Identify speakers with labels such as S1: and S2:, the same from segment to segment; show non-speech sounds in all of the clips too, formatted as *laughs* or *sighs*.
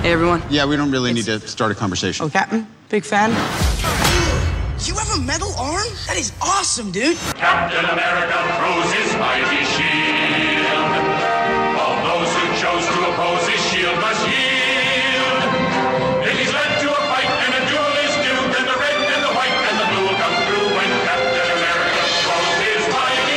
S1: Hey, everyone.
S2: Yeah, we don't really need to start a conversation.
S1: Oh, Captain, big fan.
S3: You have a metal arm? That is awesome, dude.
S4: Captain America throws his mighty shield. All those who chose to oppose his shield must yield. If he's led to a fight and a duel is due, then the red and the white and the blue will come through when Captain America throws his mighty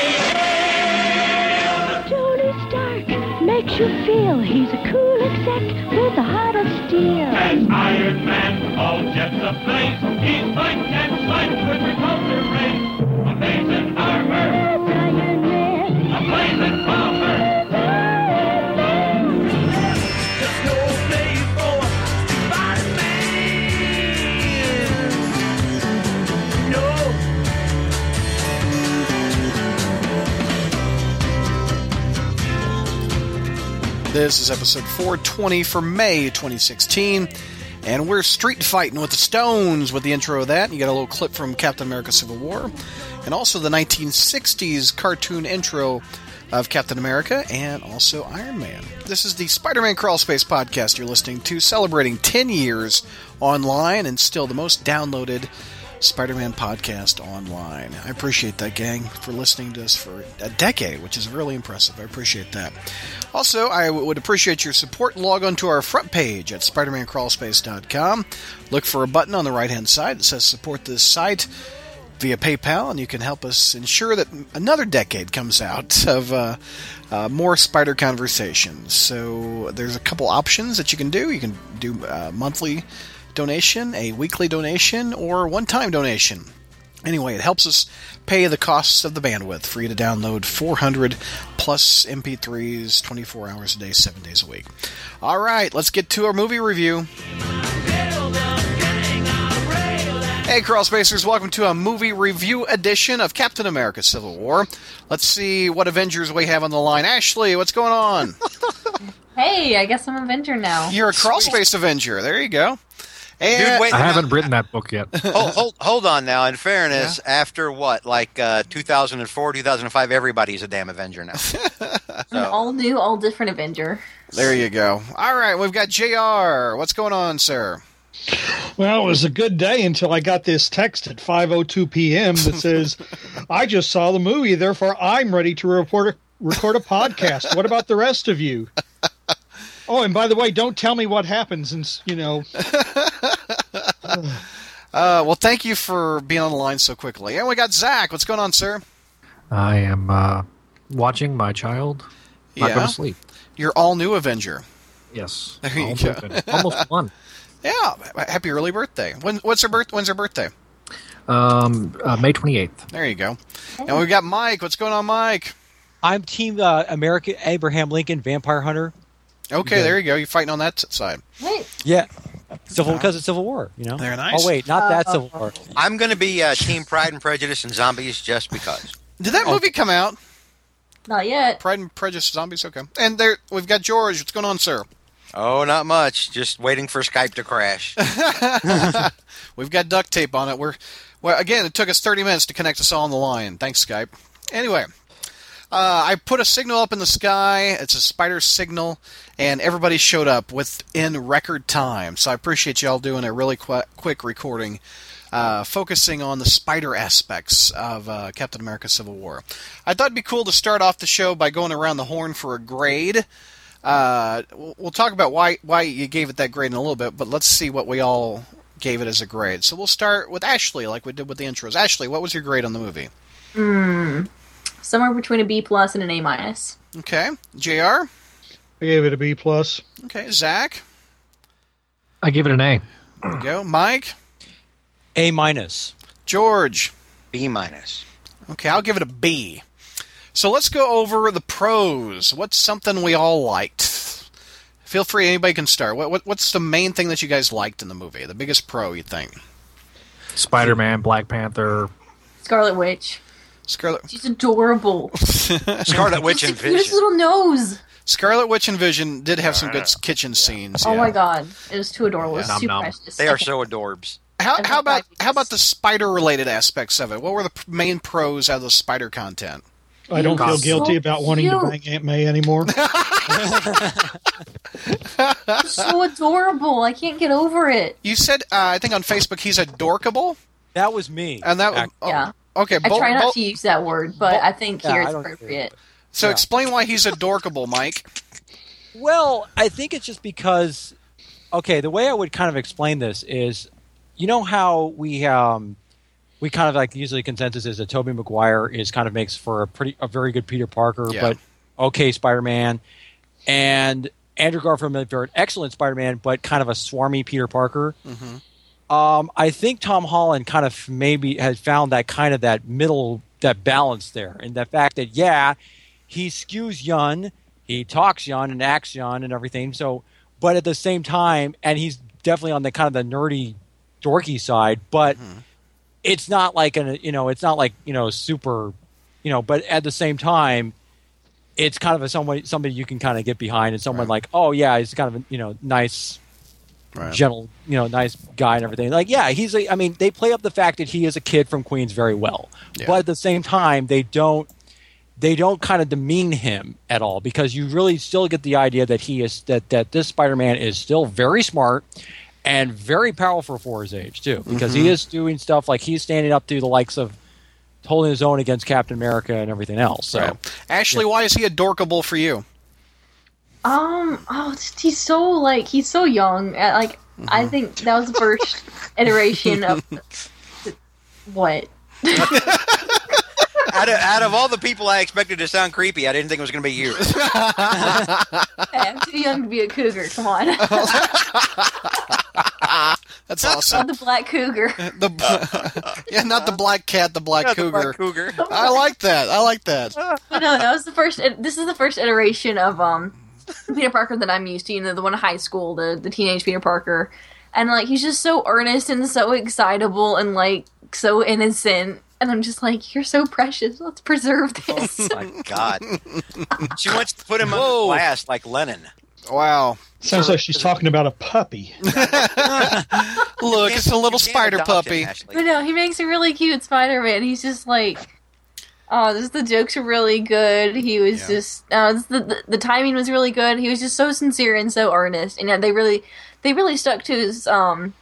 S5: Tony Stark makes you feel he's a cool exec with a heart of steel.
S4: As Iron Man, all jets ablaze, he fights and slides with repulsor rays. Amazing armor,
S5: As Iron Man,
S4: a blazing bomber.
S6: This is episode 420 for May 2016, and we're street fighting with the Stones with the intro of that. You got a little clip from Captain America Civil War, and also the 1960s cartoon intro of Captain America and also Iron Man. This is the Spider Man Crawl Space podcast you're listening to, celebrating 10 years online and still the most downloaded Spider Man podcast online. I appreciate that, gang, for listening to us for a decade, which is really impressive. I appreciate that. Also, I w- would appreciate your support. Log on to our front page at SpiderManCrawlspace.com. Look for a button on the right hand side that says Support this site via PayPal, and you can help us ensure that another decade comes out of uh, uh, more spider conversations. So there's a couple options that you can do. You can do a monthly donation, a weekly donation, or one-time donation. Anyway, it helps us pay the costs of the bandwidth for you to download 400 plus MP3s 24 hours a day, 7 days a week. All right, let's get to our movie review. Hey, Crawl Spacers, welcome to a movie review edition of Captain America Civil War. Let's see what Avengers we have on the line. Ashley, what's going on?
S7: Hey, I guess I'm a Avenger now.
S6: You're a Crawl Space Avenger. There you go. And
S8: Dude, wait.
S9: I haven't written that book yet.
S8: hold, hold, hold on now. In fairness, after what, like uh, 2004, 2005, everybody's a damn Avenger now.
S7: An all new, all different Avenger.
S6: there you go. All right, we've got JR. What's going on, sir?
S10: Well, it was a good day until I got this text at 5:02 p.m. that says, "I just saw the movie, therefore I'm ready to report record a podcast. What about the rest of you?" Oh, and by the way, don't tell me what happens, and s- you know,
S6: Uh, well, thank you for being on the line so quickly. And we got Zach. What's going on, sir?
S9: I am uh, watching my child. Not
S6: Yeah.
S9: going to sleep.
S6: You're all new Avenger.
S9: Yes.
S6: *laughs* There you
S9: Almost
S6: go.
S9: finished. Almost one.
S6: Yeah. Happy early birthday. When, what's her birth? When's her birthday?
S9: Um, uh, May 28th.
S6: There you go. And we've got Mike. What's going on, Mike?
S11: I'm Team uh, America Abraham Lincoln Vampire Hunter.
S6: Okay, there you go. You're fighting on that s- side.
S7: Wait,
S11: Yeah, civil because it's Civil War. You know.
S6: They're nice.
S11: Oh wait, not that Civil War.
S8: I'm going to be uh, Team Pride and Prejudice and Zombies just because.
S6: Did
S9: Oh.
S6: that movie come out?
S7: not yet.
S6: Pride and Prejudice Zombies? Okay. And there we've got George. What's going on, sir?
S8: Oh, not much. Just waiting for Skype to crash.
S6: *laughs*
S8: *laughs*
S6: We've got duct tape on it. We're well again. It took us 30 minutes to connect us all on the line. Thanks, Skype. Anyway, uh, I put a signal up in the sky. It's a spider signal, and everybody showed up within record time. So I appreciate y'all doing a really qu- quick recording. Uh, focusing on the spider aspects of uh, Captain America Civil War. I thought it'd be cool to start off the show by going around the horn for a grade. Uh, we'll we'll talk about why why you gave it that grade in a little bit, but let's see what we all gave it as a grade. So we'll start with Ashley, like we did with the intros. Ashley, what was your grade on the movie?
S7: Somewhere between a B plus and an A minus.
S6: Okay, Jr.
S10: I gave it a B plus.
S6: Okay, Zach.
S9: I give it an A.
S6: There you go, Mike,
S11: A minus.
S6: George.
S8: B minus.
S6: Okay, I'll give it a B. So let's go over the pros. What's something we all liked? Feel free, anybody can start. What, what what's the main thing that you guys liked in the movie? The biggest pro, you think?
S9: Spider Man, Black Panther.
S7: Scarlet Witch.
S6: Scarlet
S7: She's
S6: *laughs*
S7: adorable.
S8: Scarlet Witch
S7: Just
S8: and
S7: the cutest
S8: Vision.
S7: little nose.
S6: Scarlet Witch and Vision did have some
S8: Uh,
S6: good kitchen scenes.
S7: Oh
S6: yeah.
S7: my god, it was too adorable. It
S9: Nom
S7: was too
S9: nom.
S7: precious.
S8: They are so adorbs.
S6: How,
S7: And
S6: how
S7: the
S6: about
S7: fact
S6: how about
S7: is-
S6: the spider related aspects of it? What were the p- main pros out of the spider content?
S4: I don't feel
S12: Gossip.
S4: guilty about wanting to
S13: Cute.
S4: bang Aunt May anymore.
S13: so adorable. I can't get over it.
S7: You said, uh, I think on Facebook, he's adorkable,
S9: That was me.
S7: and that.
S9: Ac-
S7: oh,
S13: Yeah.
S7: Okay.
S13: I
S7: Bo-
S13: try
S7: Bo-
S13: not to use that word, but I think
S9: Yeah,
S13: here
S9: I
S13: it's
S9: don't care.
S13: appropriate.
S7: so
S9: yeah.
S7: explain why he's adorkable, Mike.
S9: Well, I think it's just because. Okay, the way I would kind of explain this is, you know how we um, we kind of like usually consensus is that Toby Maguire is kind of makes for a pretty a very good Peter Parker,
S7: Yeah.
S9: but okay Spider Man, and Andrew Garfield made for an excellent Spider Man, but kind of a swarmy Peter Parker. Um, I think Tom Holland kind of maybe has found that kind of that middle that balance there, and the fact that yeah, he skews young, he talks young and acts young and everything. So, but at the same time, and he's definitely on the kind of the nerdy, dorky side, but it's not like an you know it's not like you know super, you know. But at the same time. It's kind of a somebody somebody you can kind of get behind, and someone like, oh yeah, he's kind of a, you know nice gentle, you know, nice guy and everything. Like, yeah, he's a. I mean, they play up the fact that he is a kid from Queens very well,
S7: Yeah.
S9: but at the same time, they don't. They don't kind of demean him at all because you really still get the idea that he is that that this Spider-Man is still very smart and very powerful for his age too because
S7: Mm-hmm.
S9: he is doing stuff like he's standing up to the likes of holding his own against Captain America and everything else. So
S7: Right. Ashley, why is he adorkable for you?
S13: Um. Oh, it's- he's so like he's so young. Uh, Like
S9: Mm-hmm.
S13: I think that was the first
S9: *laughs*
S13: iteration of what.
S6: out, of, out of all the people I expected to sound creepy, I didn't think it was going to
S13: *laughs*
S6: be you.
S13: Hey, I'm too young to be a cougar. Come on,
S6: *laughs*
S7: That's
S13: I'm
S7: awesome.
S13: the black cougar.
S7: the *laughs* yeah, not the black cat, the black
S6: Not the
S7: cougar.
S6: black cougar.
S7: I like that. I like that.
S13: But *laughs* no, that was the first. This is the first iteration of um Peter Parker that I'm used to. You know, the one in high school, the the teenage Peter Parker, and like he's just so earnest and so excitable and like so innocent. And I'm just like, you're so precious. Let's preserve this.
S6: My God, *laughs* she wants to put him
S7: Whoa.
S6: on blast like Lennon.
S7: Wow.
S4: Sounds like she's talking about a
S6: *laughs*
S4: puppy.
S7: Look, it's a little
S6: You can't
S7: spider
S6: adopt him,
S7: puppy.
S6: Ashley.
S13: But no, he makes a really cute Spider Man. He's just like, oh, this, the jokes are really good. He was
S7: Yeah.
S13: just, uh, this- the, the the timing was really good. He was just so sincere and so earnest, and yeah, they really, they really stuck to his um,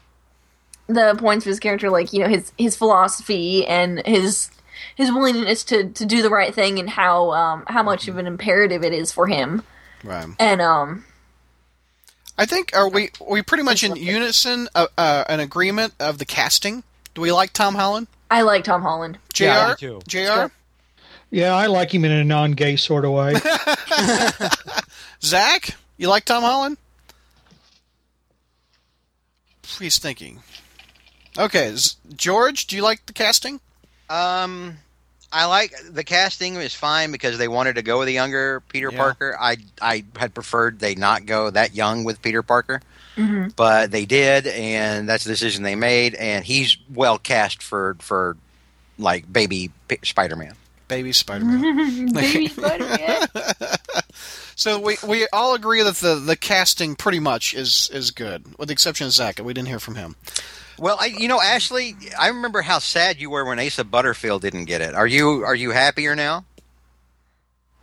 S13: the points of his character, like you know his his philosophy and his his willingness to to do the right thing and how um how much of an imperative it is for him.
S7: Mm-hmm. Right.
S13: And um,
S7: I think are we we pretty much in unison, uh, uh, an agreement of the casting. Do we like Tom Holland?
S13: I like Tom Holland.
S7: Jr.
S9: Yeah, I do.
S7: Jr.
S4: Yeah, I like him in a non-gay sort of way.
S7: *laughs* Zach, you like Tom Holland? He's thinking. Okay, Z- George, do you like the casting?
S6: Um, I like the casting is fine because they wanted to go with a younger Peter
S7: Yeah.
S6: Parker. I I had preferred they not go that young with Peter Parker, but they did, and that's the decision they made. And he's well cast for for like baby Spider Man.
S7: Baby
S13: *laughs*
S7: Spider-Man. *laughs*
S13: Baby Spider-Man.
S7: so we, we all agree that the, the casting pretty much is is good, with the exception of Zach. We didn't hear from *laughs* him.
S6: Well, I, you know, Ashley, I remember how sad you were when Asa Butterfield didn't get it. Are you are you happier now?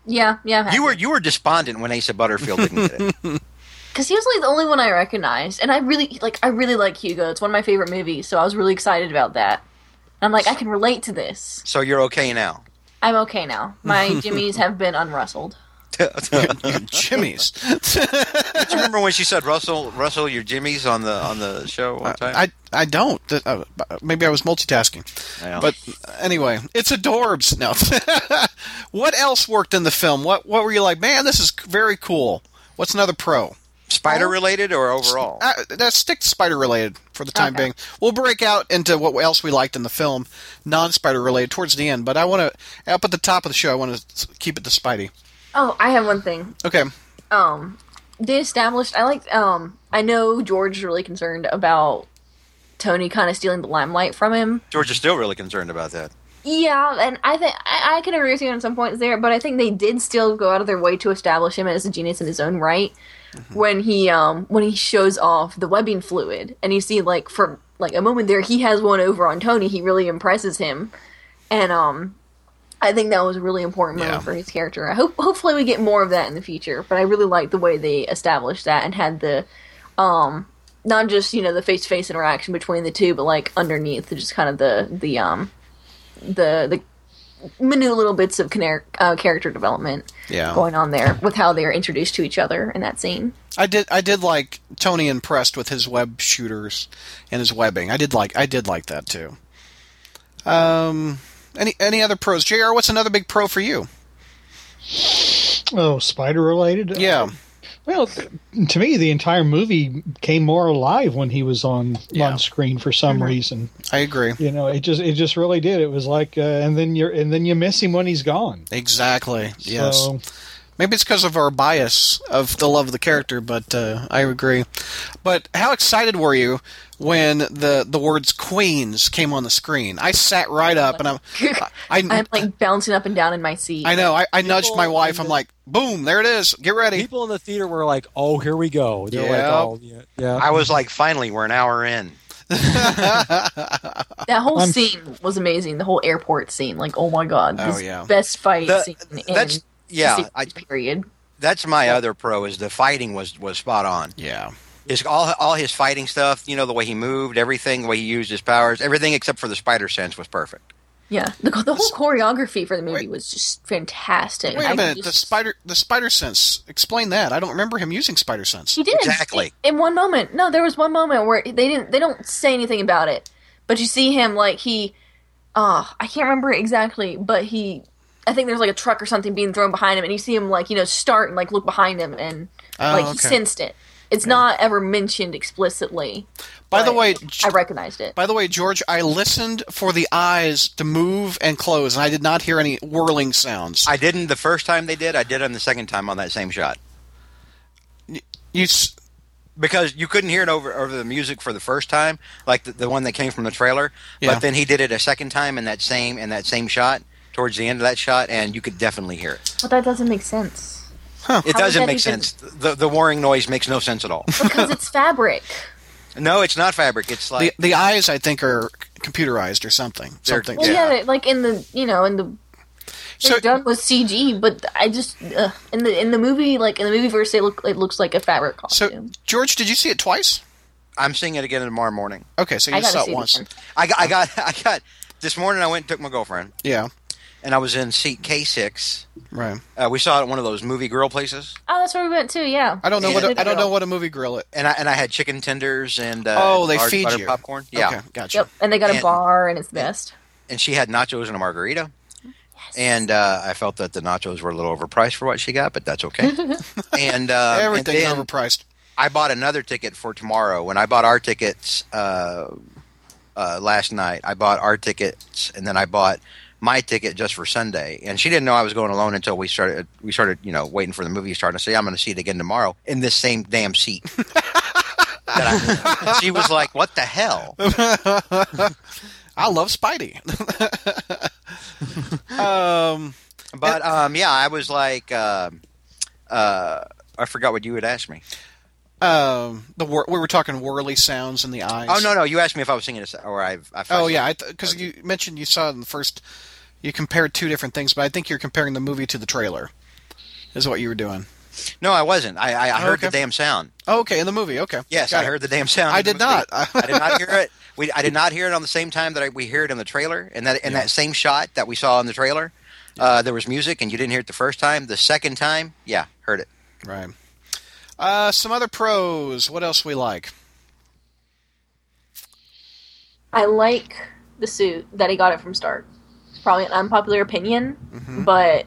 S13: yeah, yeah. I'm happy.
S6: You were you were despondent when Asa Butterfield didn't
S7: *laughs*
S6: get it.
S13: because he was like the only one I recognized, and I really like. I really like Hugo. It's one of my favorite movies, so I was really excited about that. And I'm like, I can relate to this.
S6: so you're okay now.
S13: I'm okay now. My jimmies have been unrustled.
S7: Jimmy's.
S6: Do you remember when she said Russell Russell your Jimmy's on the on the show one time?
S7: Uh, I I don't. Th- uh, Maybe I was multitasking.
S6: Yeah.
S7: But anyway, it's adorbs. No. *laughs* what else worked in the film? What What were you like? Man, this is very cool. What's another pro?
S6: Spider related or overall?
S7: Uh, that stick to spider related for the time
S13: Okay.
S7: being. We'll break out into what else we liked in the film, non spider related towards the end. But I want to up at the top of the show. I want to keep it to Spidey.
S13: Oh, I have one thing.
S7: Okay.
S13: Um, they established. I like. Um, I know George is really concerned about Tony kind of stealing the limelight from him.
S6: George is still really concerned about that.
S13: Yeah, and I think I, I can agree with you on some points there, but I think they did still go out of their way to establish him as a genius in his own right when he um when he shows off the webbing fluid, and you see like for like a moment there he has one over on Tony. He really impresses him, and um I think that was a really important moment
S6: Yeah.
S13: for his character. I hope hopefully we get more of that in the future. But I really liked the way they established that and had the um not just, you know, the face to face interaction between the two, but like underneath just kind of the the um the the minute little bits of canar- uh, character development
S6: Yeah.
S13: going on there with how they're introduced to each other in that scene.
S6: I did. I did like Tony impressed with his web shooters and his webbing. I did like. I did like that too. Um, any any other pros, Jr? What's another big pro for you?
S4: Oh, spider related?
S6: Yeah,
S4: Well, th- to me, the entire movie came more alive when he was on
S6: Yeah.
S4: on screen for some reason.
S6: I agree.
S4: You know, it just it just really did. It was like, uh, and then you're and then you miss him when he's gone.
S6: Exactly. Yes.
S4: So,
S6: Maybe it's because of our bias of the love of the character, but uh, I agree. But how excited were you when the the words "Queens" came on the screen? I sat right up, and I'm I, I,
S13: *laughs* I'm like bouncing up and down in my seat.
S6: I know I, I nudged my
S14: People-
S6: wife. I'm like, "Boom! There it is. Get ready."
S14: People in the theater were like, "Oh, here we go." They're like,
S6: Yeah.
S14: "Oh, yeah, yeah."
S9: I was like, finally, we're an hour in.
S13: That whole
S4: I'm-
S13: scene was amazing. The whole airport scene, like, oh my god,
S6: Oh,
S13: this
S6: yeah.
S13: best fight
S9: The-
S13: scene. in
S9: that's- yeah,
S13: the series,
S9: I-
S13: period.
S9: That's my other pro is the fighting was was spot on.
S6: Yeah.
S9: His all all his fighting stuff, you know, the way he moved, everything, the way he used his powers, everything except for the spider sense was perfect.
S13: Yeah, the, the whole choreography for the movie
S6: Wait.
S13: was just fantastic.
S6: Wait
S13: I
S6: a
S13: could
S6: minute.
S13: just-
S6: The spider the spider sense. Explain that. I don't remember him using spider sense.
S13: He did
S9: Exactly.
S13: in one moment. No, there was one moment where they didn't. They don't say anything about it, but you see him like he. Uh, I can't remember exactly, but he. I think there's like a truck or something being thrown behind him, and you see him like you know start and like look behind him, and
S6: Oh,
S13: like he
S6: okay.
S13: sensed it. It's not ever mentioned explicitly.
S6: By the
S13: but
S6: way,
S13: I recognized it.
S6: By the way, George, I listened for the eyes to move and close, and I did not hear any whirling sounds.
S9: I didn't the first time they did, I did on the second time on that same shot.
S6: you, s-
S9: Because you couldn't hear it over over the music for the first time, like the, the one that came from the trailer.
S6: Yeah.
S9: But then he did it a second time in that same in that same shot, towards the end of that shot, and you could definitely hear it.
S13: But that doesn't make sense
S9: It
S13: How would
S9: doesn't
S13: that
S9: make
S13: even-
S9: sense. The the whirring noise makes no sense
S6: *laughs*
S9: at all.
S13: because it's fabric.
S9: no, it's not fabric. It's
S6: the,
S9: like
S6: the eyes, I think, are computerized or something.
S9: They're-
S6: Something.
S13: Well, yeah, like in the you know in the
S6: So-
S13: it's done with CG, but I just uh, in the in the movie like in the movie verse, it look it looks like a fabric
S6: So,
S13: costume.
S6: George, did you see it twice?
S9: I'm seeing it again tomorrow morning.
S6: Okay, so
S13: I
S6: you
S13: gotta
S6: saw
S13: see
S6: it
S13: it
S6: once.
S13: again.
S9: I got, I got, *laughs* I got. This morning, I went and took my girlfriend,
S6: Yeah,
S9: and I was in seat K6.
S6: right.
S9: Uh, we saw it at one of those movie girl places,
S13: oh, that's where we went too. Yeah,
S6: I don't know
S9: Yeah,
S6: what a,
S9: they
S6: I don't
S13: do.
S6: know what a movie grill. It.
S9: and I and I had chicken tenders and uh,
S6: Oh, they
S9: hard
S6: feed
S9: buttered
S6: you.
S9: popcorn. Yeah,
S6: Okay, gotcha.
S13: Yep, and they got a
S9: And-
S13: bar, and it's the best.
S9: and she had nachos and a margarita. And uh, I felt that the nachos were a little overpriced for what she got, but that's okay. and uh,
S6: Everything's
S9: and then
S6: overpriced.
S9: I bought another ticket for tomorrow. When I bought our tickets uh, uh, last night, I bought our tickets, and then I bought my ticket just for Sunday. And she didn't know I was going alone until we started. We started, you know, waiting for the movie to start. And I said, "Yeah, "I'm going to see it again tomorrow in this same
S6: *laughs*
S9: damn seat." That I- she was like, "What the hell?"
S6: I love Spidey. *laughs*
S9: But um, yeah, I was like, um uh, I forgot what you had asked me.
S6: um, the whir- we were talking whirly sounds in the eyes.
S9: Oh no, no, you asked me if I was singing a, se- or I. I
S6: Oh yeah, because you mentioned you saw it in the first. You compared two different things, but I think you're comparing the movie to the trailer. Is what you were doing.
S9: no, I wasn't. I, I, I
S6: Oh,
S9: heard the
S6: okay.
S9: damn sound.
S6: Oh, okay, in the movie. Okay.
S9: Yes,
S6: Got it.
S9: I heard the damn sound.
S6: I
S9: in the
S6: did
S9: movie.
S6: not.
S9: I did not hear
S6: *laughs*
S9: it. We, I did not hear it on the same time that I, we hear it in the trailer, and that in that same shot that we saw in the trailer, uh, there was music, and you didn't hear it the first time. The second time, yeah, heard it.
S6: Right. Uh, some other pros. What else we like?
S13: I like the suit that he got it from Stark. It's probably an unpopular opinion, but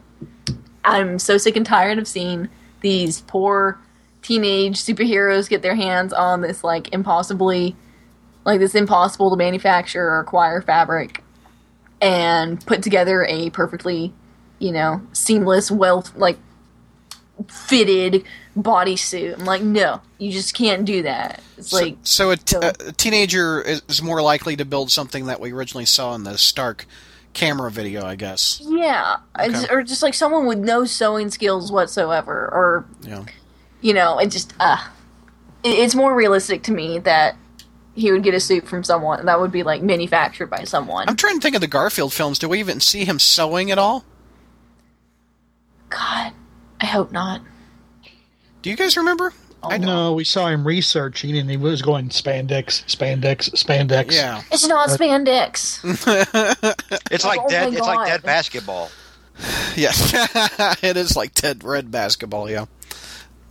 S13: I'm so sick and tired of seeing these poor teenage superheroes get their hands on this like impossibly like this impossible to manufacture or acquire fabric and put together a perfectly, you know, seamless, well like fitted bodysuit. I'm like, no, you just can't do that. It's like
S6: so, so a, t-
S13: so-
S6: a teenager is is more likely to build something that we originally saw in the Stark camera video, I guess.
S13: Yeah, I
S6: Okay.
S13: just- or just like someone with no sewing skills whatsoever, or
S6: Yeah.
S13: you know, it just uh, it, it's more realistic to me that he would get a suit from someone and that would be like manufactured by someone.
S6: I'm trying to think of the Garfield films. Do we even see him sewing at all?
S13: God, I hope not.
S6: Do you guys remember? I don't.
S15: No, we saw him researching and he was going spandex, spandex, spandex.
S6: Yeah.
S13: It's not spandex.
S7: It's like
S13: Oh
S7: dead.
S13: my
S7: It's like
S13: God.
S7: dead basketball.
S6: Yes. *laughs* it is like Ted Red basketball. Yeah.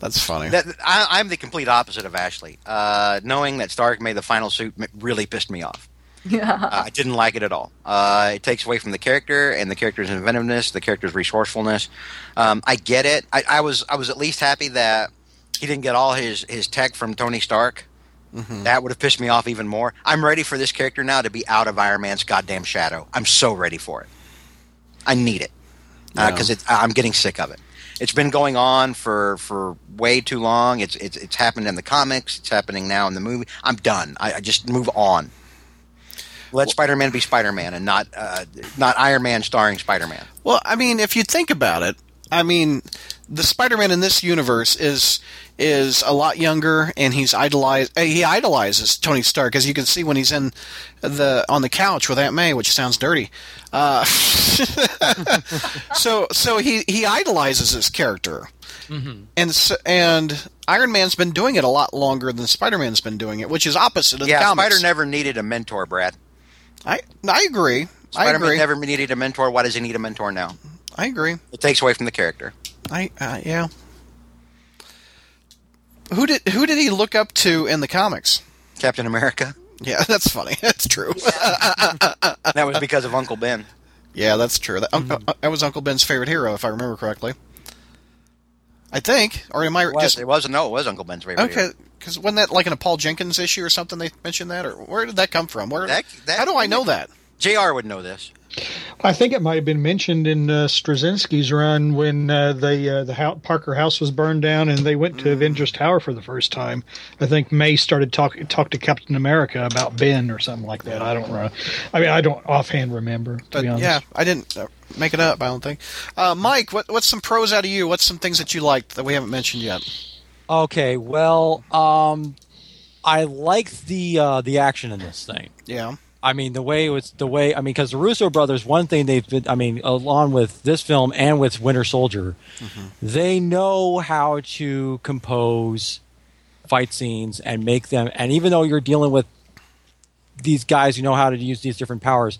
S6: That's funny.
S7: That, I, I'm the complete opposite of Ashley. Uh, knowing that Stark made the final suit m- really pissed me
S6: *laughs*
S7: off.
S13: yeah.
S7: I didn't like it at all. Uh, it takes away from the character and the character's inventiveness, the character's resourcefulness. Um, I get it. I, I was I was at least happy that he didn't get all his his tech from Tony Stark.
S6: Mm-hmm.
S7: That would have pissed me off even more. I'm ready for this character now to be out of Iron Man's goddamn shadow. I'm so ready for it. I need it
S6: Yeah.
S7: because it's I'm getting sick of it. It's been going on for, for way too long. It's, it's it's happened in the comics. It's happening now in the movie. I'm done. I, I just move on. Let Spider Man be Spider Man and not uh, not Iron Man starring Spider Man.
S6: Well, I mean, if you think about it, I mean, the Spider-Man in this universe is is a lot younger, and he's idolized. eh, He idolizes Tony Stark, as you can see when he's in the on the couch with Aunt May, which sounds dirty. Uh, *laughs* so, so he he idolizes his character,
S7: Mm-hmm.
S6: and so, and Iron Man's been doing it a lot longer than Spider-Man's been doing it, which is opposite of the
S7: Yeah,
S6: comics.
S7: Spider never needed a mentor, Brad.
S6: I I agree. I
S7: Spider
S6: agree.
S7: Man never needed a mentor. Why does he need a mentor now?
S6: I agree.
S7: It takes away from the character.
S6: I uh, yeah. Who did who did he look up to in the comics? *laughs*
S7: Captain America. *laughs*
S6: Yeah, that's funny. *laughs* That's true.
S7: That was because of Uncle Ben.
S6: yeah, that's true. That,
S9: Mm-hmm.
S6: uh, that was Uncle Ben's favorite hero, if I remember correctly. I think, or am I
S7: It was,
S6: just
S7: it was no, it was Uncle Ben's favorite.
S6: okay? Because wasn't that like in a Paul Jenkins issue or something? They mentioned that, or where did that come from? Where?
S7: That- that-
S6: how do I know that?
S7: hero. Jr. would know this.
S15: I think it might have been mentioned in uh, Straczynski's run when uh, they uh, the hou- Parker House was burned down and they went to Avengers Tower for the first time. I think May started talk talked to Captain America about Ben or something like that. I don't know. I mean, I don't offhand remember to
S6: But
S15: be honest.
S6: yeah, I didn't uh, make it up. I don't think. Uh, Mike, what, what's some pros out of you? What's some things that you liked that we haven't mentioned yet?
S9: Okay, well, um, I like the uh, the action in this thing.
S6: Yeah.
S9: I mean, the way it was the way I mean, because the Russo brothers, one thing they've been, I mean, along with this film and with Winter Soldier, they know how to compose fight scenes and make them. And even though you're dealing with these guys who know how to use these different powers,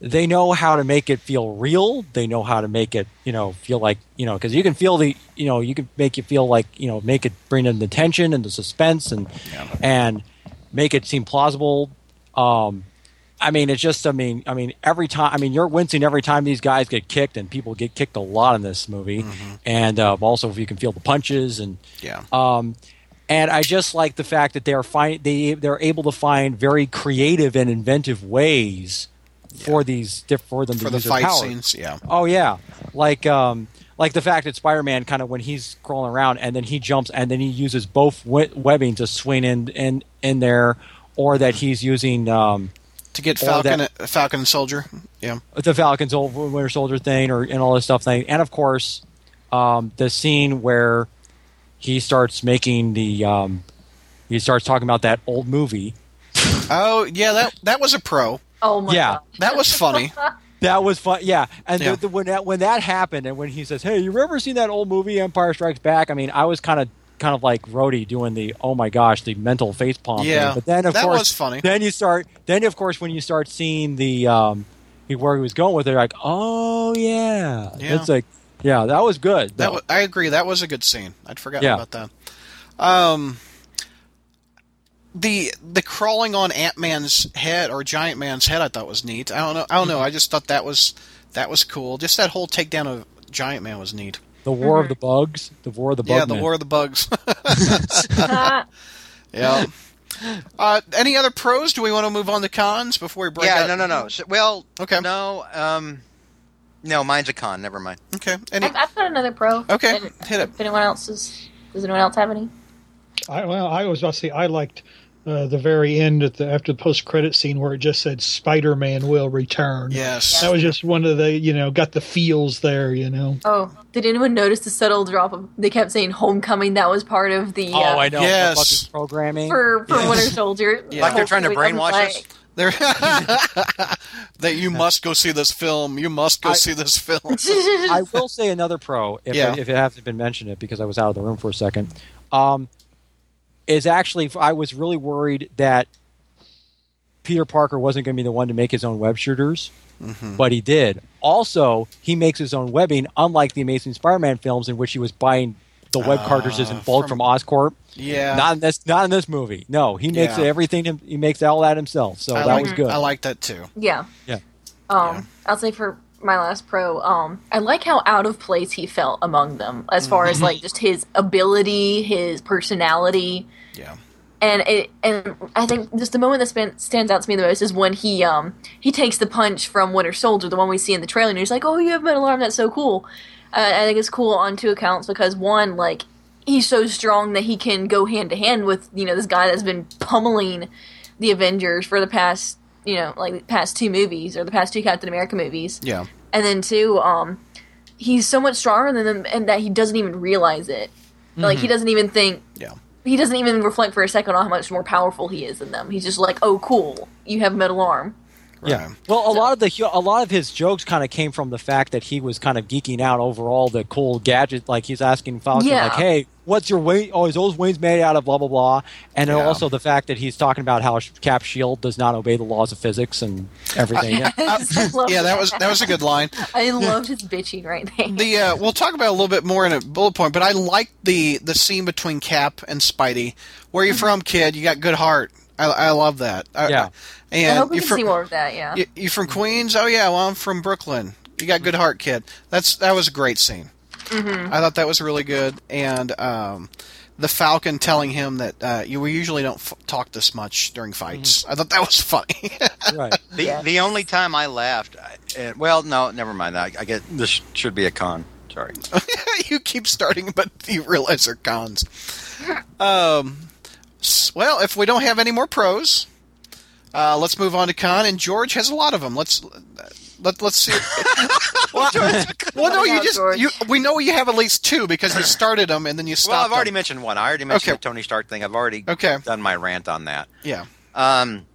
S9: they know how to make it feel real. They know how to make it, you know, feel like, you know, because you can feel the, you know, you can make it feel like, you know, make it bring in the tension and the suspense and and make it seem plausible. Um, I mean, it's just, I mean, I mean, every time, I mean, you're wincing every time these guys get kicked, and people get kicked a lot in this movie, and um, also if you can feel the punches and
S6: Yeah.
S9: um, and I just like the fact that they are find they they're able to find very creative and inventive ways for these diff- for them
S6: For
S9: to
S6: the
S9: use their
S6: fight
S9: powers.
S6: scenes, yeah.
S9: Oh yeah, like um, like the fact that Spider-Man kind of when he's crawling around and then he jumps and then he uses both we- webbing to swing in in in there, or that he's using um,
S6: to get
S9: Or
S6: Falcon,
S9: that-
S6: uh, Falcon and Soldier. Yeah,
S9: the Falcons old Winter Soldier thing, or and all this stuff thing, and of course, um, the scene where he starts making the um, he starts talking about that old movie.
S6: Oh yeah, that that was a pro.
S13: Oh my
S9: Yeah.
S13: god.
S6: That was funny.
S9: That was fun, yeah. And
S6: Yeah.
S9: The, the, when that when that happened, and when he says, "Hey, you ever seen that old movie Empire Strikes Back?" I mean, I was kind of kind of like Rhodey doing the oh my gosh, the mental face palm.
S6: Yeah.
S9: thing. but then of
S6: That
S9: course
S6: was funny.
S9: Then you start. Then of course when you start seeing the um, he- where he was going with it, you're like, oh yeah,
S6: Yeah.
S9: it's like yeah, that was good.
S6: That
S9: though.
S6: wa I agree. That was a good scene. I'd forgotten
S9: Yeah.
S6: about that. Um,
S7: Um,
S6: the the crawling on Ant Man's head or Giant Man's head, I thought was neat. I don't know. I don't know. I just thought that was that was cool. Just that whole takedown of Giant Man was neat.
S9: The War of the Bugs. The War of the Bugs.
S6: yeah, the War of the Bugs. *laughs* yeah. Uh, any other pros? Do we want to move on to cons before we break?
S7: yeah,
S6: out?
S7: no, no, no. So, well,
S6: Okay.
S7: no, um, no. Mine's a con. Never mind.
S6: Okay. Any?
S13: I've, I've got another pro.
S6: Okay,
S13: And
S6: hit it.
S13: If anyone else is, does anyone else have any?
S15: I, well, I was about to say I liked
S4: uh, the very end at the after the post credit scene where it just said Spider Man will return.
S7: Yes.
S4: That was just one of the you know got the feels there you know.
S13: Oh, did anyone notice the subtle drop of? They kept saying "Homecoming." That was part of the
S9: Oh,
S13: uh,
S9: I know. the
S7: Yes.
S9: fucking programming.
S13: for for Winter Soldier.
S6: *laughs* Like they're trying to
S13: Hopefully
S6: brainwash
S13: I'm
S6: us?
S13: like-
S6: *laughs*
S7: There- that you must go see this film. You must go
S9: I-
S7: see this film.
S13: *laughs*
S9: I will say another pro, if,
S7: Yeah.
S9: if it hasn't been mentioned, it because I was out of the room for a second, um, is actually I was really worried that Peter Parker wasn't going to be the one to make his own web shooters,
S7: Mm-hmm.
S9: but he did. Also, he makes his own webbing, unlike the Amazing Spider-Man films, in which he was buying the web cartridges in bulk
S7: Ah, from-
S9: from, Oscorp.
S7: Yeah.
S9: not in this, not in this movie. No, he makes
S7: Yeah.
S9: everything. him- He makes all that himself. So
S7: I
S9: that
S7: like,
S9: was good.
S7: I like that too.
S13: Yeah.
S9: Yeah.
S13: Um, I'll say for my last pro, um, I like how out of place he felt among them, as far as like just his ability, his personality,
S7: Yeah.
S13: and it. And I think just the moment that span, stands out to me the most is when he um he takes the punch from Winter Soldier, the one we see in the trailer, and he's like, "Oh, you have metal arm. That's so cool." Uh, I think it's cool on two accounts because one, like, he's so strong that he can go hand to hand with you know this guy that's been pummeling the Avengers for the past you know like the past two movies or the past two Captain America movies.
S7: Yeah.
S13: And then two, um, he's so much stronger than them, and that he doesn't even realize it. Like he doesn't even think.
S7: Yeah.
S13: He doesn't even reflect for a second on how much more powerful he is than them. He's just like, "Oh, cool, you have metal arm."
S7: *laughs*
S9: Yeah.
S7: Right.
S9: Well, a lot of the hu- a lot of his jokes kind of came from the fact that he was kind of geeking out over all the cool gadgets. Like he's asking Falcon,
S13: Yeah.
S9: like, "Hey, what's your wing? Oh, is those wings made out of blah blah blah?" And then
S7: Yeah.
S9: also the fact that he's talking about how sh- Cap Shield does not obey the laws of physics and everything. yeah.
S13: *laughs* I just love
S7: Uh, Yeah, that was that was a good line.
S13: *laughs*
S7: *laughs*
S13: I loved his bitching right there.
S7: The uh, we'll talk about it a little bit more in a bullet point, but I liked the the scene between Cap and Spidey. Where
S13: Mm-hmm.
S7: you from, kid? You got good heart. I, I love that. I,
S9: Yeah.
S7: I-
S13: I
S7: and
S13: hope we
S7: uh, you
S13: can
S7: from
S13: see more of that. Yeah.
S7: you, you from Queens? Oh yeah. Well, I'm from Brooklyn. You got good heart, kid. That's that was a great scene. I thought that was really good, and um, the Falcon telling him that uh, you we usually don't f- talk this much during fights. I thought that was funny. *laughs*
S9: right.
S6: The, the only time I laughed, I, uh, well, no, never mind. I, I get this should be a con. Sorry.
S7: you keep starting, but you realize they're cons. Um, s- well, if we don't have any more pros, uh, let's move on to con. And George has a lot of them. Let's let
S13: *laughs*
S7: let's see.
S6: *laughs*
S7: well, *laughs* well, no,
S13: What
S7: you
S13: about
S7: just
S13: George?
S7: you, we know you have at least two because you started them and then you stopped.
S6: Well, I've already
S7: 'em.
S6: mentioned one. I already mentioned
S7: Okay.
S6: the Tony Stark thing. I've already
S7: Okay.
S6: done my rant on that.
S7: Yeah,
S6: Um,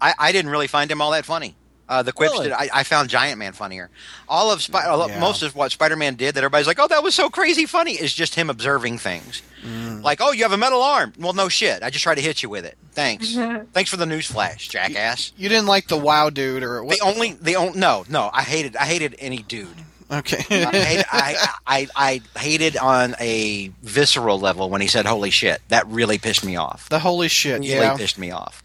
S6: I, I didn't really find him all that funny. Uh, the quips
S9: Really?
S6: did. I, I found Giant Man funnier. All of Spi- all of-
S7: Yeah.
S6: most of what Spider Man did that everybody's like, oh, that was so crazy funny, is just him observing things.
S9: Mm.
S6: Like, oh, you have a metal arm. Well, no shit. I just tried to hit you with it. Thanks. Thanks for the news flash, jackass.
S7: you didn't like the Wow dude or what?
S6: The only, the only, no, no, I hated, I hated any dude. I,
S7: okay.
S6: hated, I, I, I I hated on a visceral level when he said, holy shit. That really pissed me
S7: *laughs*
S6: off.
S7: The holy shit!
S6: Really
S7: Yeah,
S6: pissed me off.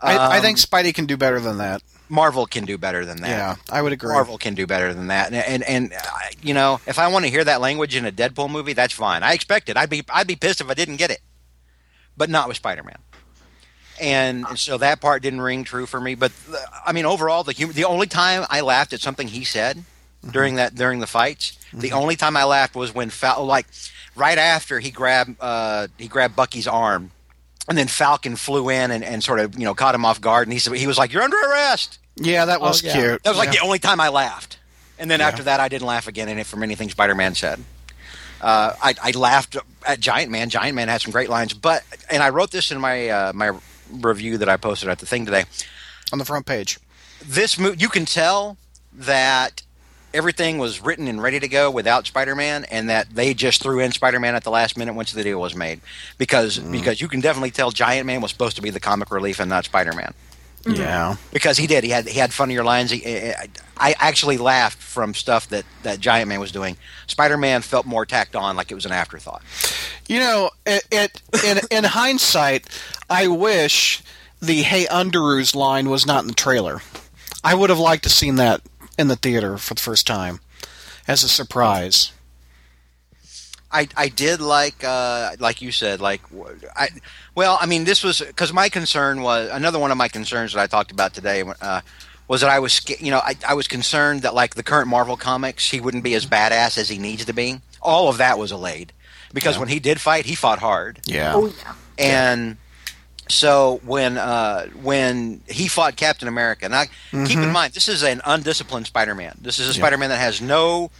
S7: I, I
S6: Um,
S7: think Spidey can do better than that.
S6: Marvel can do better than that.
S7: Yeah, I would agree.
S6: Marvel can do better than that. And and, and uh, you know, if I want to hear that language in a Deadpool movie, that's fine. I expect it. I'd be I'd be pissed if I didn't get it, but not with Spider Man. And so that part didn't ring true for me. But the, I mean, overall, the humor, the only time I laughed at something he said
S7: Mm-hmm.
S6: during that during the fights, the only time I laughed was when Fal- like right after he grabbed uh, he grabbed Bucky's arm. And then Falcon flew in and, and sort of you know caught him off guard, and he said he was like, "You're under arrest."
S7: Yeah, that was
S9: yeah.
S7: cute.
S6: That was like
S7: yeah.
S6: the only time I laughed. And then after that, I didn't laugh again in it from anything Spider Man said. Uh, I, I laughed at Giant Man. Giant Man had some great lines, but and I wrote this in my uh, my review that I posted at the thing today.
S7: on the front page.
S6: This movie, you can tell that everything was written and ready to go without Spider Man, and that they just threw in Spider Man at the last minute once the deal was made, because because you can definitely tell Giant Man was supposed to be the comic relief and not Spider Man
S7: Yeah.
S6: because he did. He had he had funnier lines. He, I, I actually laughed from stuff that that Giant Man was doing. Spider Man felt more tacked on, like it was an afterthought.
S7: You know, it, it in in hindsight, I wish the "Hey Underoos" line was not in the trailer. I would have liked to seen that in the theater for the first time as a surprise.
S6: I, I did like uh, like you said like w- I well I mean this was because my concern was another one of my concerns that I talked about today uh, was that I was sca- you know I, I was concerned that like the current Marvel comics he wouldn't be as badass as he needs to be all of that was allayed because when he did fight he fought hard
S7: Yeah.
S13: oh yeah.
S6: and So when uh, when he fought Captain America, and I keep
S16: Mm-hmm.
S6: in mind this is an undisciplined Spider-Man. This is a Spider-Man that has no,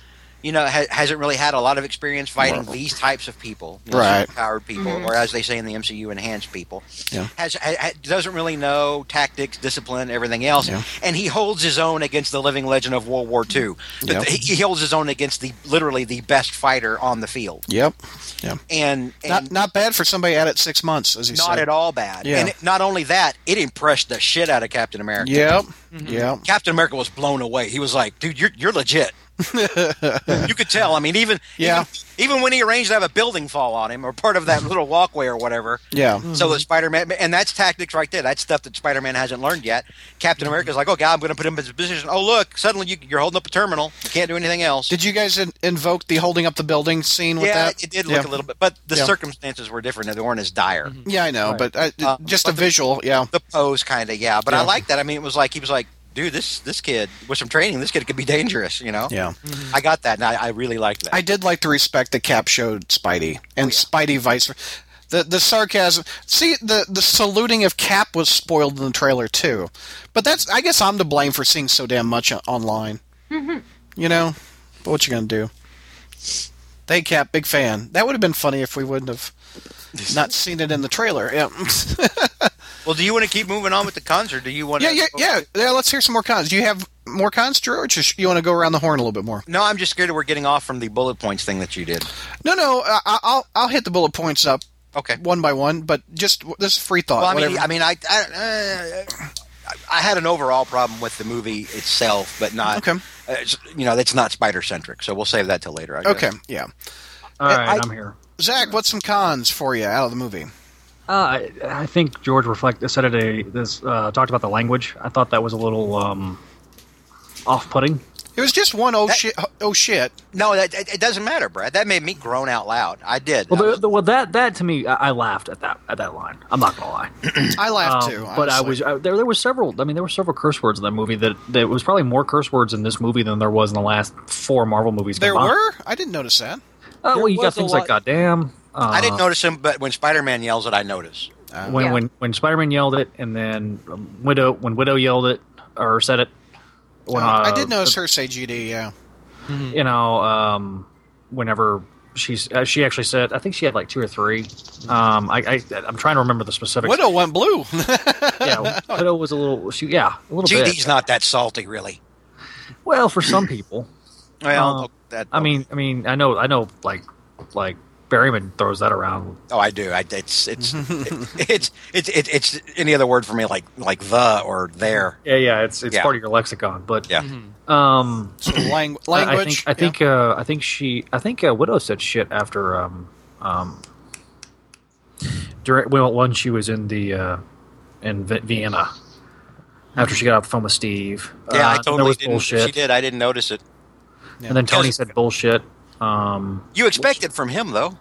S6: you know, ha- hasn't really had a lot of experience fighting these types of people, you know,
S16: Right.
S6: Powered people, or as they say in the MCU, enhanced people.
S16: Yeah.
S6: Has ha- ha- doesn't really know tactics, discipline, everything else,
S16: Yeah.
S6: and he holds his own against the living legend of World War II.
S16: Yep.
S6: He, he holds his own against the literally the best fighter on the field,
S7: Yep. Yep.
S6: and, and
S7: Not not bad for somebody at it six months, as you
S6: not
S7: said.
S6: at all bad.
S7: Yeah.
S6: And it- not only that, it impressed the shit out of Captain America.
S7: Yep.
S6: Mm-hmm.
S7: Yep.
S6: Captain America was blown away. He was like, "Dude, you're you're
S7: *laughs*
S6: legit." you could tell. I mean, even
S7: Yeah.
S6: even, even when he arranged to have a building fall on him or part of that little walkway or whatever.
S7: Yeah.
S6: So that Spider Man, and that's tactics right there. That's stuff that Spider Man hasn't learned yet. Captain America's like, "Oh God, I'm going to put him in this position." Oh look, suddenly you, you're holding up a terminal. You can't do anything else.
S7: Did you guys in- invoke the holding up the building scene with
S6: yeah,
S7: that?
S6: it did look
S7: Yeah.
S6: a little bit, but the
S7: Yeah.
S6: circumstances were different. They weren't as dire.
S9: Mm-hmm.
S7: Yeah, I know, but I,
S6: Uh,
S7: just a visual. yeah.
S6: the pose kind of yeah but i
S7: Yeah.
S6: like that i mean it was like he was like dude this this kid with some training this kid could be dangerous you know
S7: Yeah.
S6: i got that and i, I really liked that
S7: I did like the respect that Cap showed Spidey and Spidey vice versa. The, the sarcasm see the the saluting of cap was spoiled in the trailer too but that's i guess i'm to blame for seeing so damn much o- online you know but what you gonna do they cap big fan that would have been funny if we wouldn't have not seen it in the trailer yeah *laughs*
S6: well do you want to keep moving on with the cons or do you want
S7: yeah
S6: to
S7: yeah yeah yeah let's hear some more cons do you have more cons drew or just you want to go around the horn a little bit more
S6: no i'm just scared that we're getting off from the bullet points thing that you did
S7: no no I, I- i'll i'll hit the bullet points up
S6: okay
S7: one by one, but just this is free thought.
S6: well i mean
S7: whatever.
S6: i mean i I, uh, I I had an overall problem with the movie itself but not
S7: Okay.
S6: uh, it's- you know that's not spider centric so we'll save that till later I guess.
S7: okay, yeah.
S9: All right,
S7: I-
S9: I, am here.
S7: Zach, what's some cons for you out of the movie?
S9: Uh, I, I think George reflect said it a this uh, talked about the language. I thought that was a little um, off-putting.
S7: It was just one oh
S6: That-
S7: shit, oh shit.
S6: no that, it, it doesn't matter brad that made me groan out loud i did I
S9: Well,
S6: was-
S9: the, the, well, that that to me, I, I laughed at that at that line. I'm not gonna lie.
S7: I laughed
S9: Um,
S7: too,
S9: but I
S7: honestly.
S9: was I, there. There were several. I mean, there were several curse words in that movie. That there was probably more curse words in this movie than there was in the last four Marvel movies.
S7: There
S9: combined.
S7: were? I didn't notice that.
S9: Uh, well,
S1: There
S9: you got
S1: was a
S9: things
S1: lot.
S9: like "goddamn." Uh,
S6: I didn't notice him, but when Spider-Man yells it, I notice.
S9: when
S13: Yeah.
S9: when when Spider-Man yelled it, and then um, Widow when Widow yelled it or said it. When,
S7: Uh, I
S9: uh,
S7: did notice her say GD, yeah.
S9: You know, um, whenever she's uh, she actually said, I think she had like two or three. Um, I, I I'm trying to remember the specifics.
S7: Widow went blue. *laughs*
S9: yeah, Widow was a little. She yeah, a little
S6: GD's
S9: bit.
S6: not that salty, really.
S9: Well, for some people.
S6: Well,
S9: Uh,
S6: that,
S9: I mean, I mean, I know, I know, like, like Berryman throws that around.
S6: oh, I do. I, it's it's it's it's it's it's any other word for me like like the or there.
S9: Yeah, yeah, it's it's
S6: Yeah.
S9: part of your lexicon, but
S6: Yeah,
S9: um,
S7: So lang-
S9: I-
S7: language.
S9: I think I
S7: yeah.
S9: think uh, I think she I think uh, Widow said shit after um um during well when she was in the uh, in v- Vienna after she got off the phone with Steve.
S6: yeah.
S9: Uh,
S6: I
S9: and there
S6: totally
S9: was
S6: didn't.
S9: bullshit,
S6: She did. I didn't notice it.
S9: and then Tony
S6: Yes.
S9: said bullshit. Um,
S6: You expect it from him, though.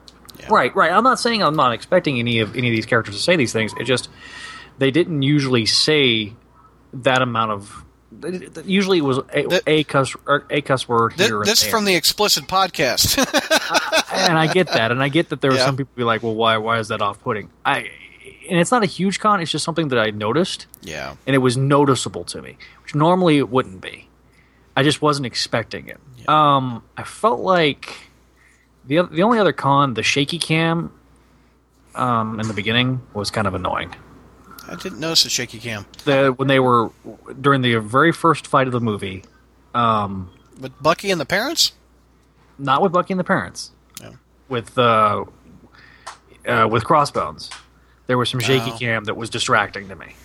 S9: Right, right. I'm not saying I'm not expecting any of any of these characters to say these things. It just they didn't usually say that amount of. Usually, it was a,
S7: Th-
S9: a cuss or a cuss word
S7: Thi-
S9: here. and
S7: this
S9: there.
S7: from the explicit podcast. *laughs*
S9: and I get that, and I get that there were
S7: Yeah.
S9: some people who be like, "Well, why why is that off putting?" I and it's not a huge con. It's just something that I noticed,
S7: yeah.
S9: and it was noticeable to me, which normally it wouldn't be. I just wasn't expecting it. Um, I felt like the oth- the only other con, the shaky cam, um, in the beginning was kind of annoying.
S7: I didn't notice the shaky cam.
S9: The when they were during the very first fight of the movie,
S7: With Bucky and the parents?
S9: not with Bucky and the parents, with uh, uh, with Crossbones. There was some shaky
S7: Oh.
S9: cam that was distracting to me.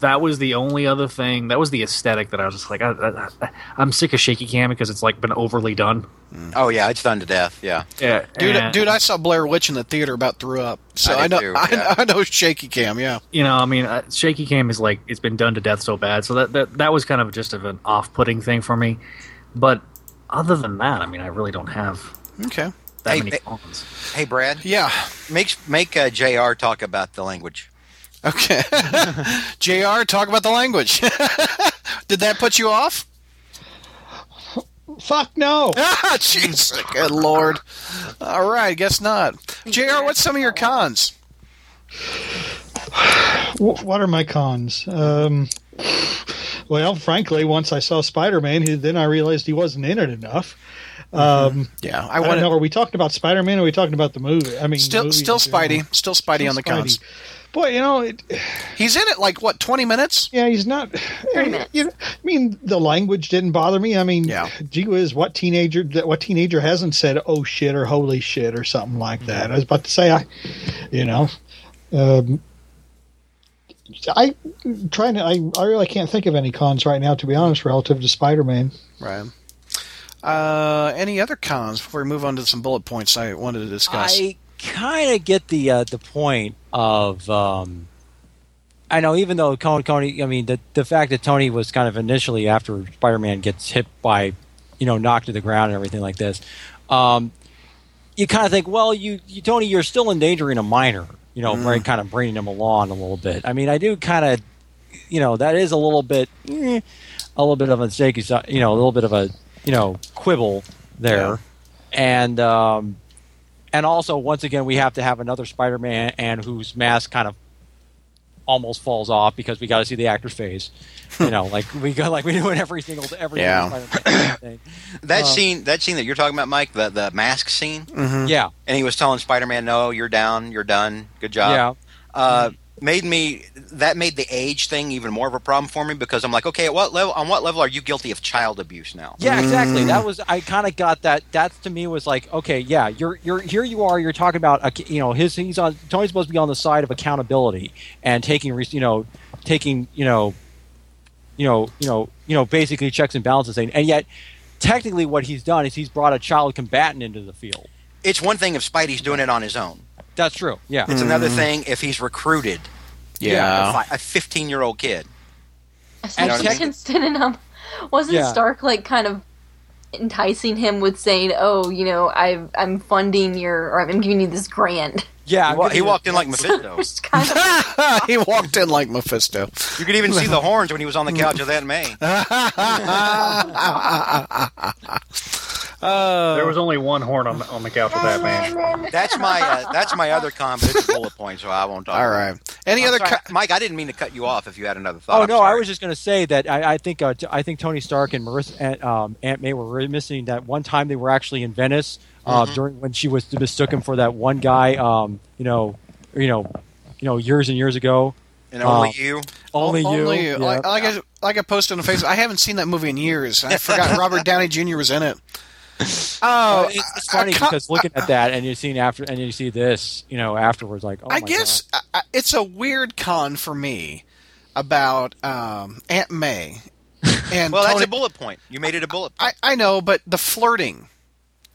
S9: That was the only other thing. That was the aesthetic that I was just like, I, I, I, I'm sick of shaky cam because it's like been overly done.
S7: Mm.
S6: Oh yeah, it's done to death. Yeah,
S9: Yeah,
S7: Dude,
S9: and,
S7: dude, I saw Blair Witch in the theater about threw up. So
S6: I
S7: I,
S6: did
S7: know
S6: too,
S7: I,
S6: yeah.
S7: I know shaky cam, yeah.
S9: you know, I mean, uh, shaky cam is like it's been done to death so bad. So that that, that was kind of just of an off-putting thing for me. But other than that, I mean, I really don't have
S7: Okay.
S9: that
S6: Hey,
S9: many
S6: ba-
S9: cons.
S6: Hey, Brad,
S7: Yeah.
S6: make make uh, Jr. talk about the language.
S7: Okay. *laughs* JR, talk about the language. *laughs* Did that put you off?
S17: Fuck no.
S7: Ah, *laughs* jeez. Good lord. All right, guess not. JR, what's some of your cons?
S4: Wh- what are my cons? Um, well, frankly, once I saw Spider Man, then I realized he wasn't in it enough. Um,
S7: Yeah,
S4: I,
S7: I
S4: want
S7: want
S4: to know. Are
S7: to
S4: we talking about Spider Man? Are we talking about the movie? I mean,
S7: still
S4: movie
S7: still
S4: in general.
S7: Spidey, still Spidey
S4: Still
S7: on the
S4: Spidey.
S7: cons.
S4: Boy, you know, it,
S7: He's in it like what twenty minutes?
S4: yeah, he's not. *sighs*
S13: minutes.
S4: You know, I mean, the language didn't bother me. I mean,
S7: Yeah.
S4: gee whiz, what teenager? What teenager hasn't said "oh shit" or "holy shit" or something like that? I was about to say, I, you know, um, I trying to. I, I really can't think of any cons right now, to be honest, relative to Spider-Man.
S7: Right. Uh, any other cons before we move on to some bullet points I wanted to discuss?
S9: I kind of get the uh, the point of. Um, I know, even though Con- Coney, I mean, the the fact that Tony was kind of initially after Spider-Man gets hit by, you know, knocked to the ground and everything like this, um, you kind of think, well, you, you Tony, you're still endangering a minor, you know, very kind of bringing him along a little bit. I mean, I do kind of, you know, that is a little bit, eh, a little bit of a mistake, you saw- you know, a little bit of a, you know, quibble there, and um, and also once again we have to have another spider-man and whose mask kind of almost falls off because we got to see the actor's face you know like we got like we do in every single every
S7: Yeah.
S9: single Spider-Man thing.
S6: *coughs* That
S9: Uh,
S6: scene, that scene that you're talking about, Mike, the the mask scene,
S9: yeah
S6: and he was telling Spider-Man, "No, you're down, you're done, good job."
S9: yeah
S6: uh, made me that made the age thing even more of a problem for me because I'm like, okay, at what level? On what level are you guilty of child abuse now?
S9: yeah exactly that was i kind of got that that to me was like okay yeah you're you're here you are you're talking about ac- you know his he's on tony's supposed to be on the side of accountability and taking res- you know taking you know you know, you know, you know, basically checks and balances thing. And yet, technically, what he's done is he's brought a child combatant into the field.
S6: It's one thing if Spidey's doing it on his own.
S9: That's true. Yeah.
S6: It's another thing if he's recruited.
S7: yeah.
S6: a 15 year old kid.
S9: And
S13: Especially
S9: tech-
S13: considering um, wasn't
S9: Yeah.
S13: Stark like kind of enticing him with saying, "Oh, you know, I I'm funding your or I'm giving you this grant."
S9: yeah.
S6: He,
S9: I'm
S6: wa-
S9: giving
S6: he
S9: you-
S6: walked in
S13: *laughs*
S6: like Mephisto.
S13: It's kind
S7: *laughs*
S13: of-
S7: he walked in like Mephisto.
S6: You could even see the horns when he was on
S7: *laughs*
S6: the couch of that May.
S9: Uh,
S12: there was only one horn on the, on the couch of that man.
S6: That's my uh, that's my other comment. It's a bullet point, so I won't talk.
S7: All
S6: about it.
S7: right. Any
S6: I'm
S7: other?
S6: sorry,
S7: Co-
S6: Mike? I didn't mean to cut you off. If you had another thought.
S9: Oh
S6: I'm
S9: no! I
S6: sorry.
S9: was just going to say that I, I think uh, t- I think Tony Stark and Marissa and um, Aunt May were really missing that one time they were actually in Venice uh,
S6: Mm-hmm.
S9: during when she was mistook him for that one guy. Um, you know, you know, you know, years and years ago.
S6: and only
S9: uh,
S6: you.
S9: Only,
S7: Only
S9: you. Yeah.
S7: Like, like I like I posted on Facebook. I haven't seen that movie in years. I
S6: *laughs*
S7: forgot Robert Downey Jr. was in it. Oh,
S9: it's, it's
S7: I
S9: funny
S7: ca-
S9: because looking at that and you seeing after and you see this, you know, afterwards, like oh
S7: I
S9: my
S7: guess I, I- it's a weird con for me about um, Aunt
S9: *laughs*
S7: May and
S6: Well, that's
S7: Tony-
S6: a bullet point. You made it a bullet. point.
S7: I, I know, but the flirting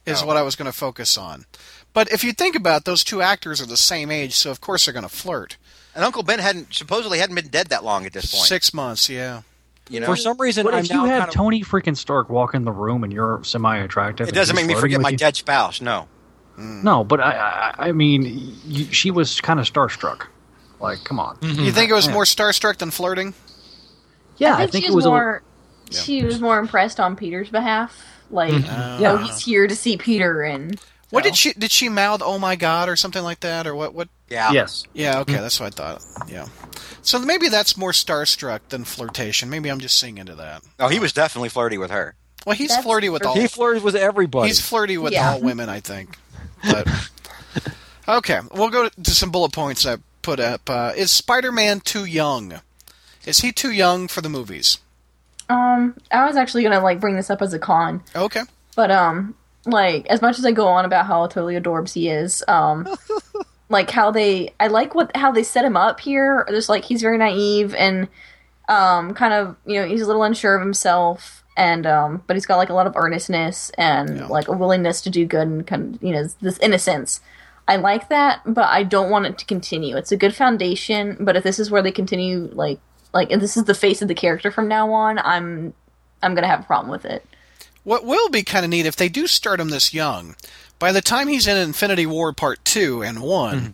S7: is
S6: Oh.
S7: what I was going to focus on. But if you think about it, those two actors are the same age, so of course they're going to flirt.
S6: And Uncle Ben hadn't supposedly hadn't been dead that long at this point.
S7: Six months, yeah.
S6: you
S9: God.
S6: know,
S9: for some reason
S12: What
S9: I'm
S12: if
S9: now
S12: you have
S9: kind of-
S12: Tony freaking Stark walk in the room and you're semi-attractive?
S6: it
S12: and
S6: doesn't
S12: he's
S6: make me
S12: flirting
S6: forget
S12: with
S6: my
S12: you?
S6: dead spouse. No,
S12: No, but I, I, I mean, you, she was kind of starstruck. Like, come on.
S9: Mm-hmm.
S6: Hmm.
S7: You think it was
S12: Yeah.
S7: more starstruck than flirting?
S12: Yeah,
S13: I think she
S12: it
S13: was
S12: was
S13: more. She was more impressed on Peter's behalf. Like,
S12: Yeah.
S13: oh, he's here to see Peter, and
S7: What did she did she mouth "Oh my God" or something like that, or what? What?
S6: yeah,
S12: a, yes.
S7: Yeah,
S9: Mm-hmm.
S7: okay, that's what I thought. Yeah, so maybe that's more starstruck than flirtation. Maybe I'm just seeing into that.
S6: No, Oh, he was definitely flirty with her.
S7: Well, he's
S13: That's
S7: flirty with all.
S9: he flirted with everybody.
S7: He's flirty with
S13: Yeah.
S7: all women, I think. But *laughs* okay, we'll go to some bullet points I put up. Uh, is Spider-Man too young? Is he too young for the movies?
S13: um, I was actually gonna like bring this up as a con,
S7: Okay,
S13: but um, like as much as I go on about how totally adorbs he is, um, like how they, I like what how they set him up here. Just like he's very naive and um, kind of you know he's a little unsure of himself. And um, but he's got like a lot of earnestness and like a willingness to do good and kind of you know this innocence. I like that, but I don't want it to continue. It's a good foundation, but if this is where they continue, like, like if this is the face of the character from now on, I'm, I'm gonna have a problem with it.
S7: what will be kind of neat if they do start him this young? By the time he's in Infinity War Part Two and One,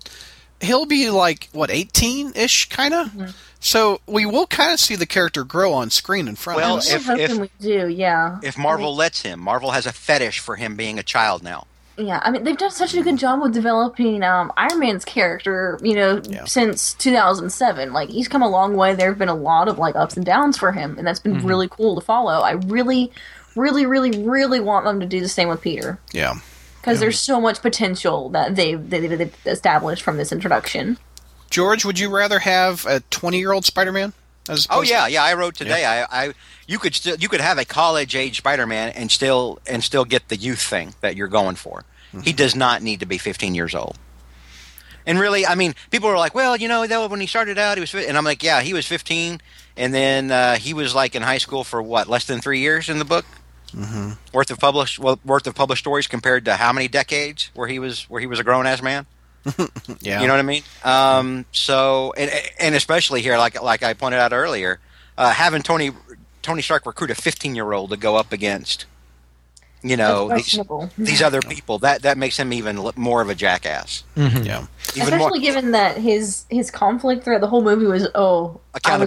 S7: he'll be like what eighteen ish, kind of. So we will kind of see the character grow on screen in front
S6: Well,
S7: of us.
S13: I'm
S6: if-
S13: hoping
S6: if-
S13: we do, yeah.
S6: If Marvel lets him, Marvel has a fetish for him being a child now.
S13: yeah, I mean they've done such a good job with developing um, Iron Man's character, you know,
S6: Yeah.
S13: since 2007. Like he's come a long way. There have been a lot of like ups and downs for him, and that's been
S6: Mm-hmm.
S13: really cool to follow. I really, really, really, really want them to do the same with Peter
S6: Yeah.
S13: because there's so much potential that they've, they they've established from this introduction.
S6: George, would you rather have a 20 year old Spider Man?
S9: Oh yeah, yeah. I wrote today. I, I you could still you could have a college age Spider Man and still and still get the youth thing that you're going for.
S12: Mm-hmm.
S9: He does not need to be 15 years old. And really, I mean, people are like, well, you know, though when he started out, he was, fi-" and I'm like, yeah, he was 15, and then uh, he was like in high school for what, less than three years in the book worth of published well, worth of published stories compared to how many decades where he was where he was a grown ass man.
S6: Yeah.
S9: You know what I mean? Um, so, and and especially here, like like I pointed out earlier, uh, having Tony Tony Stark recruit a 15 year old to go up against, you know,
S13: That's
S9: these,
S13: questionable.
S9: these other people that that makes him even l- more of a jackass.
S6: Yeah.
S9: Even more
S13: Especially given that his his conflict throughout the whole movie was oh I was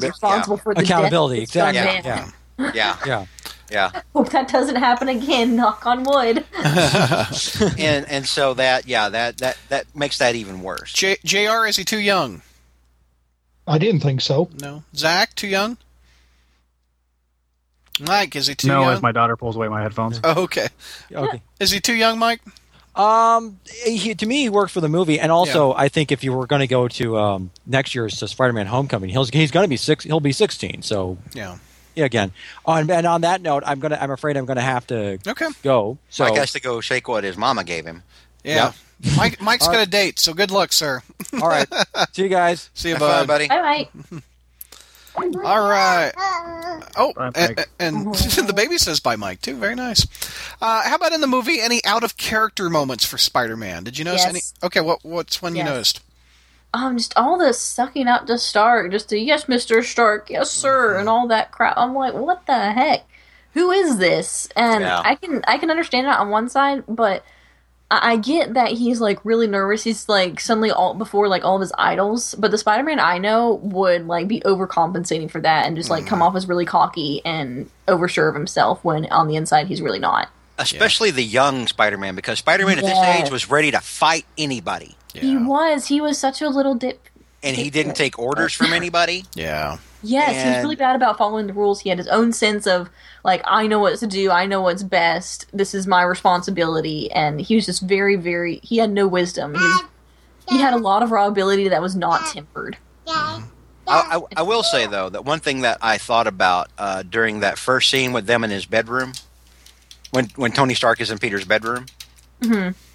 S9: Accountability,
S13: responsible
S9: yeah.
S13: for the death of
S18: Accountability,
S13: this young
S9: exactly,
S13: man.
S18: yeah,
S9: yeah,
S18: yeah.
S9: yeah.
S13: Hope that doesn't happen again. Knock on wood.
S9: And and so that yeah that that that makes that even worse.
S6: J- JR, is he too young?
S7: I didn't think so.
S6: No. Zach, too young? Mike, is he too
S4: no,
S6: young?
S4: as my daughter pulls away my headphones.
S6: oh, okay.
S18: Okay.
S6: Is he too young, Mike?
S18: Um, he, to me, he worked for the movie, and also I think if you were going to go to um, next year's uh, Spider-Man: Homecoming, he'll, he's going to be six. He'll be sixteen. So
S6: Yeah.
S18: yeah, again, on and on that note, I'm gonna. I'm afraid I'm going to have to
S6: Okay.
S18: go. So
S9: Mike has to go shake what his mama gave him.
S6: Yeah. Mike, Mike's got a date, so good luck, sir.
S18: all
S9: *laughs*
S18: right, see you guys.
S6: See you,
S9: Have
S6: bud.
S9: fun, buddy.
S13: All right.
S6: All right. Oh,
S4: Bye,
S6: and,
S4: Mike.
S6: and *laughs* the baby says bye, Mike, too. Very nice. Uh, how about in the movie, any out of character moments for Spider Man? Did you notice
S13: Yes.
S6: any? Okay, what what's one
S13: Yes.
S6: you noticed?
S13: Um, just all this sucking up to Stark, just the yes, Mister Stark, yes, sir,
S9: Mm-hmm.
S13: and all that crap. I'm like, what the heck? Who is this? And
S9: Yeah.
S13: I can I can understand it on one side, but I, I get that he's like really nervous. He's like suddenly all before like all of his idols, but the Spider Man I know would like be overcompensating for that and just like
S9: Mm-hmm.
S13: come off as really cocky and oversure of himself when on the inside he's really not.
S9: especially the young Mm, Spider-Man, because Spider-Man at this
S13: Yes.
S9: age was ready to fight anybody,
S13: He was he was such a little dip.
S9: and he didn't take orders from anybody.
S6: Yeah.
S13: Yes, he was
S9: And-
S13: really bad about following the rules. He had his own sense of like, I know what to do, I know what's best, this is my responsibility, and he was just very, very he had no wisdom. He, was- he had a lot of raw ability that was not tempered.
S9: I, I, I will say though that one thing that I thought about uh, during that first scene with them in his bedroom, when when Tony Stark is in Peter's bedroom,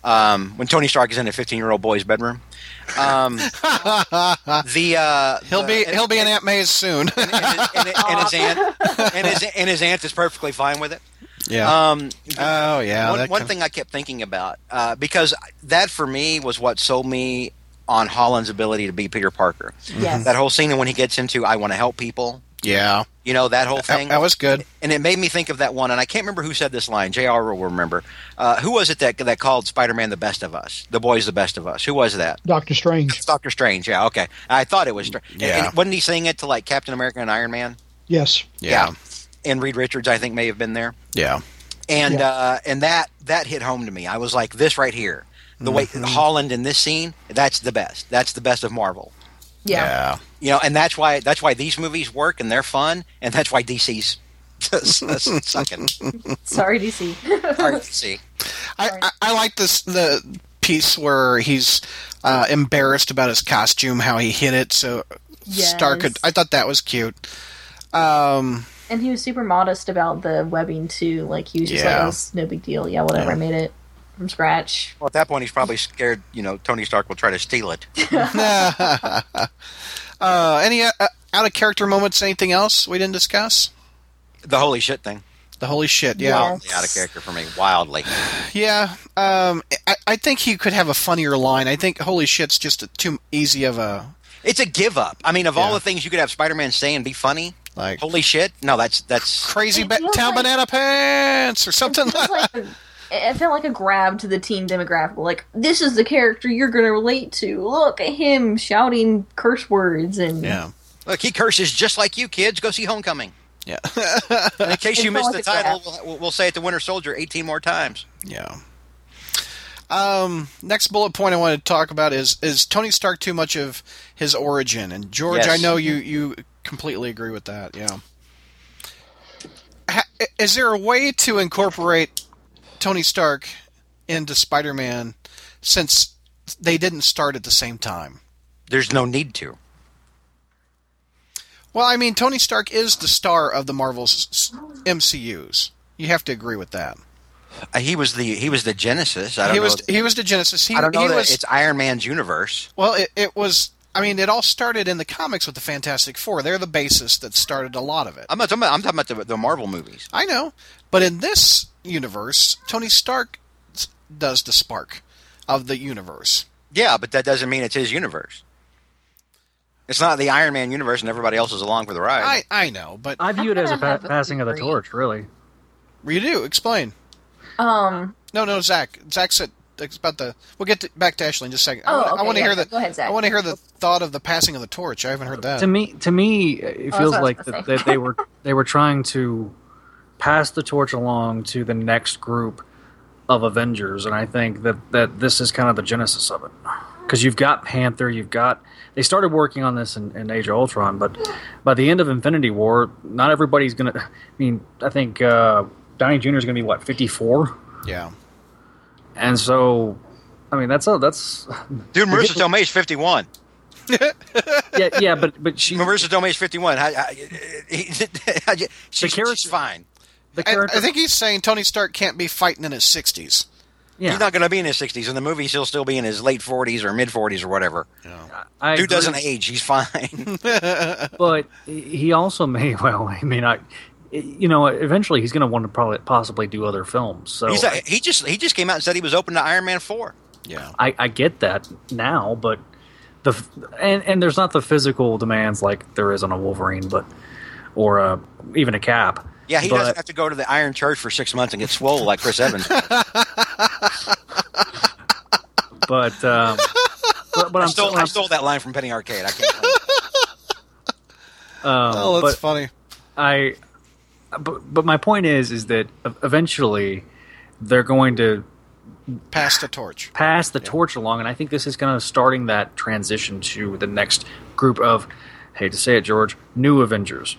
S9: um, when Tony Stark is in a fifteen-year-old boy's bedroom,
S6: *laughs*
S9: um, the uh,
S6: He'll
S9: the-
S6: be
S9: and-
S6: he'll be in Aunt May's soon. *laughs*
S9: and his, and his- and his aunt and his and his aunt is perfectly fine with it.
S6: yeah.
S9: Um,
S6: oh yeah.
S9: one,
S6: that
S9: one
S6: kind of-
S9: thing I kept thinking about uh, because that for me was what sold me on Holland's ability to be Peter Parker.
S13: Yes.
S9: That whole scene and when he gets into "I want to help people,"
S6: yeah.
S9: you know that whole
S6: That,
S9: thing,
S6: that was good.
S9: and it made me think of that one. And I can't remember who said this line. Jr. will remember. Uh, who was it that that called Spider-Man the best of us? The boy's the best of us. Who was that?
S7: Doctor Strange.
S9: It's Doctor Strange. Yeah. Okay. I thought it was. Str-
S6: Yeah.
S9: And wasn't he saying it to like Captain America and Iron Man?
S7: Yes.
S6: Yeah.
S9: And Reed Richards, I think, may have been there.
S6: Yeah.
S9: and uh, and that that hit home to me. I was like, this right here, the way Holland in this scene, that's the best. That's the best of Marvel.
S13: yeah.
S9: You know, and that's why that's why these movies work and they're fun, and that's why DC's sucking.
S13: Sorry,
S6: *laughs*
S13: DC.
S9: Sorry, DC.
S6: I, I, I like this the piece where he's uh, embarrassed about his costume, how he hid it. So
S13: Yes.
S6: Star could. I thought that was cute. Um.
S13: and he was super modest about the webbing too. Like he was just
S6: Yeah.
S13: like, oh, it's no big deal. Yeah, whatever, I made it from scratch.
S9: Well, at that point, he's probably scared. You know, Tony Stark will try to steal it.
S6: Uh, any uh, out of character moments? Anything else we didn't discuss?
S9: The holy shit thing,
S6: The holy shit! Yeah,
S13: Yes.
S9: out of character for me, wildly.
S6: yeah. Um, I, I think he could have a funnier line. I think holy shit's just a, too easy of a
S9: It's a give up. I mean, of all
S6: Yeah.
S9: the things you could have Spider-Man say and be funny,
S6: Like-
S9: holy shit. No, that's that's
S6: crazy
S13: It
S6: ba-
S13: feels
S6: town
S13: like-
S6: banana pants
S13: *laughs*
S6: or something.
S13: It was like a- it felt like a grab to the teen demographic. Like this is the character you're going to relate to. Look at him shouting curse words and
S6: yeah,
S9: Look, he curses just like you kids. Go see Homecoming.
S6: Yeah.
S9: And *laughs* in case you
S13: It's not
S9: missed the
S13: like a
S9: title, we'll, we'll say it to Winter Soldier 18 more times.
S6: yeah.
S7: Um, next bullet point I want to talk about is is Tony Stark too much of his origin? And George, I
S6: Yes.
S7: know you you completely agree with that. Yeah. Ha- Is there a way to incorporate Tony Stark into Spider-Man since they didn't start at the same time?
S6: There's no need to.
S7: Well, I mean, Tony Stark is the star of the Marvel's s- MCU's. You have to agree with that.
S6: Uh, He was the he was the genesis. I don't
S7: He
S6: know.
S7: was
S6: if-
S7: he was the Genesis. He,
S6: I don't know
S7: he
S6: that
S7: was,
S6: it's Iron Man's universe.
S7: Well, it, it was. I mean, it all started in the comics with the Fantastic Four. They're the basis that started a lot of it.
S6: I'm not talking about. I'm talking about the, the Marvel movies.
S7: I know, but in this universe, Tony Stark s- does the spark of the universe.
S6: Yeah, but that doesn't mean it's his universe. It's not the Iron Man universe, and everybody else is along for the ride.
S7: I I know, but
S9: I view it as a
S13: kinda
S9: pa-
S13: have a
S9: passing of the
S13: theory.
S9: torch, really.
S7: you do explain.
S13: Um,
S7: No, no, Zach. Zach said it's about the. We'll get to, back to Ashley in just a second. I
S13: Oh,
S7: wanna- I
S13: okay,
S7: want to
S13: yeah,
S7: hear the.
S13: go ahead, Zach.
S7: I want to hear the thought of the passing of the torch. I haven't heard that.
S9: To me, to me, it
S13: Oh, that's
S9: feels
S13: what I was
S9: like
S13: gonna
S9: that,
S13: say.
S9: that they were they were trying to pass the torch along to the next group of Avengers, and I think that that this is kind of the genesis of it. Because you've got Panther, you've got they started working on this in, in Age of Ultron, but by the end of Infinity War, not everybody's gonna. I mean, I think uh, Downey Jr. is gonna be what fifty four,
S7: yeah.
S9: and so. I mean that's a that's
S6: Dude, Marissa Tomei's 51.
S9: yeah yeah but but she
S6: Marissa Tomei's 51. I, I, he- *laughs* I ju- she's,
S9: character-
S6: she's fine.
S9: the
S7: I,
S9: character
S7: I think he's saying Tony Stark can't be fighting in his sixties.
S9: yeah
S6: He's not going to be in his 60s. In the movies, he'll still be in his late 40s or mid 40s or whatever.
S9: I
S6: Dude
S9: agree.
S6: doesn't age. He's fine.
S9: but he also *laughs* may well i mean i you know eventually he's going to want to probably possibly do other films *laughs* so
S6: he's a, he just he just came out and said he was open to Iron Man 4.
S7: Yeah.
S9: I, I get that now but the f- and and there's not the physical demands like there is on a wolverine but or uh, even a cap
S6: Yeah, he
S9: But-
S6: doesn't have to go to the Iron Church for six months and get swole like Chris
S9: *laughs*
S6: Evans.
S9: *laughs* but um but,
S6: I
S9: but i'm
S6: stole,
S9: still
S6: I stole that line from Penny Arcade. I can't.
S7: Oh, that's
S9: Um, but-
S7: funny.
S9: I, but, but my point is, is that e- eventually they're going to
S7: Pass the torch.
S9: pass the torch along, and I think this is kind of starting that transition to the next group of, hate to say it, George, new Avengers.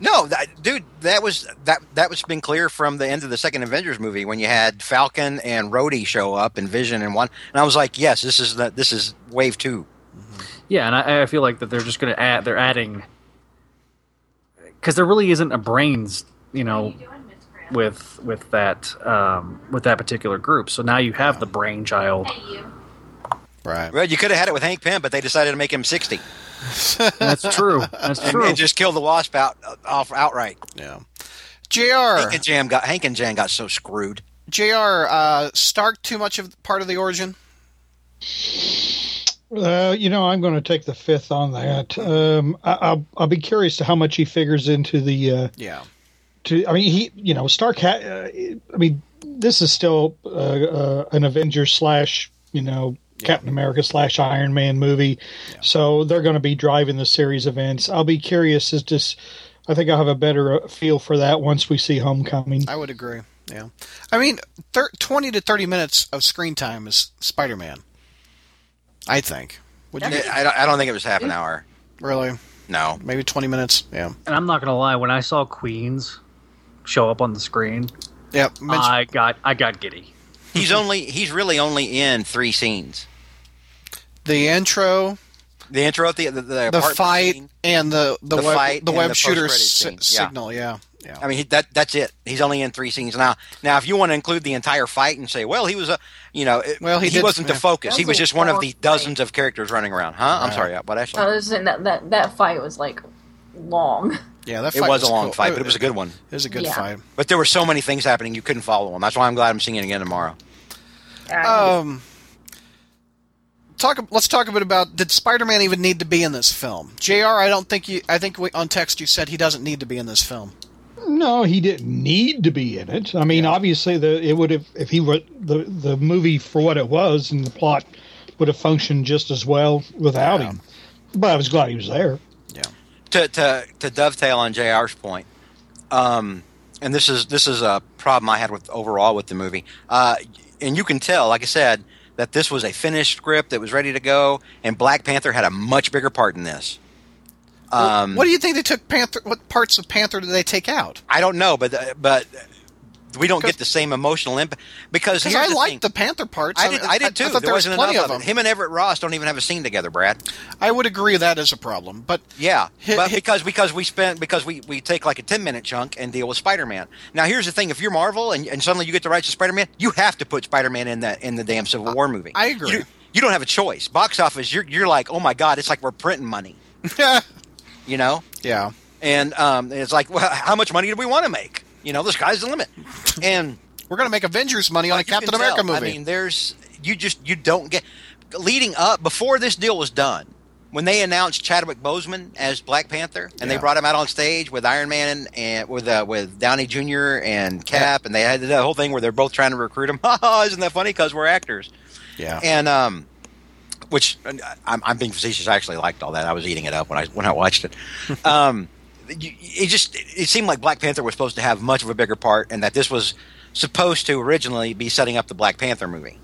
S6: No, that, dude, that was that that was been clear from the end of the second Avengers movie when you had Falcon and Rhodey show up and Vision and one, and I was like, yes, this is the, this is Wave Two.
S9: Yeah, and I, I feel like that they're just going to add, they're adding, because there really isn't a brains, you know, with with that um, with that particular group. So now you have the brainchild,
S7: Right.
S6: Well, you could have had it with Hank Pym, but they decided to make him sixty
S9: that's true, that's
S6: and,
S9: true.
S6: and just kill the Wasp out off outright.
S7: Yeah. Jr.
S6: Hank and Jam got Hank and Jan got so screwed.
S7: Jr. Uh, Stark too much of part of the origin.
S4: Uh, you know, I'm going to take the fifth on that. Um, I, I'll, I'll be curious to how much he figures into the. Uh,
S7: Yeah.
S4: to I mean, he you know Stark. Ha- uh, I mean, this is still uh, uh, an Avengers slash you know Captain America slash Iron Man movie, so they're going to be driving the series events. I'll be curious as just. I think I'll have a better uh, feel for that once we see Homecoming.
S7: I would agree. Yeah. I mean, thir- 20 to 30 minutes of screen time is Spider Man. I think. Would you
S6: I, don't- I don't think it was half an hour.
S7: really?
S6: No,
S7: Maybe 20 minutes? Yeah.
S9: and I'm not going to lie, when I saw Queens show up on the screen,
S7: Yeah. Mitch-
S9: I got I got giddy.
S6: he's only he's really only in three scenes:
S7: the intro,
S6: the intro, the the, the,
S7: the
S6: apartment
S7: fight,
S6: scene.
S7: and the, the,
S6: The
S7: web,
S6: fight
S7: the
S6: and
S7: web
S6: the
S7: shooter
S6: post-credits
S7: si-
S6: scene. Yeah.
S7: signal. Yeah. Yeah.
S6: I mean, he- that that's it. He's only in three scenes now. Now, if you want to include the entire fight and say, well, he was a, you know, it-
S7: Well, he
S6: he
S7: did-
S6: wasn't
S7: yeah.
S6: the focus. He
S13: That
S6: was
S13: was a
S6: just one of
S13: long
S6: the
S13: fight.
S6: dozens of characters running around. Huh?
S7: Uh,
S6: I'm sorry, uh, but
S13: I
S6: actually,
S13: was just saying that that that fight was like long. *laughs*
S7: yeah. That
S6: it
S7: fight
S6: was a long
S7: cool. Uh,
S6: fight, but it was a good one.
S7: It was a good
S13: Yeah.
S7: fight.
S6: But there were so many things happening, you couldn't follow him. That's why I'm glad I'm seeing it again tomorrow.
S7: Um, talk. Let's talk a bit about did Spider-Man even need to be in this film? Jr. I don't think you. I think we, on text you said he doesn't need to be in this film.
S4: No, he didn't need to be in it. I mean, obviously, the it would have if he were the the movie for what it was, and the plot would have functioned just as well without him. But I was glad he was there.
S7: Yeah.
S6: to to to dovetail on JR's point, um, and this is this is a problem I had with overall with the movie. Uh,
S9: and you can tell, like I said, that this was a finished script that was ready to go, and Black Panther had a much bigger part in this. Um,
S6: what do you think they took Panther? What parts of Panther did they take out?
S9: I don't know, but uh, but we don't get the same emotional impact because
S6: Because
S9: here's
S6: I
S9: the
S6: liked
S9: thing.
S6: the Panther parts.
S9: I did, I did too.
S6: I thought there, was
S9: wasn't
S6: plenty
S9: enough
S6: of them.
S9: it. Him and Everett Ross don't even have a scene together, Brad.
S6: I would agree that is a problem, but
S9: Yeah,
S6: Hi-
S9: but
S6: hi-
S9: because because we spent because we we take like a ten minute chunk and deal with Spider Man. Now here's the thing: if you're Marvel and, and suddenly you get the rights to Spider Man, you have to put Spider Man in that in the damn Civil War movie.
S6: I agree.
S9: You, you don't have a choice. Box office, you're you're like, oh my god, it's like we're printing
S6: *laughs*
S9: money, you know.
S6: yeah,
S9: And um, it's like, well, how much money do we want to make? You know, the sky's the limit. And
S6: we're going to make Avengers money on a
S9: you can
S6: Captain America
S9: tell.
S6: movie.
S9: I mean, there's you just you don't get leading up before this deal was done when they announced Chadwick Boseman as Black Panther and they
S6: Yeah.
S9: brought him out on stage with Iron Man and with uh, with Downey Jr. and Cap and they had the whole thing where they're both trying to recruit him. Isn't that funny? Because we're actors.
S6: yeah,
S9: And um, which and I- I'm, I'm being facetious. I actually liked all that. I was eating it up when I when I
S6: *laughs*
S9: watched it. um, you- it just it seemed like Black Panther was supposed to have much of a bigger part, and that this was supposed to originally be setting up the Black Panther movie.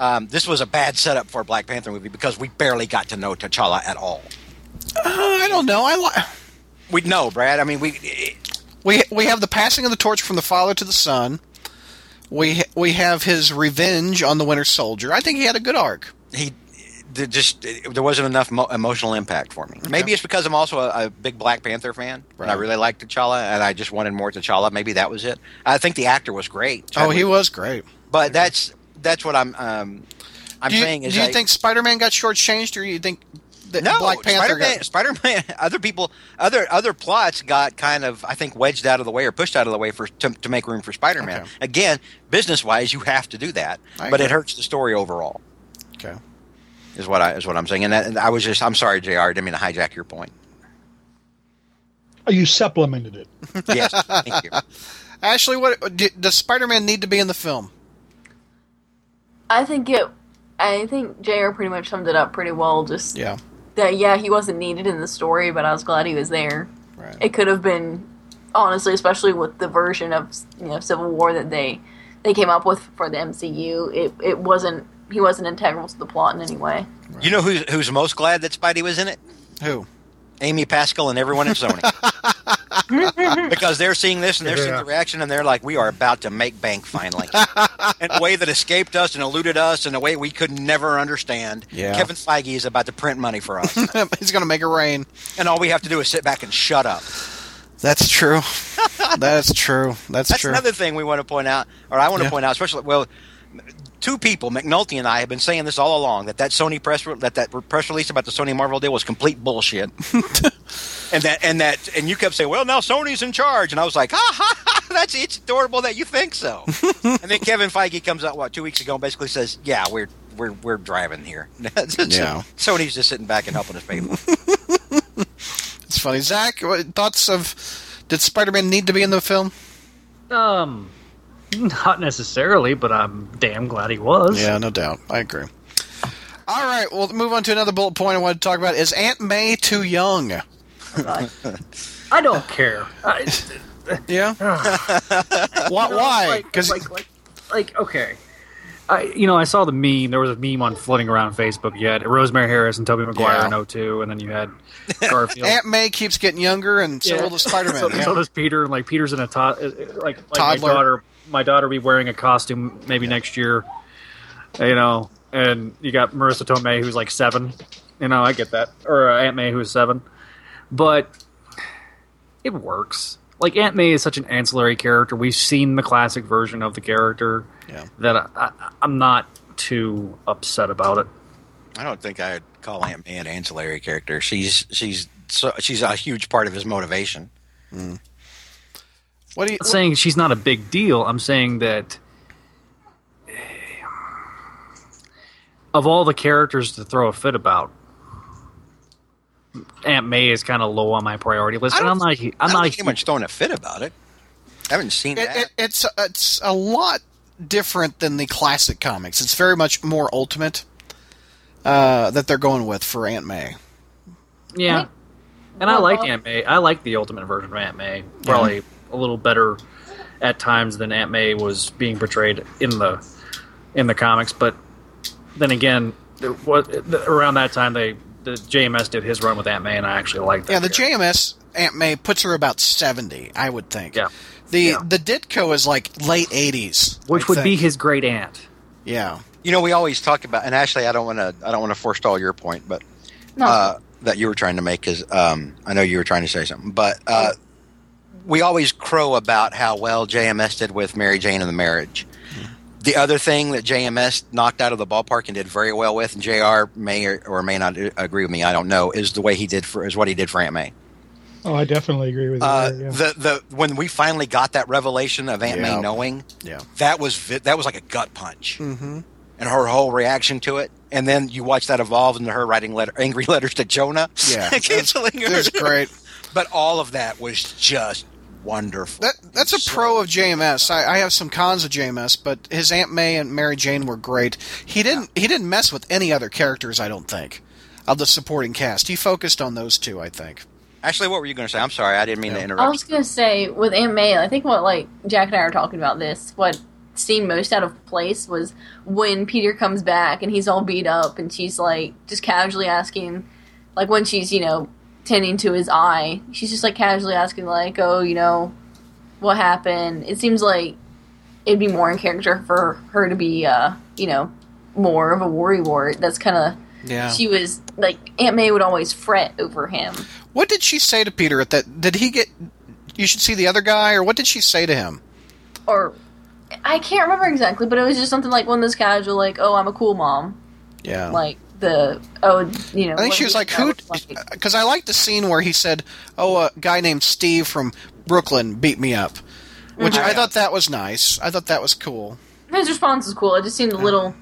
S9: Um, this was a bad setup for a Black Panther movie because we barely got to know T'Challa at all.
S6: Uh, I don't know. I like.
S9: We know Brad. I mean, we it,
S6: We we have the passing of the torch from the father to the son. We ha- we have his revenge on the Winter Soldier. I think he had a good arc.
S9: he there just there wasn't enough mo- emotional impact for me. Maybe it's because I'm also a, a big Black Panther fan, and I
S6: Right.
S9: really liked T'Challa, and I just wanted more T'Challa. Maybe that was it. I think the actor was great.
S6: Oh, he
S9: Chadwick.
S6: was great.
S9: But that's that's what I'm um, I'm
S6: do you,
S9: saying is
S6: do you
S9: I-
S6: think Spider Man got shortchanged, or do you think that
S9: no
S6: Black Panther
S9: Spider-Man,
S6: got?
S9: Spider-Man *laughs* other people other other plots got kind of I think wedged out of the way or pushed out of the way for to, to make room for Spider-Man.
S6: Okay.
S9: Again, business wise, you have to do that,
S6: I
S9: but it
S6: agree.
S9: hurts the story overall.
S6: Okay.
S9: Is what I is what I'm saying, and, that, and I was just I'm sorry, Jr. I didn't mean to hijack your point.
S19: Oh, You supplemented it.
S9: *laughs* Yes, thank you.
S6: Ashley, what d- does Spider Man need to be in the film?
S13: I think it. I think Jr. pretty much summed it up pretty well. Just
S6: Yeah.
S13: that, yeah, he wasn't needed in the story, but I was glad he was there.
S6: Right.
S13: It could have been, honestly, especially with the version of you know Civil War that they they came up with for the MCU. It it wasn't he wasn't integral to the plot in any way.
S9: You know who's who's most glad that Spidey was in it?
S6: Who?
S9: Amy Pascal and everyone
S4: *laughs*
S9: at Sony, because they're seeing this and they're seeing the reaction, and they're like, "We are about to make bank
S4: *laughs*
S9: finally." in a way that escaped us and eluded us, in a way we could never understand.
S6: Yeah.
S9: Kevin Feige is about to print money for us,
S6: *laughs* He's going to make it rain.
S9: and all we have to do is sit back and shut up.
S6: That's true. *laughs* That's true. That's,
S9: That's
S6: true.
S9: another thing we want to point out, or I want to
S6: Yeah.
S9: point out, especially well, two people, McNulty and I, have been saying this all along that that Sony press re- that that press release about the Sony Marvel deal was complete
S6: *laughs*
S9: bullshit, and that and that and you kept saying, well, now Sony's in charge, and I was like, ha ha, ha that's it's adorable that you
S6: *laughs*
S9: think so, and then Kevin Feige comes out what two weeks ago and basically says, yeah, we're we're we're driving here, *laughs*
S6: Yeah.
S9: Sony's just sitting back and helping us pay. for it.
S6: It's funny. Zach, what, thoughts of did Spider Man need to be in the film?
S4: Um, not necessarily, but I'm damn glad he was.
S6: Yeah, no doubt. I agree. All right, we'll move on to another bullet point I want to talk about. Is Aunt May too
S9: *laughs*
S6: young?
S4: *laughs* I don't care. I,
S6: Yeah. why?
S4: No,
S6: Why?
S4: like-
S6: 'Cause-
S4: like, like, like, okay. I, you know, I saw the meme. There was a meme on floating around Facebook. You had Rosemary Harris and Toby Maguire
S6: Yeah.
S4: in 02, and then you had Garfield.
S6: Aunt May keeps getting younger, and so
S4: Yeah.
S6: will the Spider
S4: so,
S6: Man.
S4: so does Peter. and, Like Peter's in a to- uh, uh, like, like my
S6: Toddler.
S4: daughter. My daughter be wearing a costume maybe next year. You know, and you got Marissa Tomei who's like seven. You know, I get that, or uh, Aunt May who's seven, but it works. Like Aunt May is such an ancillary character. We've seen the classic version of the character
S6: Yeah.
S4: that I, I, I'm not too upset about it.
S9: I don't think I'd call Aunt May an ancillary character. She's she's so, she's a huge part of his motivation.
S12: Hmm.
S6: What do you?
S4: not saying she's not a big deal. I'm saying that *sighs* eh, of all the characters to throw a fit about, Aunt May is kind of low on my priority list.
S9: I
S4: And
S9: don't-
S4: I'm not. a hu- I'm
S9: I don't
S4: not. a
S9: think anyone's throwing a fit about it. I haven't seen
S6: It,
S9: that.
S6: it, it's it's a lot different than the classic comics. It's very much more ultimate uh, that they're going with for Aunt May.
S4: hu- yeah. And I like Aunt May. I like the ultimate version of Aunt May. Probably a little better at times than Aunt May was being portrayed in the
S12: in the comics. But then again, it was, around that time they the JMS did his run with Aunt May, and I actually liked that.
S7: Yeah, the
S12: character.
S7: JMS Aunt May puts her about seventy, I would think.
S12: Yeah.
S7: The
S12: Yeah.
S7: the Ditko is like late eighties,
S12: which would be his great aunt.
S7: yeah.
S6: You know, we always talk about, and Ashley, I don't want to, I don't want to forestall your point, but
S13: No.
S6: uh, that you were trying to make is, um, I know you were trying to say something, but uh, we always crow about how well JMS did with Mary Jane and the Marriage. The other thing that JMS knocked out of the ballpark and did very well with, and JR may or, or may not agree with me, I don't know, is the way he did for is what he did for Aunt May.
S4: Oh, I definitely agree with you.
S6: Uh,
S4: there, yeah.
S6: The the when we finally got that revelation of Aunt
S7: Yeah.
S6: May knowing,
S7: Yeah.
S6: that was vi- that was like a gut punch, mm-hmm. and her whole reaction to it. And then you watch that evolve into her writing letter, angry *laughs* letters to Jonah, *laughs*
S7: Yeah.
S6: canceling her.
S7: It was great.
S6: But all of that was just wonderful.
S7: That that's a
S6: So-
S7: pro of JMS. I, I have some cons of JMS, but his Aunt May and Mary Jane were great. He didn't he didn't mess with any other characters, I don't think, of the supporting cast. He focused on those two, I think.
S6: Ashley, what were you going to say? I'm sorry, I didn't mean to interrupt.
S13: I was gonna say with Aunt May, I think what like Jack and I were talking about this. What seemed most out of place was when Peter comes back and he's all beat up, and she's like just casually asking, like when she's you know tending to his eye, she's just like casually asking like, oh, you know, what happened? It seems like it'd be more in character for her to be, uh, you know, more of a worrywart. That's kind of
S7: Yeah.
S13: she was like Aunt May would always fret over him.
S7: What did she say to Peter at that? Did he get? You should see the other guy, or what did she say to him?
S13: or I can't remember exactly, but it was just something like one of those guys were like, "Oh, I'm a cool mom,"
S7: Yeah,
S13: like the oh, you know.
S7: I think she
S13: what
S7: was
S13: we
S7: like,
S13: thought
S7: "Who?"
S13: was like-
S7: Because I liked the scene where he said, "Oh, a guy named Steve from Brooklyn beat me up," which
S13: Mm-hmm.
S7: I thought that was nice. I thought that was cool.
S13: His response was cool. It just seemed a little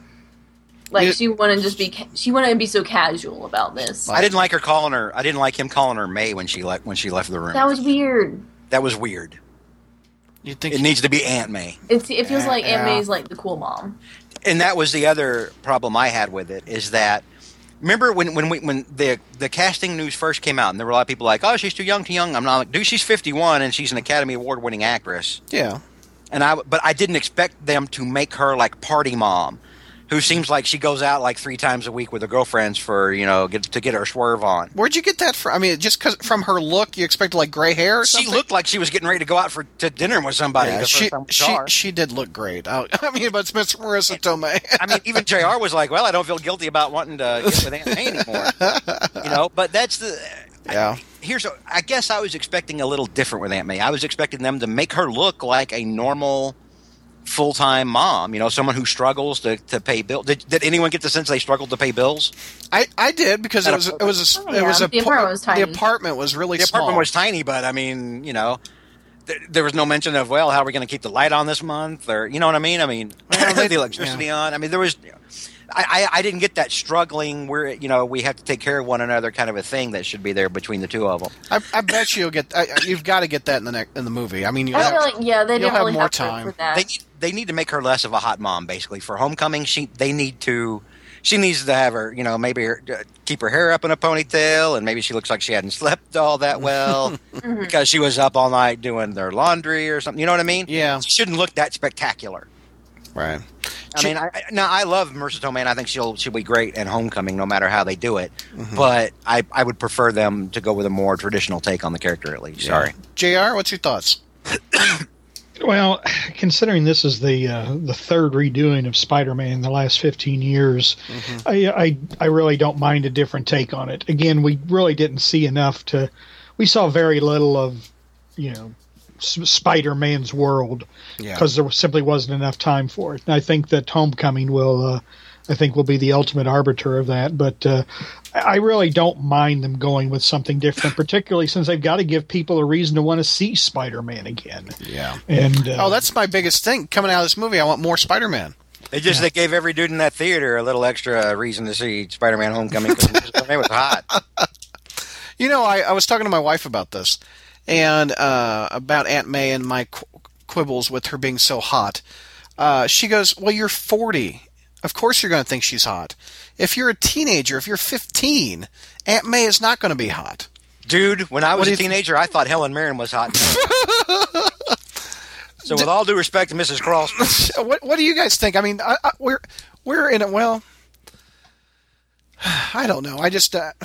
S13: like
S7: Yeah.
S13: she wanted to just be ca- she wanted to be so casual about this.
S6: I didn't like her calling her. I didn't like him calling her May when she left when she left the room.
S13: that was weird.
S6: that was weird.
S7: You think?
S6: It needs to be Aunt May.
S13: It's, it feels like Aunt
S7: Yeah.
S13: May's like the cool mom.
S6: and that was the other problem I had with it is that remember when when we when the the casting news first came out and there were a lot of people like oh she's too young too young I'm not like dude she's 51 and she's an Academy Award winning actress
S7: yeah,
S6: and I but I didn't expect them to make her like party mom who seems like she goes out like three times a week with her girlfriends for you know get, to get her swerve on.
S7: where'd you get that from? I mean, just 'cause- from her look, you expect like gray hair. Or
S6: She
S7: something?
S6: looked like she was getting ready to go out for to dinner with somebody.
S7: Yeah,
S6: the first
S7: she,
S6: time we
S7: she,
S6: saw her.
S7: she did look great. I, *laughs* I mean, but it's Miss Marissa Tomei.
S6: I mean, *laughs* even Jr. was like, "Well, I don't feel guilty about wanting to get with Aunt May anymore," you know. But that's the
S7: yeah,
S6: here's a, I guess I was expecting a little different with Aunt May. I was expecting them to make her look like a normal full time mom, you know, someone who struggles to, to pay bills. Did, did anyone get the sense they struggled to pay bills?
S7: I, I did because it was it was a, it
S13: Oh, Yeah,
S7: was a
S13: the
S7: par-
S13: apartment was tiny.
S7: the apartment was really
S6: The
S7: small.
S6: apartment was tiny, but I mean, you know, th- there was no mention of well, how are we going to keep the light on this month, or you know what I mean? I mean, *laughs* the electricity on. I mean, there was. I, I, I didn't get that struggling. We're you know we have to take care of one another kind of a thing that should be there between the two of them.
S7: I, I bet you'll get. I, I- you've got to get that in the next in the movie. I mean, you
S13: I feel like yeah, they
S7: you'll
S13: didn't
S7: have
S13: really
S7: more
S13: have time
S7: time.
S13: for that.
S6: they need, they need to make her less of a hot mom basically for homecoming she they need to she needs to have her you know maybe her, uh, keep her hair up in a ponytail and maybe she looks like she hadn't slept all that well because she was up all night doing their laundry or something you know what i mean
S7: *laughs* Yeah.
S6: she shouldn't look that spectacular
S7: right.
S6: I mean, I, I- now I love Marissa Tomei, and I think she'll she'll be great in Homecoming, no matter how they do it.
S7: Mm-hmm.
S6: But I, I would prefer them to go with a more traditional take on the character, at least. Sorry,
S7: Jr. What's your thoughts?
S4: Well, considering this is the uh, the third redoing of Spider-Man in the last 15 years, I, I I really don't mind a different take on it. Again, we really didn't see enough to we saw very little of, you know, S- Spider-Man's world
S7: Yeah.
S4: because there was, simply wasn't enough time for it. And I think that Homecoming will uh, I think will be the ultimate arbiter of that, but uh, I I really don't mind them going with something different, particularly since they've got to give people a reason to want to see Spider-Man again.
S7: Yeah.
S4: And uh,
S7: Oh, that's my biggest thing coming out of this movie. I want more Spider-Man.
S6: They just they gave every dude in that theater a little extra uh, reason to see Spider-Man: Homecoming because it was hot.
S7: *laughs* You know, I, I was talking to my wife about this, and uh, about Aunt May and my qu- quibbles with her being so hot. Uh, she goes, "Well, you're 40. Of course, you're going to think she's hot. If you're a teenager, if you're 15, Aunt May is not going to be hot."
S6: Dude, when I was
S7: do
S6: a
S7: you think? *laughs*
S6: teenager, I thought Helen Mirren was hot. So, with all due respect to Mrs. Cross,
S7: So what what do you guys think? I mean, I, I, we're we're in it. Well, *sighs* I don't know. I just uh, *sighs*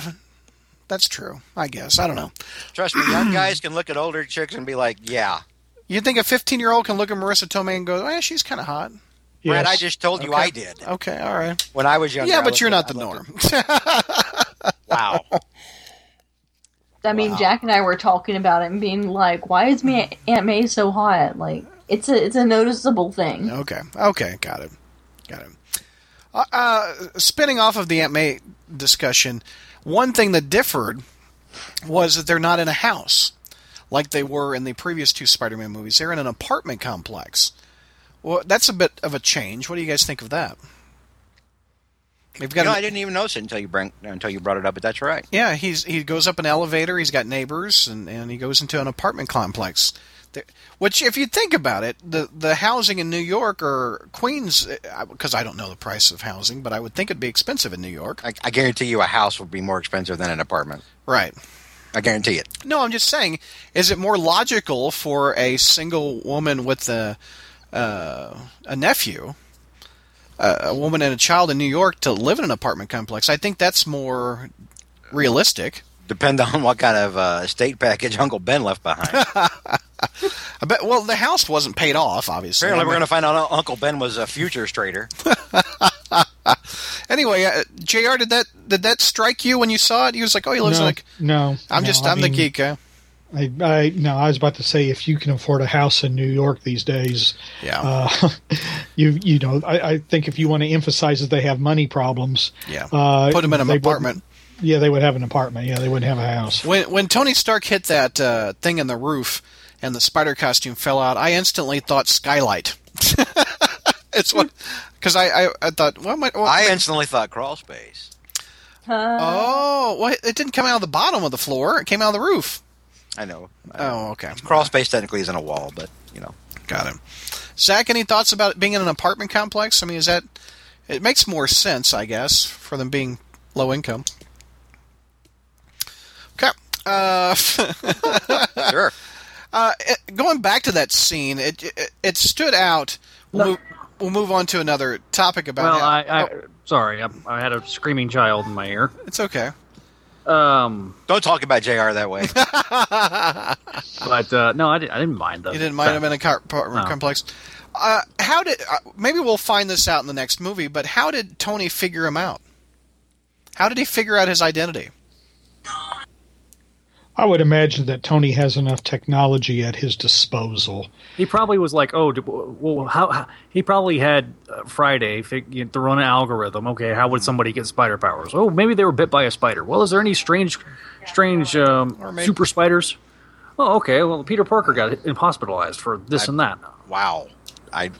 S7: that's true. I guess I don't know.
S6: trust me,
S7: *clears throat*
S6: young guys can look at older chicks and be like, "Yeah,
S7: You think a 15 year old can look at Marissa Tomei and go, "Yeah, she's kind of hot."
S6: Brad,
S9: Yes.
S6: I just told you I did
S7: Okay, all right.
S6: when I was younger."
S7: Yeah,
S6: I
S7: but
S6: looked
S7: you're
S6: at-
S7: not
S6: I
S7: the
S6: looked
S7: norm.
S6: at- Wow.
S13: I mean, Jack and I were talking about it and being like, "Why is Ma-
S7: Mm-hmm.
S13: Aunt May so hot?" Like, it's a it's a noticeable thing.
S7: Okay. Okay. Got it. Got it. Uh, uh, spinning off of the Aunt May discussion, one thing that differed was that they're not in a house like they were in the previous two Spider-Man movies. They're in an apartment complex. Well, that's a bit of a change. What do you guys think of that? They've
S6: You
S7: got
S6: know,
S7: an-
S6: I didn't even notice it until you bring, until you brought it up. But that's right.
S7: yeah, he's he goes up an elevator. He's got neighbors, and, and he goes into an apartment complex. There- Which, if you think about it, the the housing in New York or Queens, because I don't know the price of housing, but I would think it'd be expensive in New York,
S6: I, I guarantee you, a house would be more expensive than an apartment.
S7: right?
S6: I guarantee it.
S7: No, I'm just saying, is it more logical for a single woman with a uh, a nephew, uh, a woman and a child in New York, to live in an apartment complex? I think that's more realistic.
S6: Depend on what kind of uh, estate package Uncle Ben left behind.
S7: I bet. Well, the house wasn't paid off, obviously.
S6: Apparently,
S7: I
S6: we're
S7: mean-
S6: going to find out Uncle Ben was a futures trader.
S7: *laughs* Anyway, uh, Jr. Did that did that strike you when you saw it? He was like, "Oh, he lives
S9: no,
S7: like
S9: no,
S7: I'm
S9: no,
S7: just
S9: I
S7: I'm the
S9: mean,
S7: geek." Huh?
S9: I, I no, I was about to say if you can afford a house in New York these days,
S7: Yeah,
S9: uh, you you know, I, I think if you want to emphasize that they have money problems,
S7: yeah.
S9: uh,
S7: Put him in an
S9: they would-
S7: apartment.
S9: yeah, they would have an apartment. Yeah, they wouldn't have a house.
S7: When when Tony Stark hit that uh, thing in the roof and the spider costume fell out, I instantly thought skylight. *laughs* it's what because I, I I thought well, my, well
S6: I instantly thought crawl space.
S7: oh well, it didn't come out of the bottom of the floor. It came out of the roof.
S6: I know.
S7: Oh, okay.
S6: Crawl space technically isn't a wall, but you know.
S7: Got it. Zach, any thoughts about it being in an apartment complex? I mean, is that it makes more sense, I guess, for them being low income. Okay. Uh,
S6: Sure.
S7: it- going back to that scene, it it, it stood out. We'll, move, we'll move on to another topic about.
S4: Well,
S7: how-
S4: I, I
S7: oh,
S4: sorry, I, I had a screaming child in my ear.
S7: it's okay.
S4: Um,
S6: Don't talk about JR that way.
S4: but uh, no, I, did, I didn't mind the.
S7: You didn't mind him in a car- apartment
S4: No.
S7: complex. Uh, how did? Uh, maybe we'll find this out in the next movie. But how did Tony figure him out? How did he figure out his identity?
S9: I would imagine that Tony has enough technology at his disposal.
S4: He probably was like, oh, d- well, how, how? He probably had uh, Friday fig- you know, to run an algorithm. Okay, how would somebody get spider powers? Oh, maybe they were bit by a spider. Well, is there any strange, strange um,
S7: maybe-
S4: super spiders? Oh, okay. Well, Peter Parker got hospitalized for this and that.
S6: wow. I.